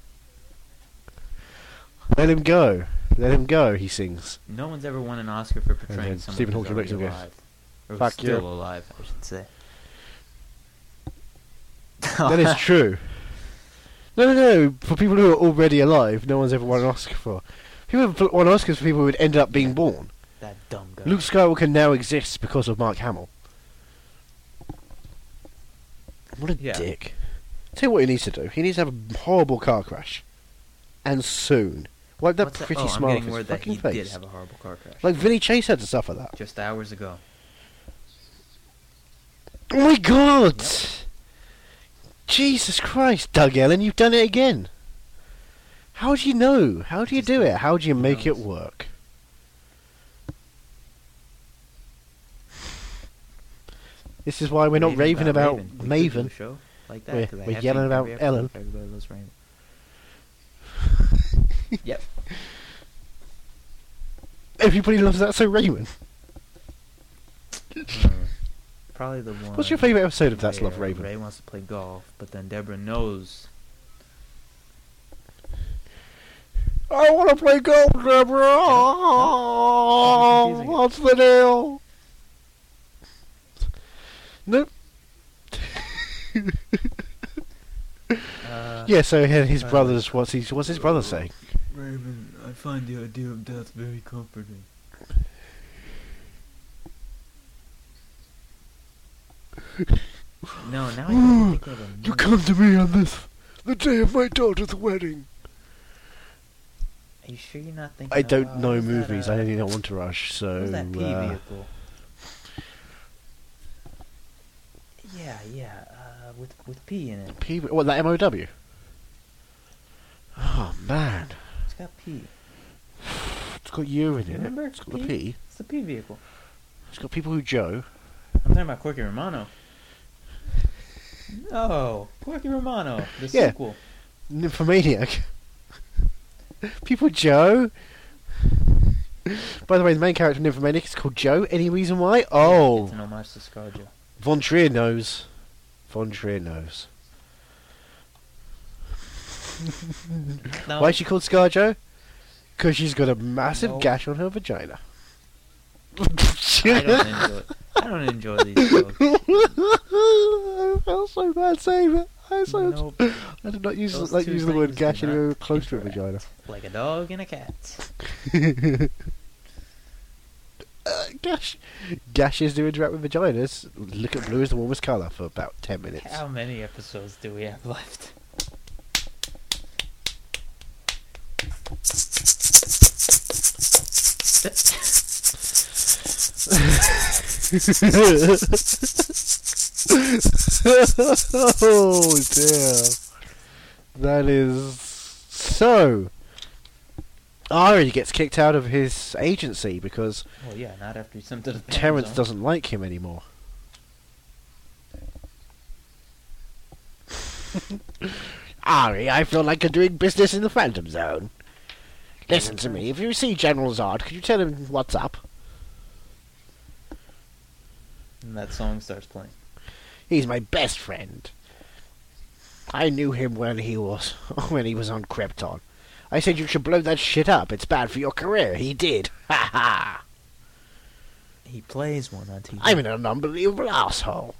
let him go. Let him go. He sings. No one's ever won an Oscar for portraying then someone Stephen who's Hawking looks already at this. alive, or Fuck still you. alive, I should say. That is true. No, no, no. For people who are already alive, no one's ever won an Oscar for. People have won Oscars for people who would end up being born. that dumb guy. Luke Skywalker now exists because of Mark Hamill. What a Yeah. dick. Tell you what he needs to do. He needs to have a horrible car crash. And soon. Wipe that What's pretty oh, smile I'm off getting his word that fucking he did face. have a horrible car crash Like Vinny Chase had to suffer that. just hours ago. Oh my god! Yep. Jesus Christ, Doug Ellen, you've done it again. How do you know? How do you Just do the- it? How do you who make it knows? work? This is why we're not raving about Raven. We Maven. could do a show like We're- that. 'cause I we're have yelling seen about every episode. Ellen. Everybody loves Raven. yep. Everybody loves that, so Raymond. Hmm. Probably the one. What's your favourite episode of That's Love where Raven? Ray wants to play golf, but then Deborah knows. I want to play golf, Deborah! no, it's What's confusing. the deal? No. Uh, Yeah, so he- his Uh, brother's. What's, he, what's his brother saying? Raven, I find the idea of death very comforting. no, now I can think of a You movie. come to me on this, the day of my daughter's wedding. Are you sure you're not thinking? I of, uh, don't know was that, movies. uh, I only know Entourage. So What was that P uh, vehicle? Yeah, yeah, uh, with with P in it. P- What that MOW? Oh man, It's got P. it's got you in it. Remember? It's got the P? P. It's the P vehicle. It's got people who Joe. I'm talking about Corky Romano. No, Corky Romano, the Yeah. sequel. Nymphomaniac. people Joe. By the way, the main character of Nymphomaniac is called Joe. Any reason why? it's Oh, an homage to ScarJo. Von Trier knows. Von Trier knows. No, Why is she called ScarJo? Because she's got a massive No. gash on her vagina. I don't enjoy. I don't enjoy these. Shows. I felt so bad saying that. I so Nope. I did not use Those like two use the word things gash do not anywhere close to a vagina. Like a dog and a cat. Uh, gash, gashes do interact with vaginas. Look at blue as the warmest color for about ten minutes. How many episodes do we have left? oh dear, that is so Ari gets kicked out of his agency because Well, yeah, not after he's sent to the fan Terrence zone. doesn't like him anymore. Ari, I feel like I'm doing business in the Phantom Zone. Listen to me. If you see General Zod, could you tell him what's up? And that song starts playing. He's my best friend. I knew him when he was when he was on Krypton. I said you should blow that shit up. It's bad for your career. He did. Ha ha. He plays one on TV. I'm an unbelievable asshole.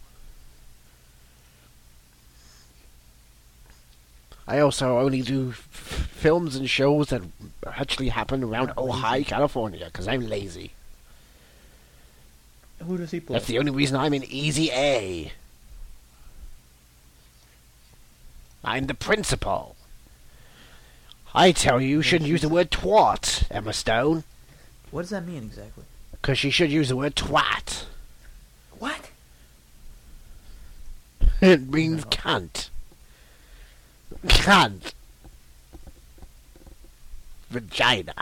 I also only do f- films and shows that actually happen around Ojai, California, because I'm lazy. Who does he play? That's the only reason I'm in Easy A. I'm the principal. I tell you, you shouldn't use the word twat, Emma Stone, what does that mean exactly? because she should use the word twat. What? It means No. cunt. Cunt. Vagina.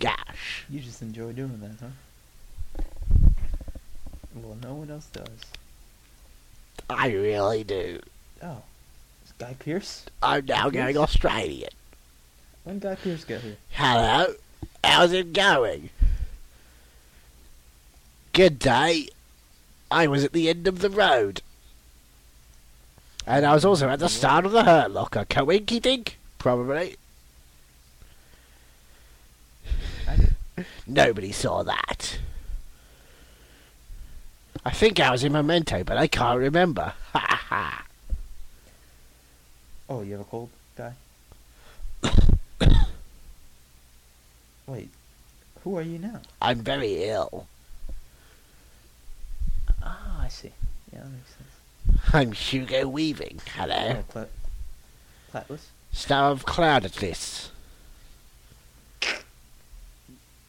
Gosh. You just enjoy doing that, huh? Well, no one else does. I really do. Oh, is Guy Pierce? I'm now going Australian. When Guy Pierce got here? Hello, how's it going? Good day. I was at the end of the road. And I was also at the start of the Hurt Locker. Coinky dink? Probably. I did. Nobody saw that. I think I was in Memento, but I can't remember. Ha ha ha. Oh, you have a cold, Guy? Wait, who are you now? I'm very ill. Ah, I see. Yeah, that makes sense. I'm Hugo Weaving. Hello. Oh, Plat- Platless? Star of Cloud Atlas.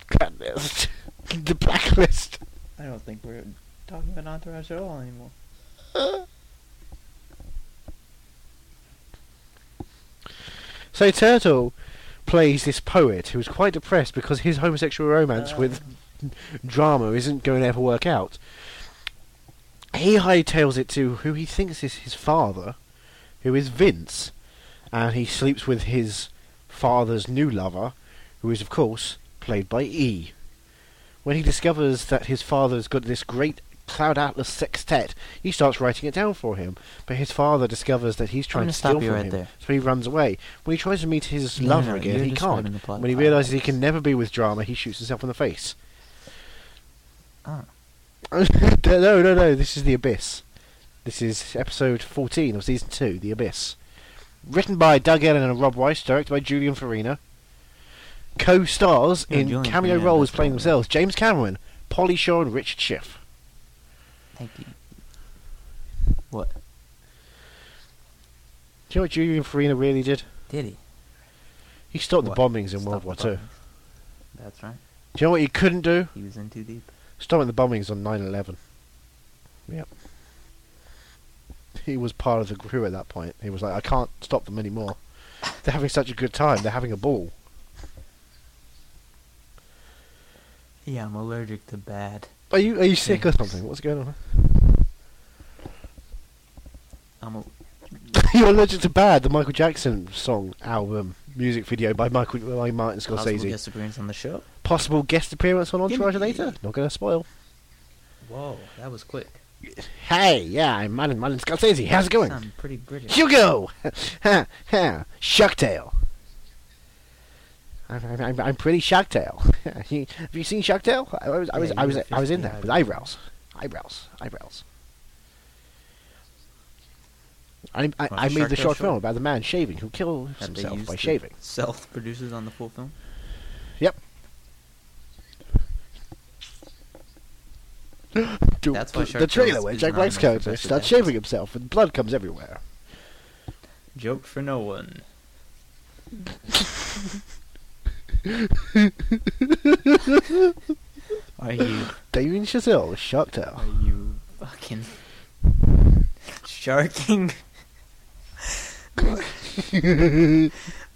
Cloud list. the blacklist. I don't think we're talking about Entourage at all anymore. So Turtle plays this poet who's quite depressed because his homosexual romance Uh, with drama isn't going to ever work out. He hightails it to who he thinks is his father, who is Vince, and he sleeps with his father's new lover, who is, of course, played by E. When he discovers that his father's got this great Cloud Atlas sextet, he starts writing it down for him. But his father discovers that he's trying gonna to steal stop you from right him, there. so he runs away. When he tries to meet his No, no, lover no, again, you're he describing can't. the plot. When he I- realizes he can never be with drama, he shoots himself in the face. Ah. no, no, no. This is The Abyss. This is episode 14 of season 2, The Abyss. Written by Doug Ellen and Rob Weiss, directed by Julian Farina. Co stars Yeah, in Julian cameo Farina, roles that's playing right, yeah. themselves James Cameron, Polly Shaw, and Richard Schiff. Thank you. Do you know what Julian Farina really did? Did he? He stopped What? the bombings in World Stop War the Two. bombings. That's right. Do you know what he couldn't do? He was in too deep. Stopping the bombings on 9 11. Yep. He was part of the crew at that point. He was like, I can't stop them anymore. They're having such a good time. They're having a ball. Yeah, I'm allergic to bad. Are you are you sick or Yeah. something? What's going on? I'm a- You're allergic to bad. The Michael Jackson song album music video by Michael by Martin possible Scorsese. guest appearance on the show. Possible guest appearance on Give Entourage me- later. Not gonna spoil. Whoa, that was quick. Hey, yeah, I'm Martin Martin Scorsese. How's it going? Sound pretty British. Hugo! ha, ha, Shucktail. I'm, I'm- I'm, I'm pretty Shucktail. Have you seen Shucktail? I was, I was, Yeah, I you was, were I was in 50 there with eyebrows. Eyebrows. Eyebrows. I, I, Well, I made the short Sharktail short. film about the man shaving who kills That they himself used by to shaving. Self-produces on the full film. That's why the trailer Sharktail where is Jack Black's anonymous character because of starts that. shaving himself and blood comes everywhere. Joke for no one. are you? Damien Chazelle, Sharktail. Are you fucking sharking? or,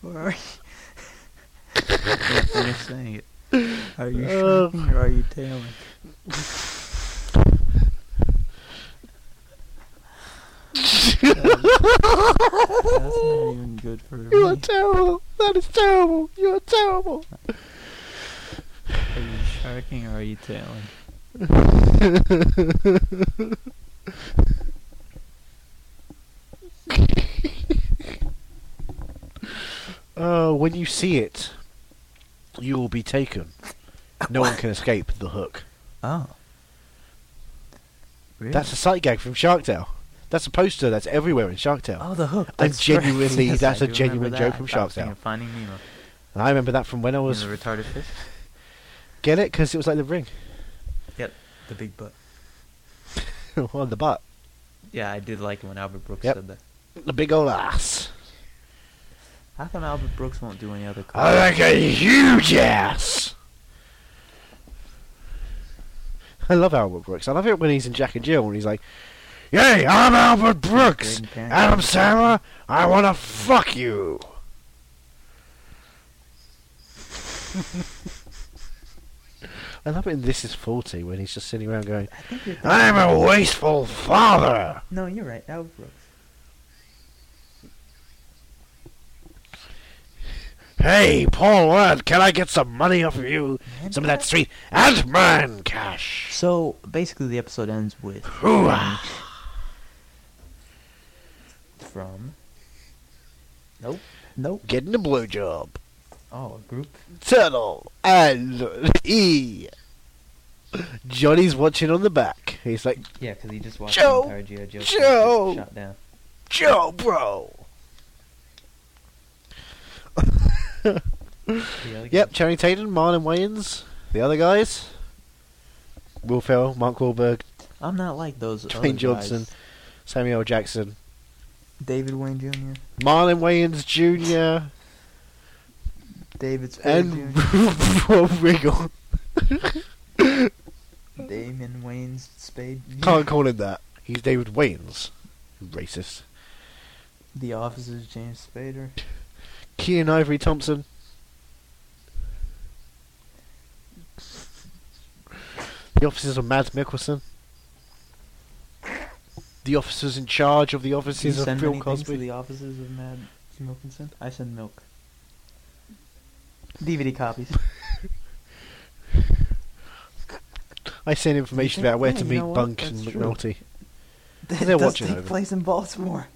or can't finish saying it. Are you Uh, Um. shrinking or are you tailing? That's not even good for You are me. terrible. That is terrible. You are terrible. Are you sharking or are you tailing? Uh, Uh, when you see it, you will be taken. No one can escape the hook. Oh. Really? That's a sight gag from Shark Tale. That's a poster that's everywhere in Shark Tale. oh the hook. I'm That's right. genuinely- Yes, that's I a do remember genuine that. joke I from thought I Shark was Tale. thinking of Finding Nemo. And I remember that from when I You know, was. the retarded fish. Get it? Because it was like the ring The big butt. on the butt. Yeah, I did like it when Albert Brooks Yep. said that. The big old ass. How come Albert Brooks won't do any other? I like a huge ass. I love Albert Brooks. I love it when he's in Jack and Jill and he's like, "Yay, I'm Albert Brooks, Good parent. Adam Sandler. I want to fuck you." I love it in This Is Forty when he's just sitting around going, I think you're thinking- "I'm a wasteful father." No, you're right. Albert Brooks. Hey, Paul Rudd, can I get some money off of you? Man, Some of that street Ant-Man cash. So basically, the episode ends with Hooah! from. Nope. Nope. getting a blowjob. Oh, a group. Turtle and E. Johnny's watching on the back. He's like, Yeah, because he just watched Joe! the entire G.I. Joe! Joe. film get Shot down. Joe, bro. The other Yep, guy- Channing Tatum, Marlon Wayans, the other guys. Will Ferrell, Mark Wahlberg, I'm not like those. other Dwayne Johnson. guys. Samuel L. Jackson, David Wayne Jr. Marlon Wayans Jr., David Spade and Jr. Rob Riggle. Damon Wayne Spade. Jr. Can't call him that. He's David Wayans. Racist. The officers James Spader. Keenan Ivory Thompson. The officers of Mads Mikkelsen. The officers in charge of the Do you offices of send Phil anything to Cosby. the offices of Mad Milkinson? I send milk. DVD copies. I send information You think- about where yeah, to you meet know what? Bunk That's and true. McNulty. That They're does watching take over. place in Baltimore.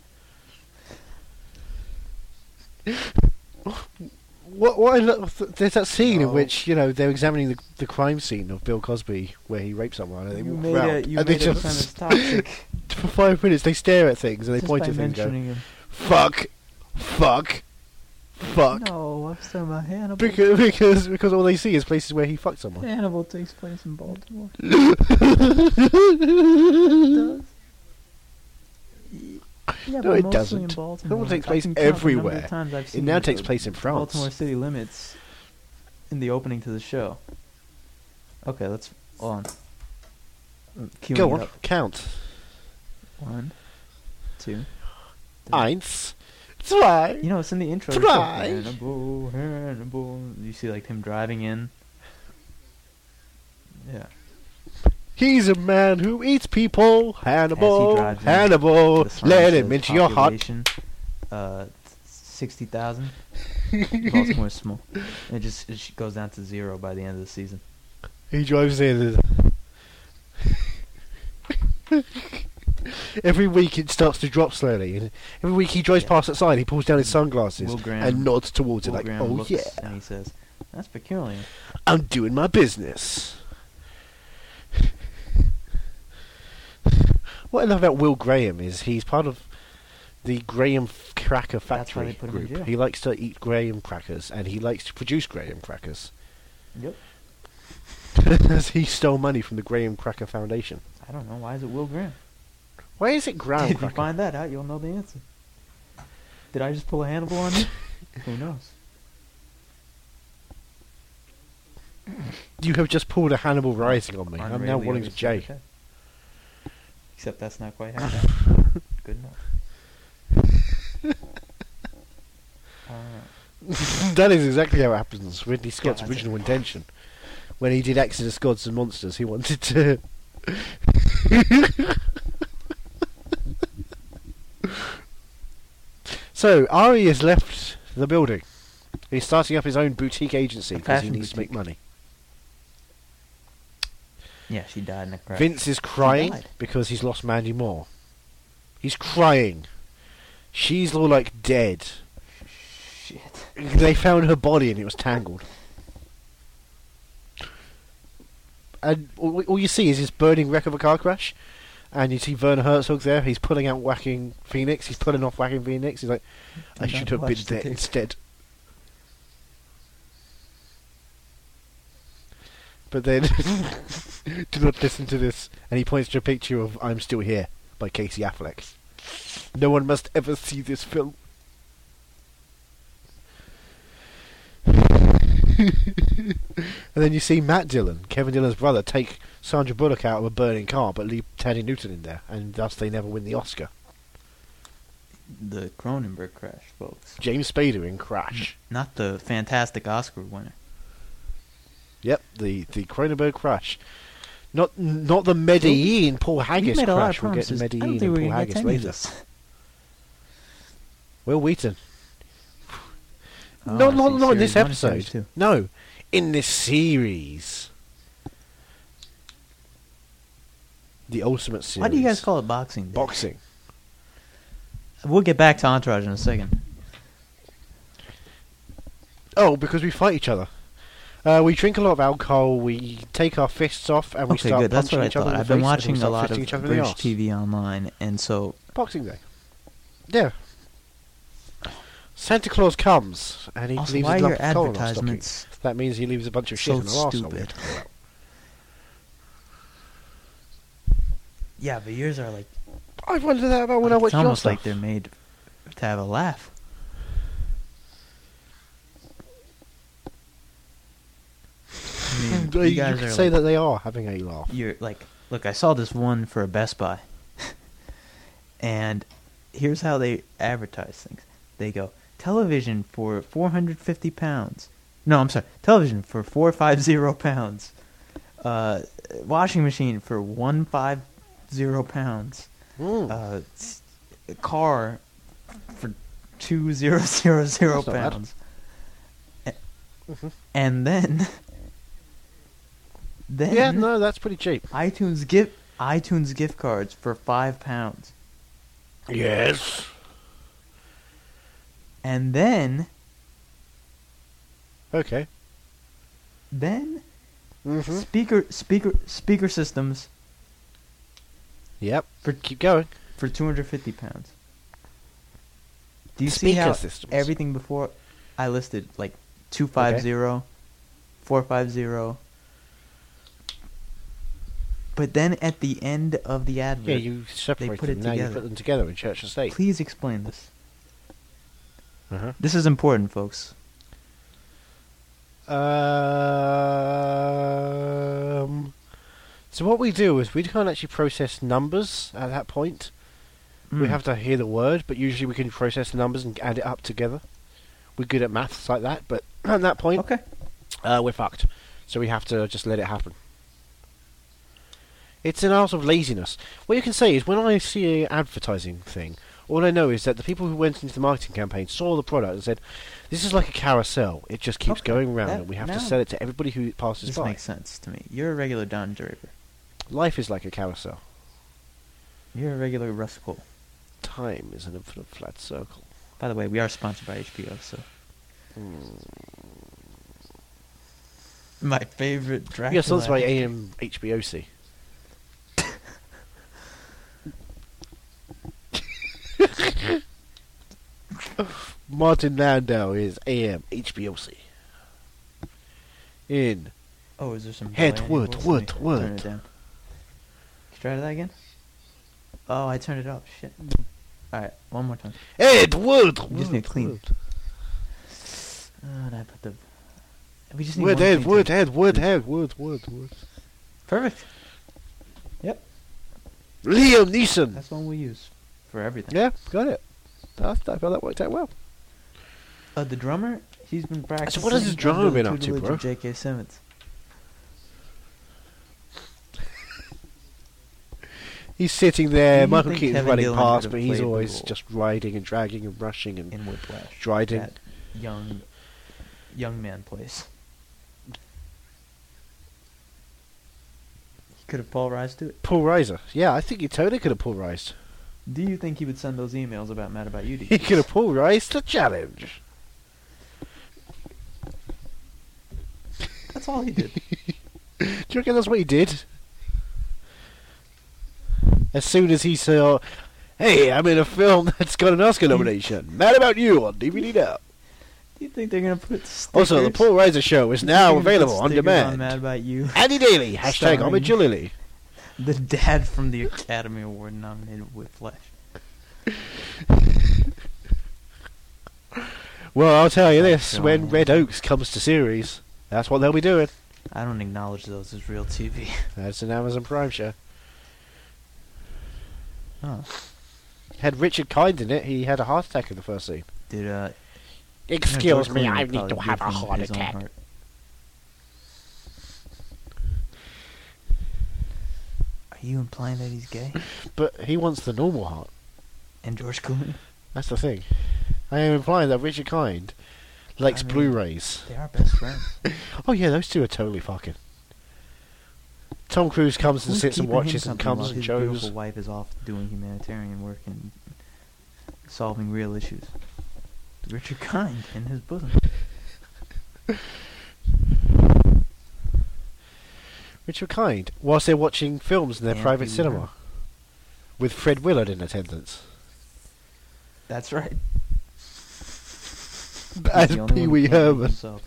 What? What? I lo- th- there's that scene No. in which you know they're examining the, the crime scene of Bill Cosby where he raped someone, and they You walk made around a, you and made they a just premise toxic. for five minutes they stare at things and they just point by at things. and Go, mentioning him. fuck, fuck, fuck. No, I was talking about Hannibal. Because, because because all they see is places where he fucked someone. Hannibal takes place in Baltimore. no, does. Yeah, No, but it mostly doesn't. In Hannibal Baltimore. takes I place can count the number of everywhere. times I've It seen now the takes place in France. Baltimore city limits in the opening to the show. Okay, let's on. Queuing Go on, Up. count. One, two. Yeah. Eins, zwei. You know, it's in the intro. Try. It's like, Hannibal, Hannibal. You see, like him driving in. Yeah. He's a man who eats people. Hannibal, drives in, Hannibal. The sign Let says him into your heart. population, Uh, sixty thousand. Baltimore is small. It just it just goes down to zero by the end of the season. He drives in. Every week it starts to drop slowly. and Every week he drives Yeah. past that sign, he pulls down his sunglasses Will Graham- and nods towards Will it like, Graham "Oh looks yeah, and he says, "That's peculiar." I'm doing my business. what I love about Will Graham is he's part of the Graham F- Cracker That's Factory why they put him in group. jail. He likes to eat Graham crackers and he likes to produce Graham crackers. Yep. he stole money from the Graham Cracker Foundation. I don't know why is it Will Graham. Why is it Graham if you Cracker? find that out, you'll know the answer. Did I just pull a Hannibal on you? Who knows? You have just pulled a Hannibal Rising on me. I'm now Unraveled wanting to is Jay. okay. Except that's not quite happening. Good enough. Uh, that is exactly how it happens. Ridley Scott's God. original intention, when he did Exodus: Gods and Monsters, he wanted to. so Ari has left the building. He's starting up his own boutique agency A because he fashion needs to make boutique. money. Yeah, she died in a crash. Vince is crying died. because he's lost Mandy Moore. He's crying. She's all like dead. Shit. They found her body and it was tangled. And all, all you see is this burning wreck of a car crash, and you see Werner Herzog there. He's pulling out whacking Phoenix. He's pulling off whacking Phoenix. He's like, I Did should not have been watch the dead tape. instead. But then, do not listen to this. And he points to a picture of "I'm Still Here" by Casey Affleck. No one must ever see this film. and then you see Matt Dillon, Kevin Dillon's brother, take Sandra Bullock out of a burning car, but leave Teddy Newton in there, and thus they never win the Oscar. The Cronenberg crash, folks. James Spader in Crash. Not the fantastic Oscar winner. Yep, the the Cronenberg crash. Not not the Medellin Paul Haggis we made a lot crash. of We'll get to promises. I don't Medellin think and we're Paul gonna Haggis get to any of later. this. Will Wheaton. Oh, no, I not, see. not in Series this one and series episode. two. No, in this series. The ultimate series. Why do you guys call it boxing? Day? boxing? We'll get back to Entourage in a second. Oh, because we fight each other. Uh, we drink a lot of alcohol. We take our fists off and we okay, start good. That's punching what I each other. thought. in the I've face, been and we watching a start lot fisting of each other in the British arse. TV online, and so Boxing Day. Yeah. Santa Claus comes and he also leaves why a are lump your of coal in our stockings. advertisements That means he leaves a bunch of shit so in our arsehole. stupid? Yeah, but yours are like I wondered that about when I Like, watched it's your almost stuff. like they're made to have a laugh. I mean, Mm, you you guys could are say like, that they are having a laugh. you're like, look, I saw this one for a Best Buy, and here's how they advertise things. They go television for 450 pounds. No, I'm sorry, television for 450 pounds. Uh, washing machine for 150 pounds Mm, uh, s- a car for two zero zero zero That's not bad. Mm-hmm. pounds, A- and then then yeah, no, that's pretty cheap. iTunes gift iTunes gift cards for five pounds, Yes. and then Okay. then Mm-hmm. hmm speaker speaker speaker systems Yep. For- keep going. for two hundred fifty pounds. Do you see Speaker how systems. everything before I listed like two five zero, four five zero. But then at the end of the advert, Yeah, you separate put them. it Now you together. put them together in church and state. please explain this. Uh-huh. This is important, folks. Um, so what we do is we can't actually process numbers at that point. We Mm. have to hear the word, but usually we can process the numbers and add it up together. We're good at maths like that, but at that point, Mm. okay. uh, we're fucked. So we have to just let it happen. It's an art of laziness. What you can say is when I see an advertising thing, all I know is that the people who went into the marketing campaign saw the product and said, "This is like a carousel. It just keeps Okay, going round, that- and we have now- to sell it to everybody who passes This by." makes sense to me. You're a regular Don Draper. Life is like a carousel. You're a regular Russ Cole. Time is an infinite flat circle. By the way, we are sponsored by HBO, so. Hmm. My favorite Dracula. Yes, that's by AM HBOC. Martin Landau is AM HBOC. In Oh, is there some Head delay wood, anymore? wood, Let me wood. Turn it down. Can you try that again? Oh, I turned it up. Shit. All right, one more time. Ed Wood. We just need Wood, to clean. Wood. Oh, and I put the. We just need Wood, one Ed, thing to- Wood, eh? Ed, Wood, Ed, Wood, Wood, Wood. Perfect. Yep, Liam Neeson. that's one we use for everything. Yeah, got it. That's, I felt that worked out well. Uh, the drummer He's been practicing. what has his drama under the been up to, tutelage bro? of J.K. Simmons. He's sitting there. Do you Michael think Keaton's Kevin running Dillon past, could've but he's played always Google? just riding and dragging and rushing and in Whiplash. striding. That young, young man plays. He could have Paul Rise do it. Paul Reiser. Yeah, I think he totally could have Paul Reised. Do you think he would send those emails about Mad About You? to He you? could have Paul Reised the challenge. That's all he did. Do you reckon that's what he did? As soon as he saw, hey, I'm in a film that's got an Oscar nomination. Mad About You on DVD now. Do you think they're gonna put stickers? Also, Oh, the Paul Reiser show is Do you now think they're gonna available put on stickers demand. On Mad About You. Andy Daly, hashtag Starring- I'm a Julily. The dad from the Academy Award nominated Whiplash. Well, I'll tell you this: God. when Red Oaks comes to series, that's what they'll be doing. I don't acknowledge those as real TV. That's an Amazon Prime show. Huh. Had Richard Kind in it. He had a heart attack in the first scene. Did uh? Excuse George me, Clooney I would need to probably have give a him heart his own attack. heart. Are you implying that he's gay? But he wants the normal heart. And George Clooney? That's the thing. I am implying that Richard Kind likes I mean- Blu-rays. They are best friends. Oh yeah, those two are totally fucking. Tom Cruise comes and Who's sits and keeping him watches and company comes while and his shows. beautiful wife is off doing humanitarian work and solving real issues. Richard Kind in his bosom. Richard Kind, whilst they're watching films in their Yeah, private he would. cinema, with Fred Willard in attendance That's right. He's as the only one Pee who Wee can't help Herman. himself.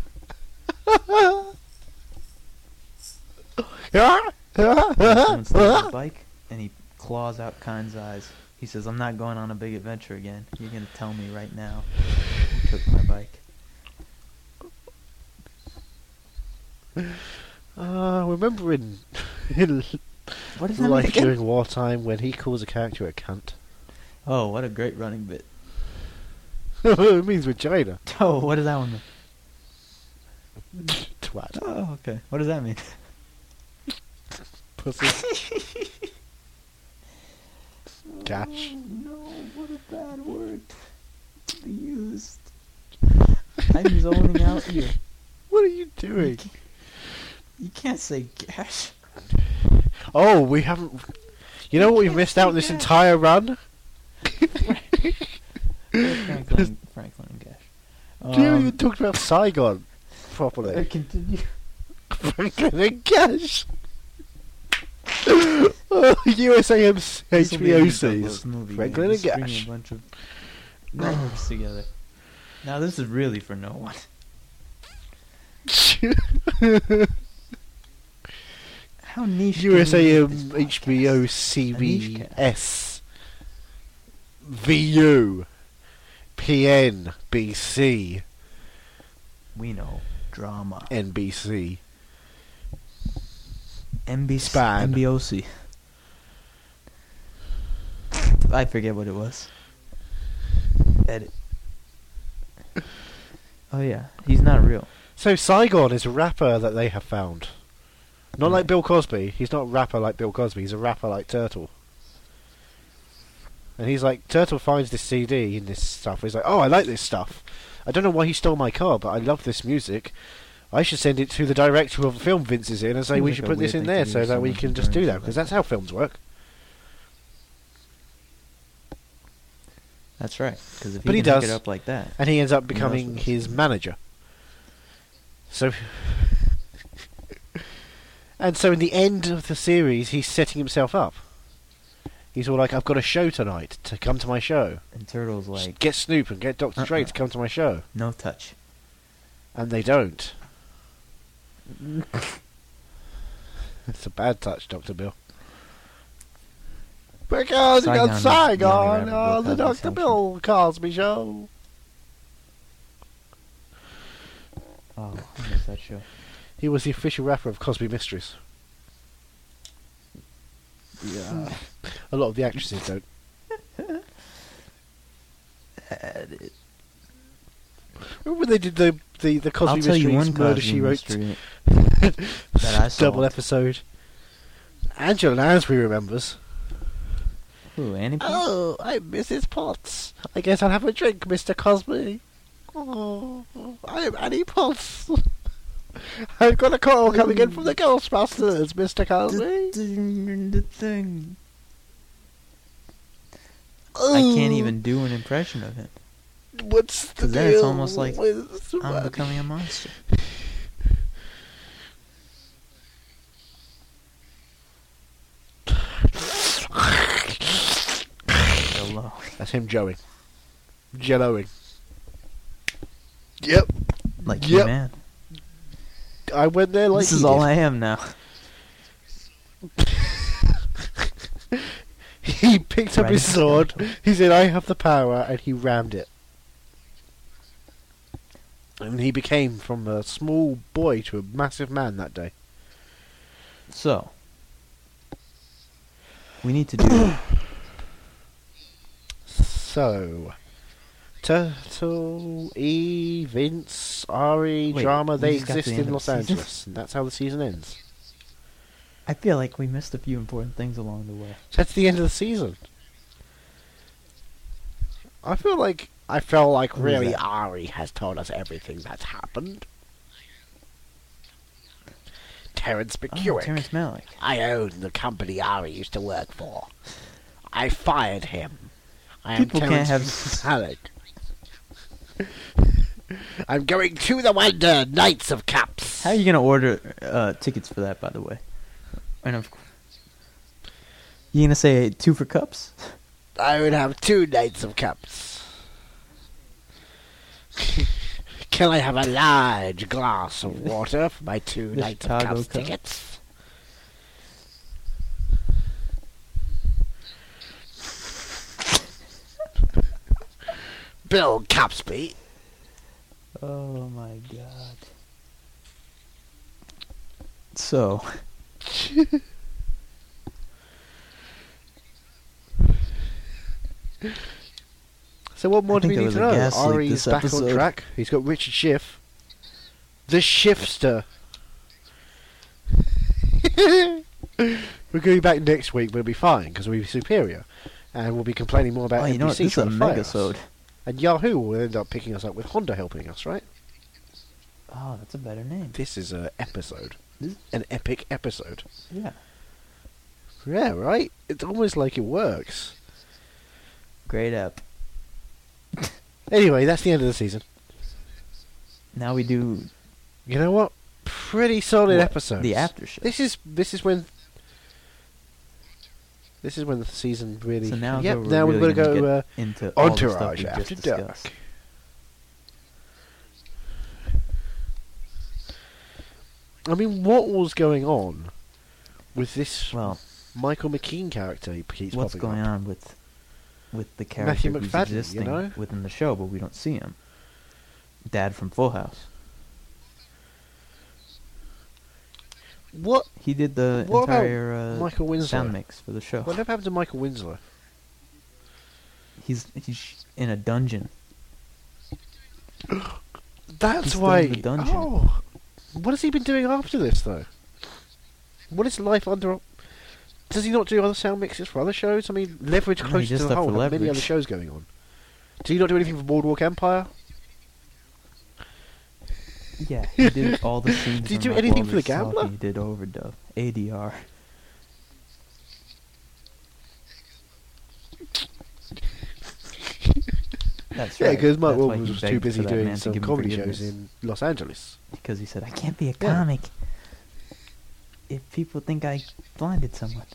Someone steals his bike and he claws out Kind's eyes. He says, "I'm not going on a big adventure again. You're gonna tell me right now who took my bike." Uh, remember in, in What is that like again? during wartime when he calls a character a cunt? Oh, what a great running bit. it means vagina. Oh, what does that one mean? Twat. Oh, okay. What does that mean? Pussy. Dash. Oh, no, what a bad word to be used. I'm zoning out here. What are you doing? You can't say gash. Oh, we haven't. You know what we've missed out on this entire run? Franklin, Franklin and gash. Do you Um, even talked about Saigon uh, properly? continue. Franklin and Cash. oh, USAM's This'll be a HBOCs. Douglas movie, Franklin man. and Just Gash. stringing A bunch of nerves together. Now this is really for no one. How niche? can we USA make this podcast? HBO niche CBS VU PN BC We know drama. NBC MB Span. MBOC. I forget what it was. Edit. Oh yeah, he's not real. So Saigon is a rapper that they have found. Not like Right. Bill Cosby. He's not a rapper like Bill Cosby. He's a rapper like Turtle. And he's like, Turtle finds this CD and this stuff. He's like, oh, I like this stuff. I don't know why he stole my car, but I love this music. I should send it to the director of the film Vince is in and say Seems we like should a put this weird in thing there to do so to that we someone can who just do burns that you because like that's how films work. That's right. Because if But he, he can hook does. it up like that, And he ends up knows what becoming this his is. manager. So. and so, in the end of the series, he's setting himself up. He's all like, I've got a show tonight to come to my show. and Turtle's Just like get Snoop and get doctor Dre to Uh-uh. come to my show. no touch. And they don't. it's a bad touch, Dr. Bill. Because Saigon on is the only Saigon rabbit on the Dr. Bill Bill Cosby song. Cosby show. Oh, I missed that show. He was the official rapper of Cosby Mysteries. Yeah. A lot of the actresses don't. Remember when they did the the the Cosby I'll tell you Mysteries one murder Cosby she wrote mystery. that I saw. double episode. Angela Lansbury remembers. Ooh, Annie. Oh, I'm Mrs. Potts. I guess I'll have a drink, Mr. Cosby. Oh, I am Annie Potts. I've got a call coming in from the Ghostbusters, Mr. Cosby. The thing. I can't even do an impression of it. Oh, What's the 'Cause then it's deal almost like with I'm becoming a monster. Hello. That's him joeing. Jelloing. Yep, Like Yep. you, man. I went there like this is he all did. I am now. He picked up his Right. sword. He said, "I have the power," and he rammed it. And he became from a small boy to a massive man that day. So we need to do So, Turtle, E, Vince, Ari, Wait, drama. we They just got to exist the in end of Los the season. Angeles, and that's how the season ends. I feel like we missed a few important things along the way. That's the end of the season. I feel like I felt like Who is really that? Ari has told us everything that's happened. Terrence Oh, McEwick. Terrence Malick. I own the company Ari used to work for. I fired him. I People am can't Terrence have- Salad. I'm going to the Wonder Knights of Caps. How are you gonna order uh, tickets for that, by the way? And of course, you gonna say two for cups? I would have two Knights of Cups. Can I have a large glass of water for my two The Knights Chicago of Cups Cup. tickets? Bill Capsby. Oh my god. So, So what more I do we think need to there was a know? gas leak Ari's this back on episode. track. He's got Richard Schiff. The Shifter. We're going back next week. We'll be fine because we'll be superior, and we'll be complaining more about oh, NBC you know what? This is a trying to fire us. megasode. And Yahoo will end up picking us up with Honda helping us, right? Oh, that's a better name. This is a episode, This- an epic episode. Yeah. Yeah, right. It's almost like it works. Great app. Anyway, that's the end of the season. Now we do You know what? Pretty solid what? episode. the after show. This is this is when this is when the season really. So now yep, we're now really we're gonna gonna go uh, get into all the stuff entourage we just after discussed. dark. I mean, what was going on with this Well, Michael McKean character? He keeps what's popping going up? on with with the character Matthew who's McFadden, you existing know? within the show, but we don't see him? Dad from Full House. What? He did the What about entire uh, Michael Winslow? sound mix for the show. Whatever happened to Michael Winslow? He's he's in a dungeon. That's He's still why. in the dungeon. Oh, what has he been doing after this though? What is life under? Does he not do other sound mixes for other shows? I mean, Leverage No, he Close does to the stuff Hole for had many Leverage. other shows going on. Do you not do anything for Boardwalk Empire? Yeah, he did all the scenes. Did he from do Rock anything Wall for The to Selfie. Gambler? He did overdub ADR. That's Yeah, right. because Mike That's why Williams he was begged too for busy that man doing to some give him comedy forgiveness shows in Los Angeles. Because he said, "I can't be a Yeah. comic if people think I blinded someone."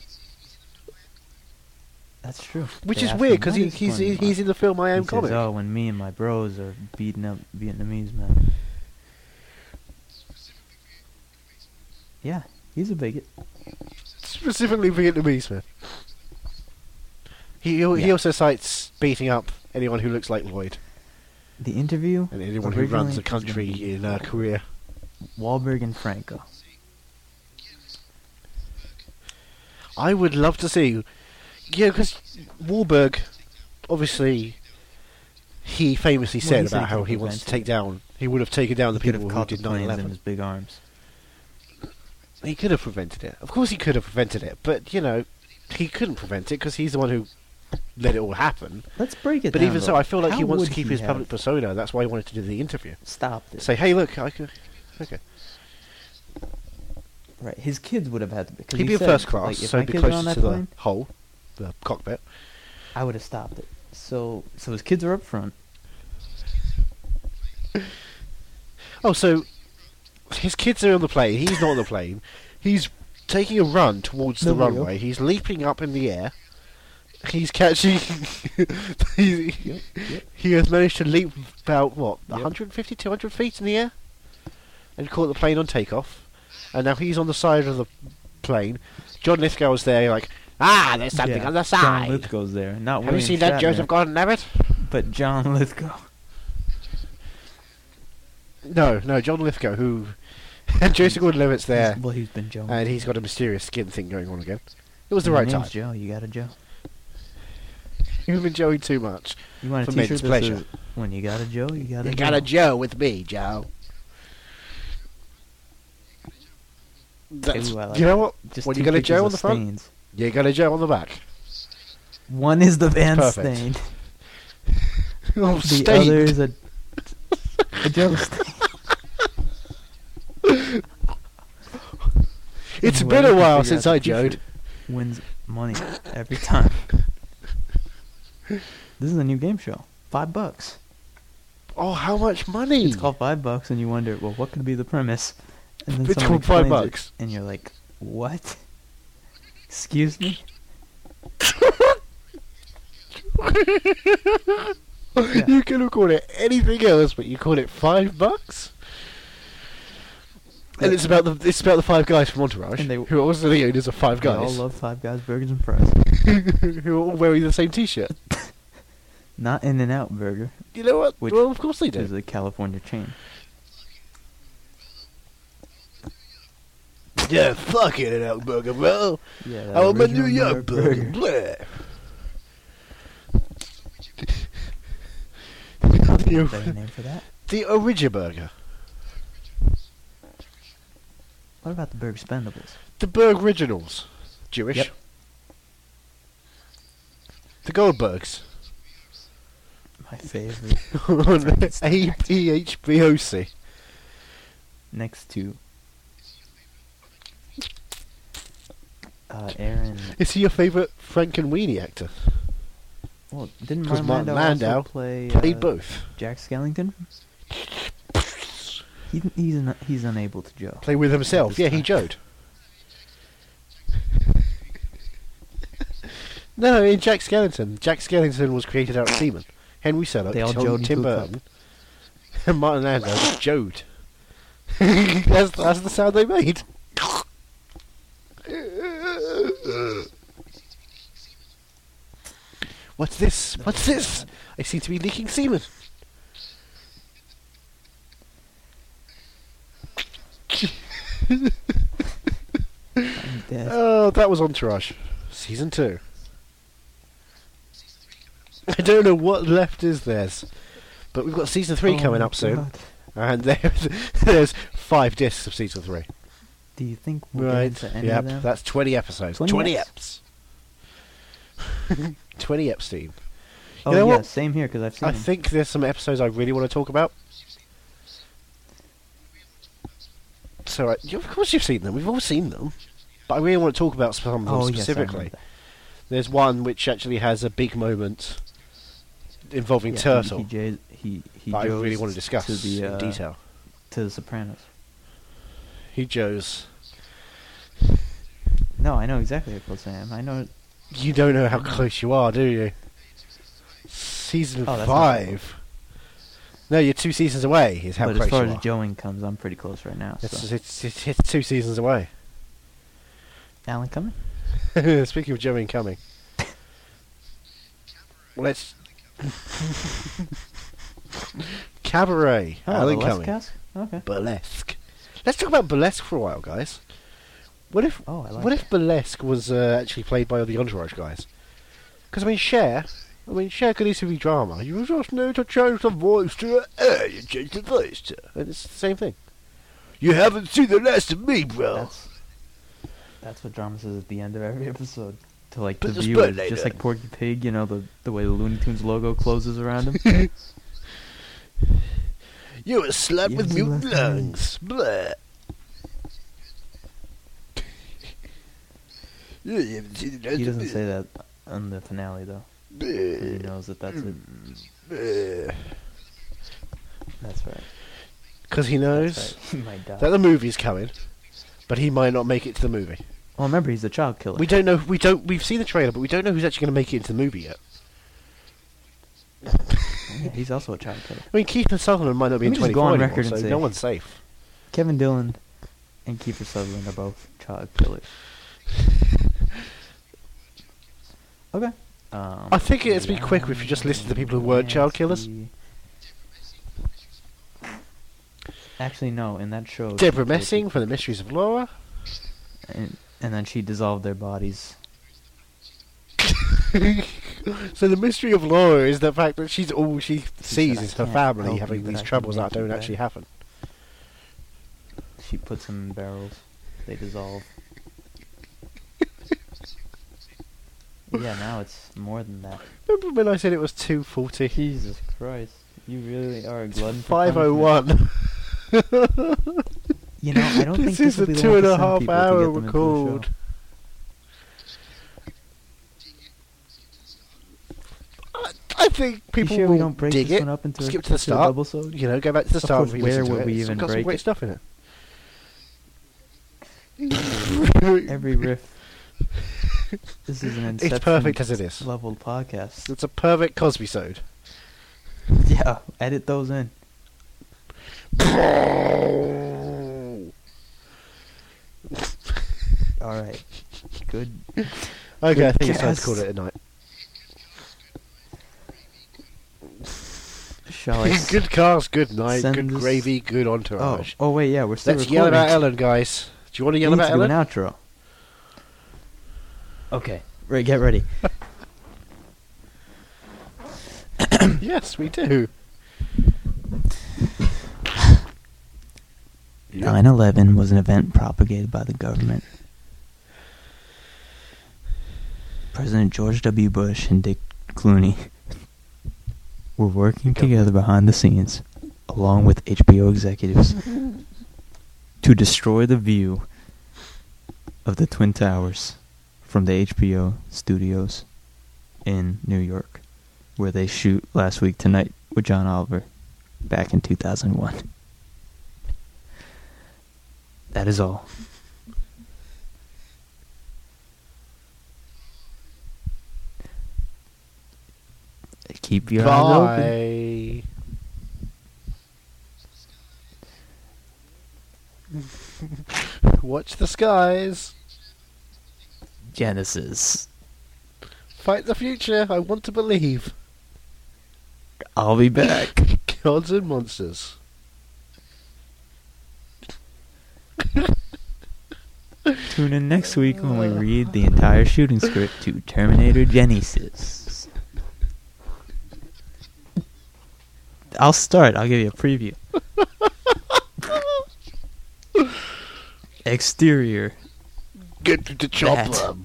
That's true. Which They is asked weird him, because "Why he, is he's Glenn he's in the film I blind?" Am He Comic. Says, oh, when me and my bros are beating up Vietnamese men. Yeah, he's a bigot. Specifically Vietnamese man. He he Yeah. also cites beating up anyone who looks like Lloyd The interview. and anyone who Originally, runs a it was gonna country be in uh, Korea. Wahlberg and Franco. I would love to see. Yeah, because Wahlberg, obviously, he famously Well, said he said about he how took he wants to advantage. take down. He would have taken down the he could people have who caught the did 9 planes in 11. his big arms. He could have prevented it. Of course, he could have prevented it, but you know, he couldn't prevent it because he's the one who let it all happen. Let's break it But down. even so, though. I feel like How he wants would to keep he his have public persona. That's why he wanted to do the interview. Stop this. Say, hey, look, I could. Okay. Right, his kids would have had to. because He'd he be in said, first class, like, if so my he'd be kids were on closer that to the plane, hole, the cockpit. I would have stopped it. So, so his kids are up front. Oh, so his kids are on the plane. He's not on the plane. He's taking a run towards the No, no, no. runway. He's leaping up in the air. He's catching. he's, He has managed to leap about, what, Yep. 150, 200 feet in the air? And caught the plane on takeoff. And now he's on the side of the plane. John Lithgow was there, like, ah, there's something Yeah, on the John side. Lithgow's there. Have Not you William seen that, Shatner, Joseph Gordon Levitt? But John Lithgow. No, no, John Lithgow, who. and Joseph Gordon Levitt's there. Well, he's been Oh. Joe. And he's got a mysterious skin thing going on again. It was the Your right time. name's Joe, you got a Joe. You've been Joey too much. You want a For t-shirt men's that pleasure. says, when you got a Joe, you got a You Joe. got a Joe with me, Joe. That's, Ooh, I like you know what? Just when two you got a pictures Joe on of the front, stains. you got a Joe on the back. One is the Van Perfect. Stain. Oh, The state. other is a, a Joe Stain. It's Anyway, been you a can while figure since out the I Joed. t-shirt Wins money every time. this is a new game show. Five bucks. Oh, how much money? It's called Five Bucks, and you wonder, well, what could be the premise? And It's someone called Five explains it, Bucks. and you're like, what? Excuse me? yeah. You could have called it anything else, but you called it five bucks. And it's about the it's about the five guys from Entourage, And they- who are also the owners of Five We all Guys, love Five Guys burgers and fries. who are all wearing the same T-shirt. Not In and Out Burger, You know what? Which well, of course they which do. is a California chain. Yeah, fuck it, out burger, bro. Yeah, that I want my original New York burger. Blah. Better the, name for that. the original burger, What about the Burger Spendables? the Berg originals, Jewish. Yep. The Goldbergs My favorite. on A P E H B O C. Next to uh, Aaron. Is he your favourite Frank and Weenie actor? Well, didn't 'Cause Martin Martin Landau, Landau also play Played uh, both. Jack Skellington? He, he's un, he's unable to Joe. Played with himself. Yeah, he joked. no, in Jack Skellington. Jack Skellington was created out of semen. Henry Selleck, They all Tom, joked in Tim Blue Club. Burton, and Martin Landau jode. that's, that's the sound they made. What's this? What's this? I seem to be leaking semen. I'm dead. Oh, that was Entourage, season two. I don't know what left is theirs, but we've got season three Oh coming my up soon, God. and there's, there's five discs of season three. Do you think we'll get right? into any Yep, of them? that's twenty episodes. 20 Twenty, eps. twenty Epstein. oh know yeah, what? same here because I've seen. I them. think there's some episodes I really want to talk about. So, uh, you- of course, you've seen them. We've all seen them, but I really want to talk about some of them oh, yes, I remember specifically. that. There's one which actually has a big moment involving Yeah, he- Turtle He, j- he, he that I really goes want to discuss to the, uh, in detail. to the Sopranos. He Joe's. No, I know exactly how close I am. I know. You don't know how close you are, do you? Season Oh, that's five. not No, you're two seasons away. Is how but close as far you as are. Joeing comes, I'm pretty close right now. it's, So. it's, it's, it's two seasons away. Alan coming? Speaking of Joey and coming, let's cabaret. Oh, Alan the Les Cumming. Cas? Okay. burlesque. Let's talk about burlesque for a while, guys. What if Oh, I like what if burlesque was uh, actually played by the Entourage guys? Because I mean, Cher I mean, Cher could easily be drama. You just need to change the voice to a You change the voice to. And it's the same thing. You haven't seen the last of me, bro. That's, that's what drama says at the end of every episode. To like Put the the viewers, spotlight just on. like Porky Pig, you know the the way the Looney Tunes logo closes around him. You're a slut You with haven't mutant seen the lungs. Blah. You haven't seen the last he of doesn't me. say that on the finale though. 'cause He knows that that's it. That's right. Because he knows That's right. He might die. that the movie's coming, but he might not make it to the movie. well, remember he's a child killer. We don't know. We don't. We've seen the trailer, but we don't know who's actually going to make it into the movie yet. Yeah, he's also a child killer. I mean, Keith and Sutherland might not be Let in me just go 24 on anymore, record and so say- no one's safe. Kevin Dillon and Kiefer Sutherland are both child killers. Okay. Um, I think it'd be quicker if you just listened to the people who weren't child killers. Nancy- Actually, no. In that show, she Deborah killed Messing from The Mysteries of Laura. people, and, and then she dissolved their bodies. So the mystery of Laura is the fact that she's all she sees said, "I is her can't family help you, having but I these can troubles make that you don't better." actually happen. She puts them in barrels. They dissolve. yeah, now it's more than that. Remember when I said it was 240? Jesus Christ, you really are a glutton. for punishment. 501. You know, I don't This think this is will a be the two one and to a send half people to hour get them into the show. record. I- I think You people sure will we don't break dig this it. one up into Skip a, to the start. double sode? You know, go back to the Of start. course, and where re-listen to would it. we It's even got some break great it? stuff in it. Every riff. this is an it's inception perfect as it is. level podcast. It's a perfect Cosby sode. Yeah, edit those in. okay, All right, good. I think it's time to Yes. call it a night. Shall I? s- good cast, good night, send good this- gravy, good oh, entourage. oh wait, yeah, we're still Let's yell recording. about Ellen, guys. Do you want to We yell need about to do an Ellen? outro. Okay, right, get ready. Yes, we do. 9 11 was an event propagated by the government. President George W. Bush and Dick Clooney were working together behind the scenes, along with HBO executives, to destroy the view of the Twin Towers from the HBO studios in New York, where they shoot Last Week Tonight with John Oliver back in 2001. That is all. Keep your eyes open. Bye. Watch the skies. Genesis. Fight the future. I want to believe. I'll be back. Gods and monsters. Tune in next week when we read the entire shooting script to Terminator Genesis. I'll start. I'll give you a preview. Exterior. Get to the chopper.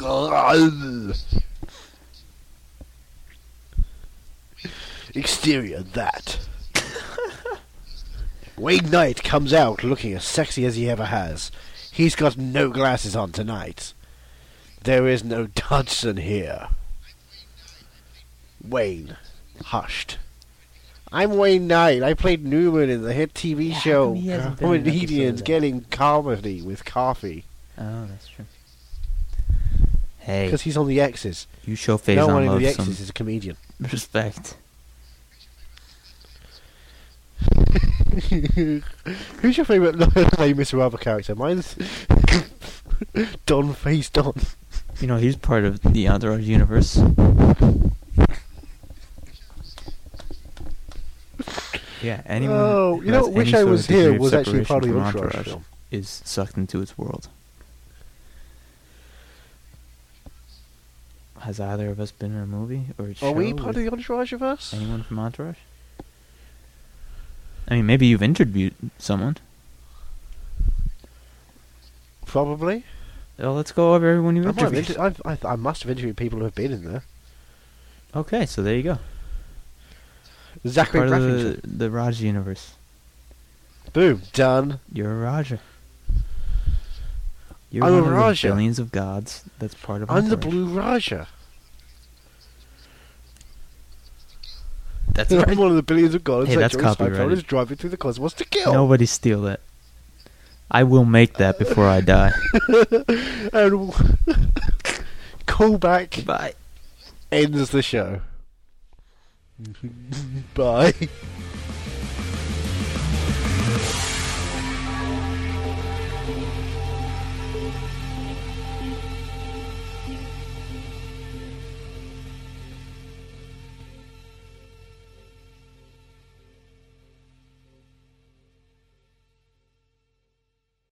Exterior that. Wayne Knight comes out looking as sexy as he ever has. He's got no glasses on tonight. There is no Dodson here. Wayne, hushed. I'm Wayne Knight. I played Newman in the hit TV Yeah, how show come he hasn't been in an episode of Comedians that? Getting Comedy with Coffee. Oh, that's true. Hey, Because he's on the X's. you show face no one on in love the some X's is a comedian. respect. Who's your favourite Les Miserables character? Mine's Don Face Don. You know, he's part of the Entourage universe. Yeah, anyone. oh, who you know, has what? wish any I sort of was degree here of was actually separation part of the from entourage, Entourage film. Is sucked into its world. Has either of us been in a movie or a show? Are we with part of the entourage of us? anyone from Entourage? I mean, maybe you've interviewed someone. Probably. Well, let's go over everyone I, you've might have interviewed. inter- I've, I, I must have interviewed people who have been in there. okay, so there you go. Zachary Part Braffington. of the, the Raj universe. Boom. Done. You're a Raja. You're I'm a one of Raja. the billions of gods. That's part of. I'm the Entourage. Blue Raja. That's I'm right. one of the billions of gods Hey, that that's Jonas Seinfeld copyrighted. is driving through the cosmos to kill. Nobody steal that. I will make that before I die. And callback Bye. ends the show. Bye.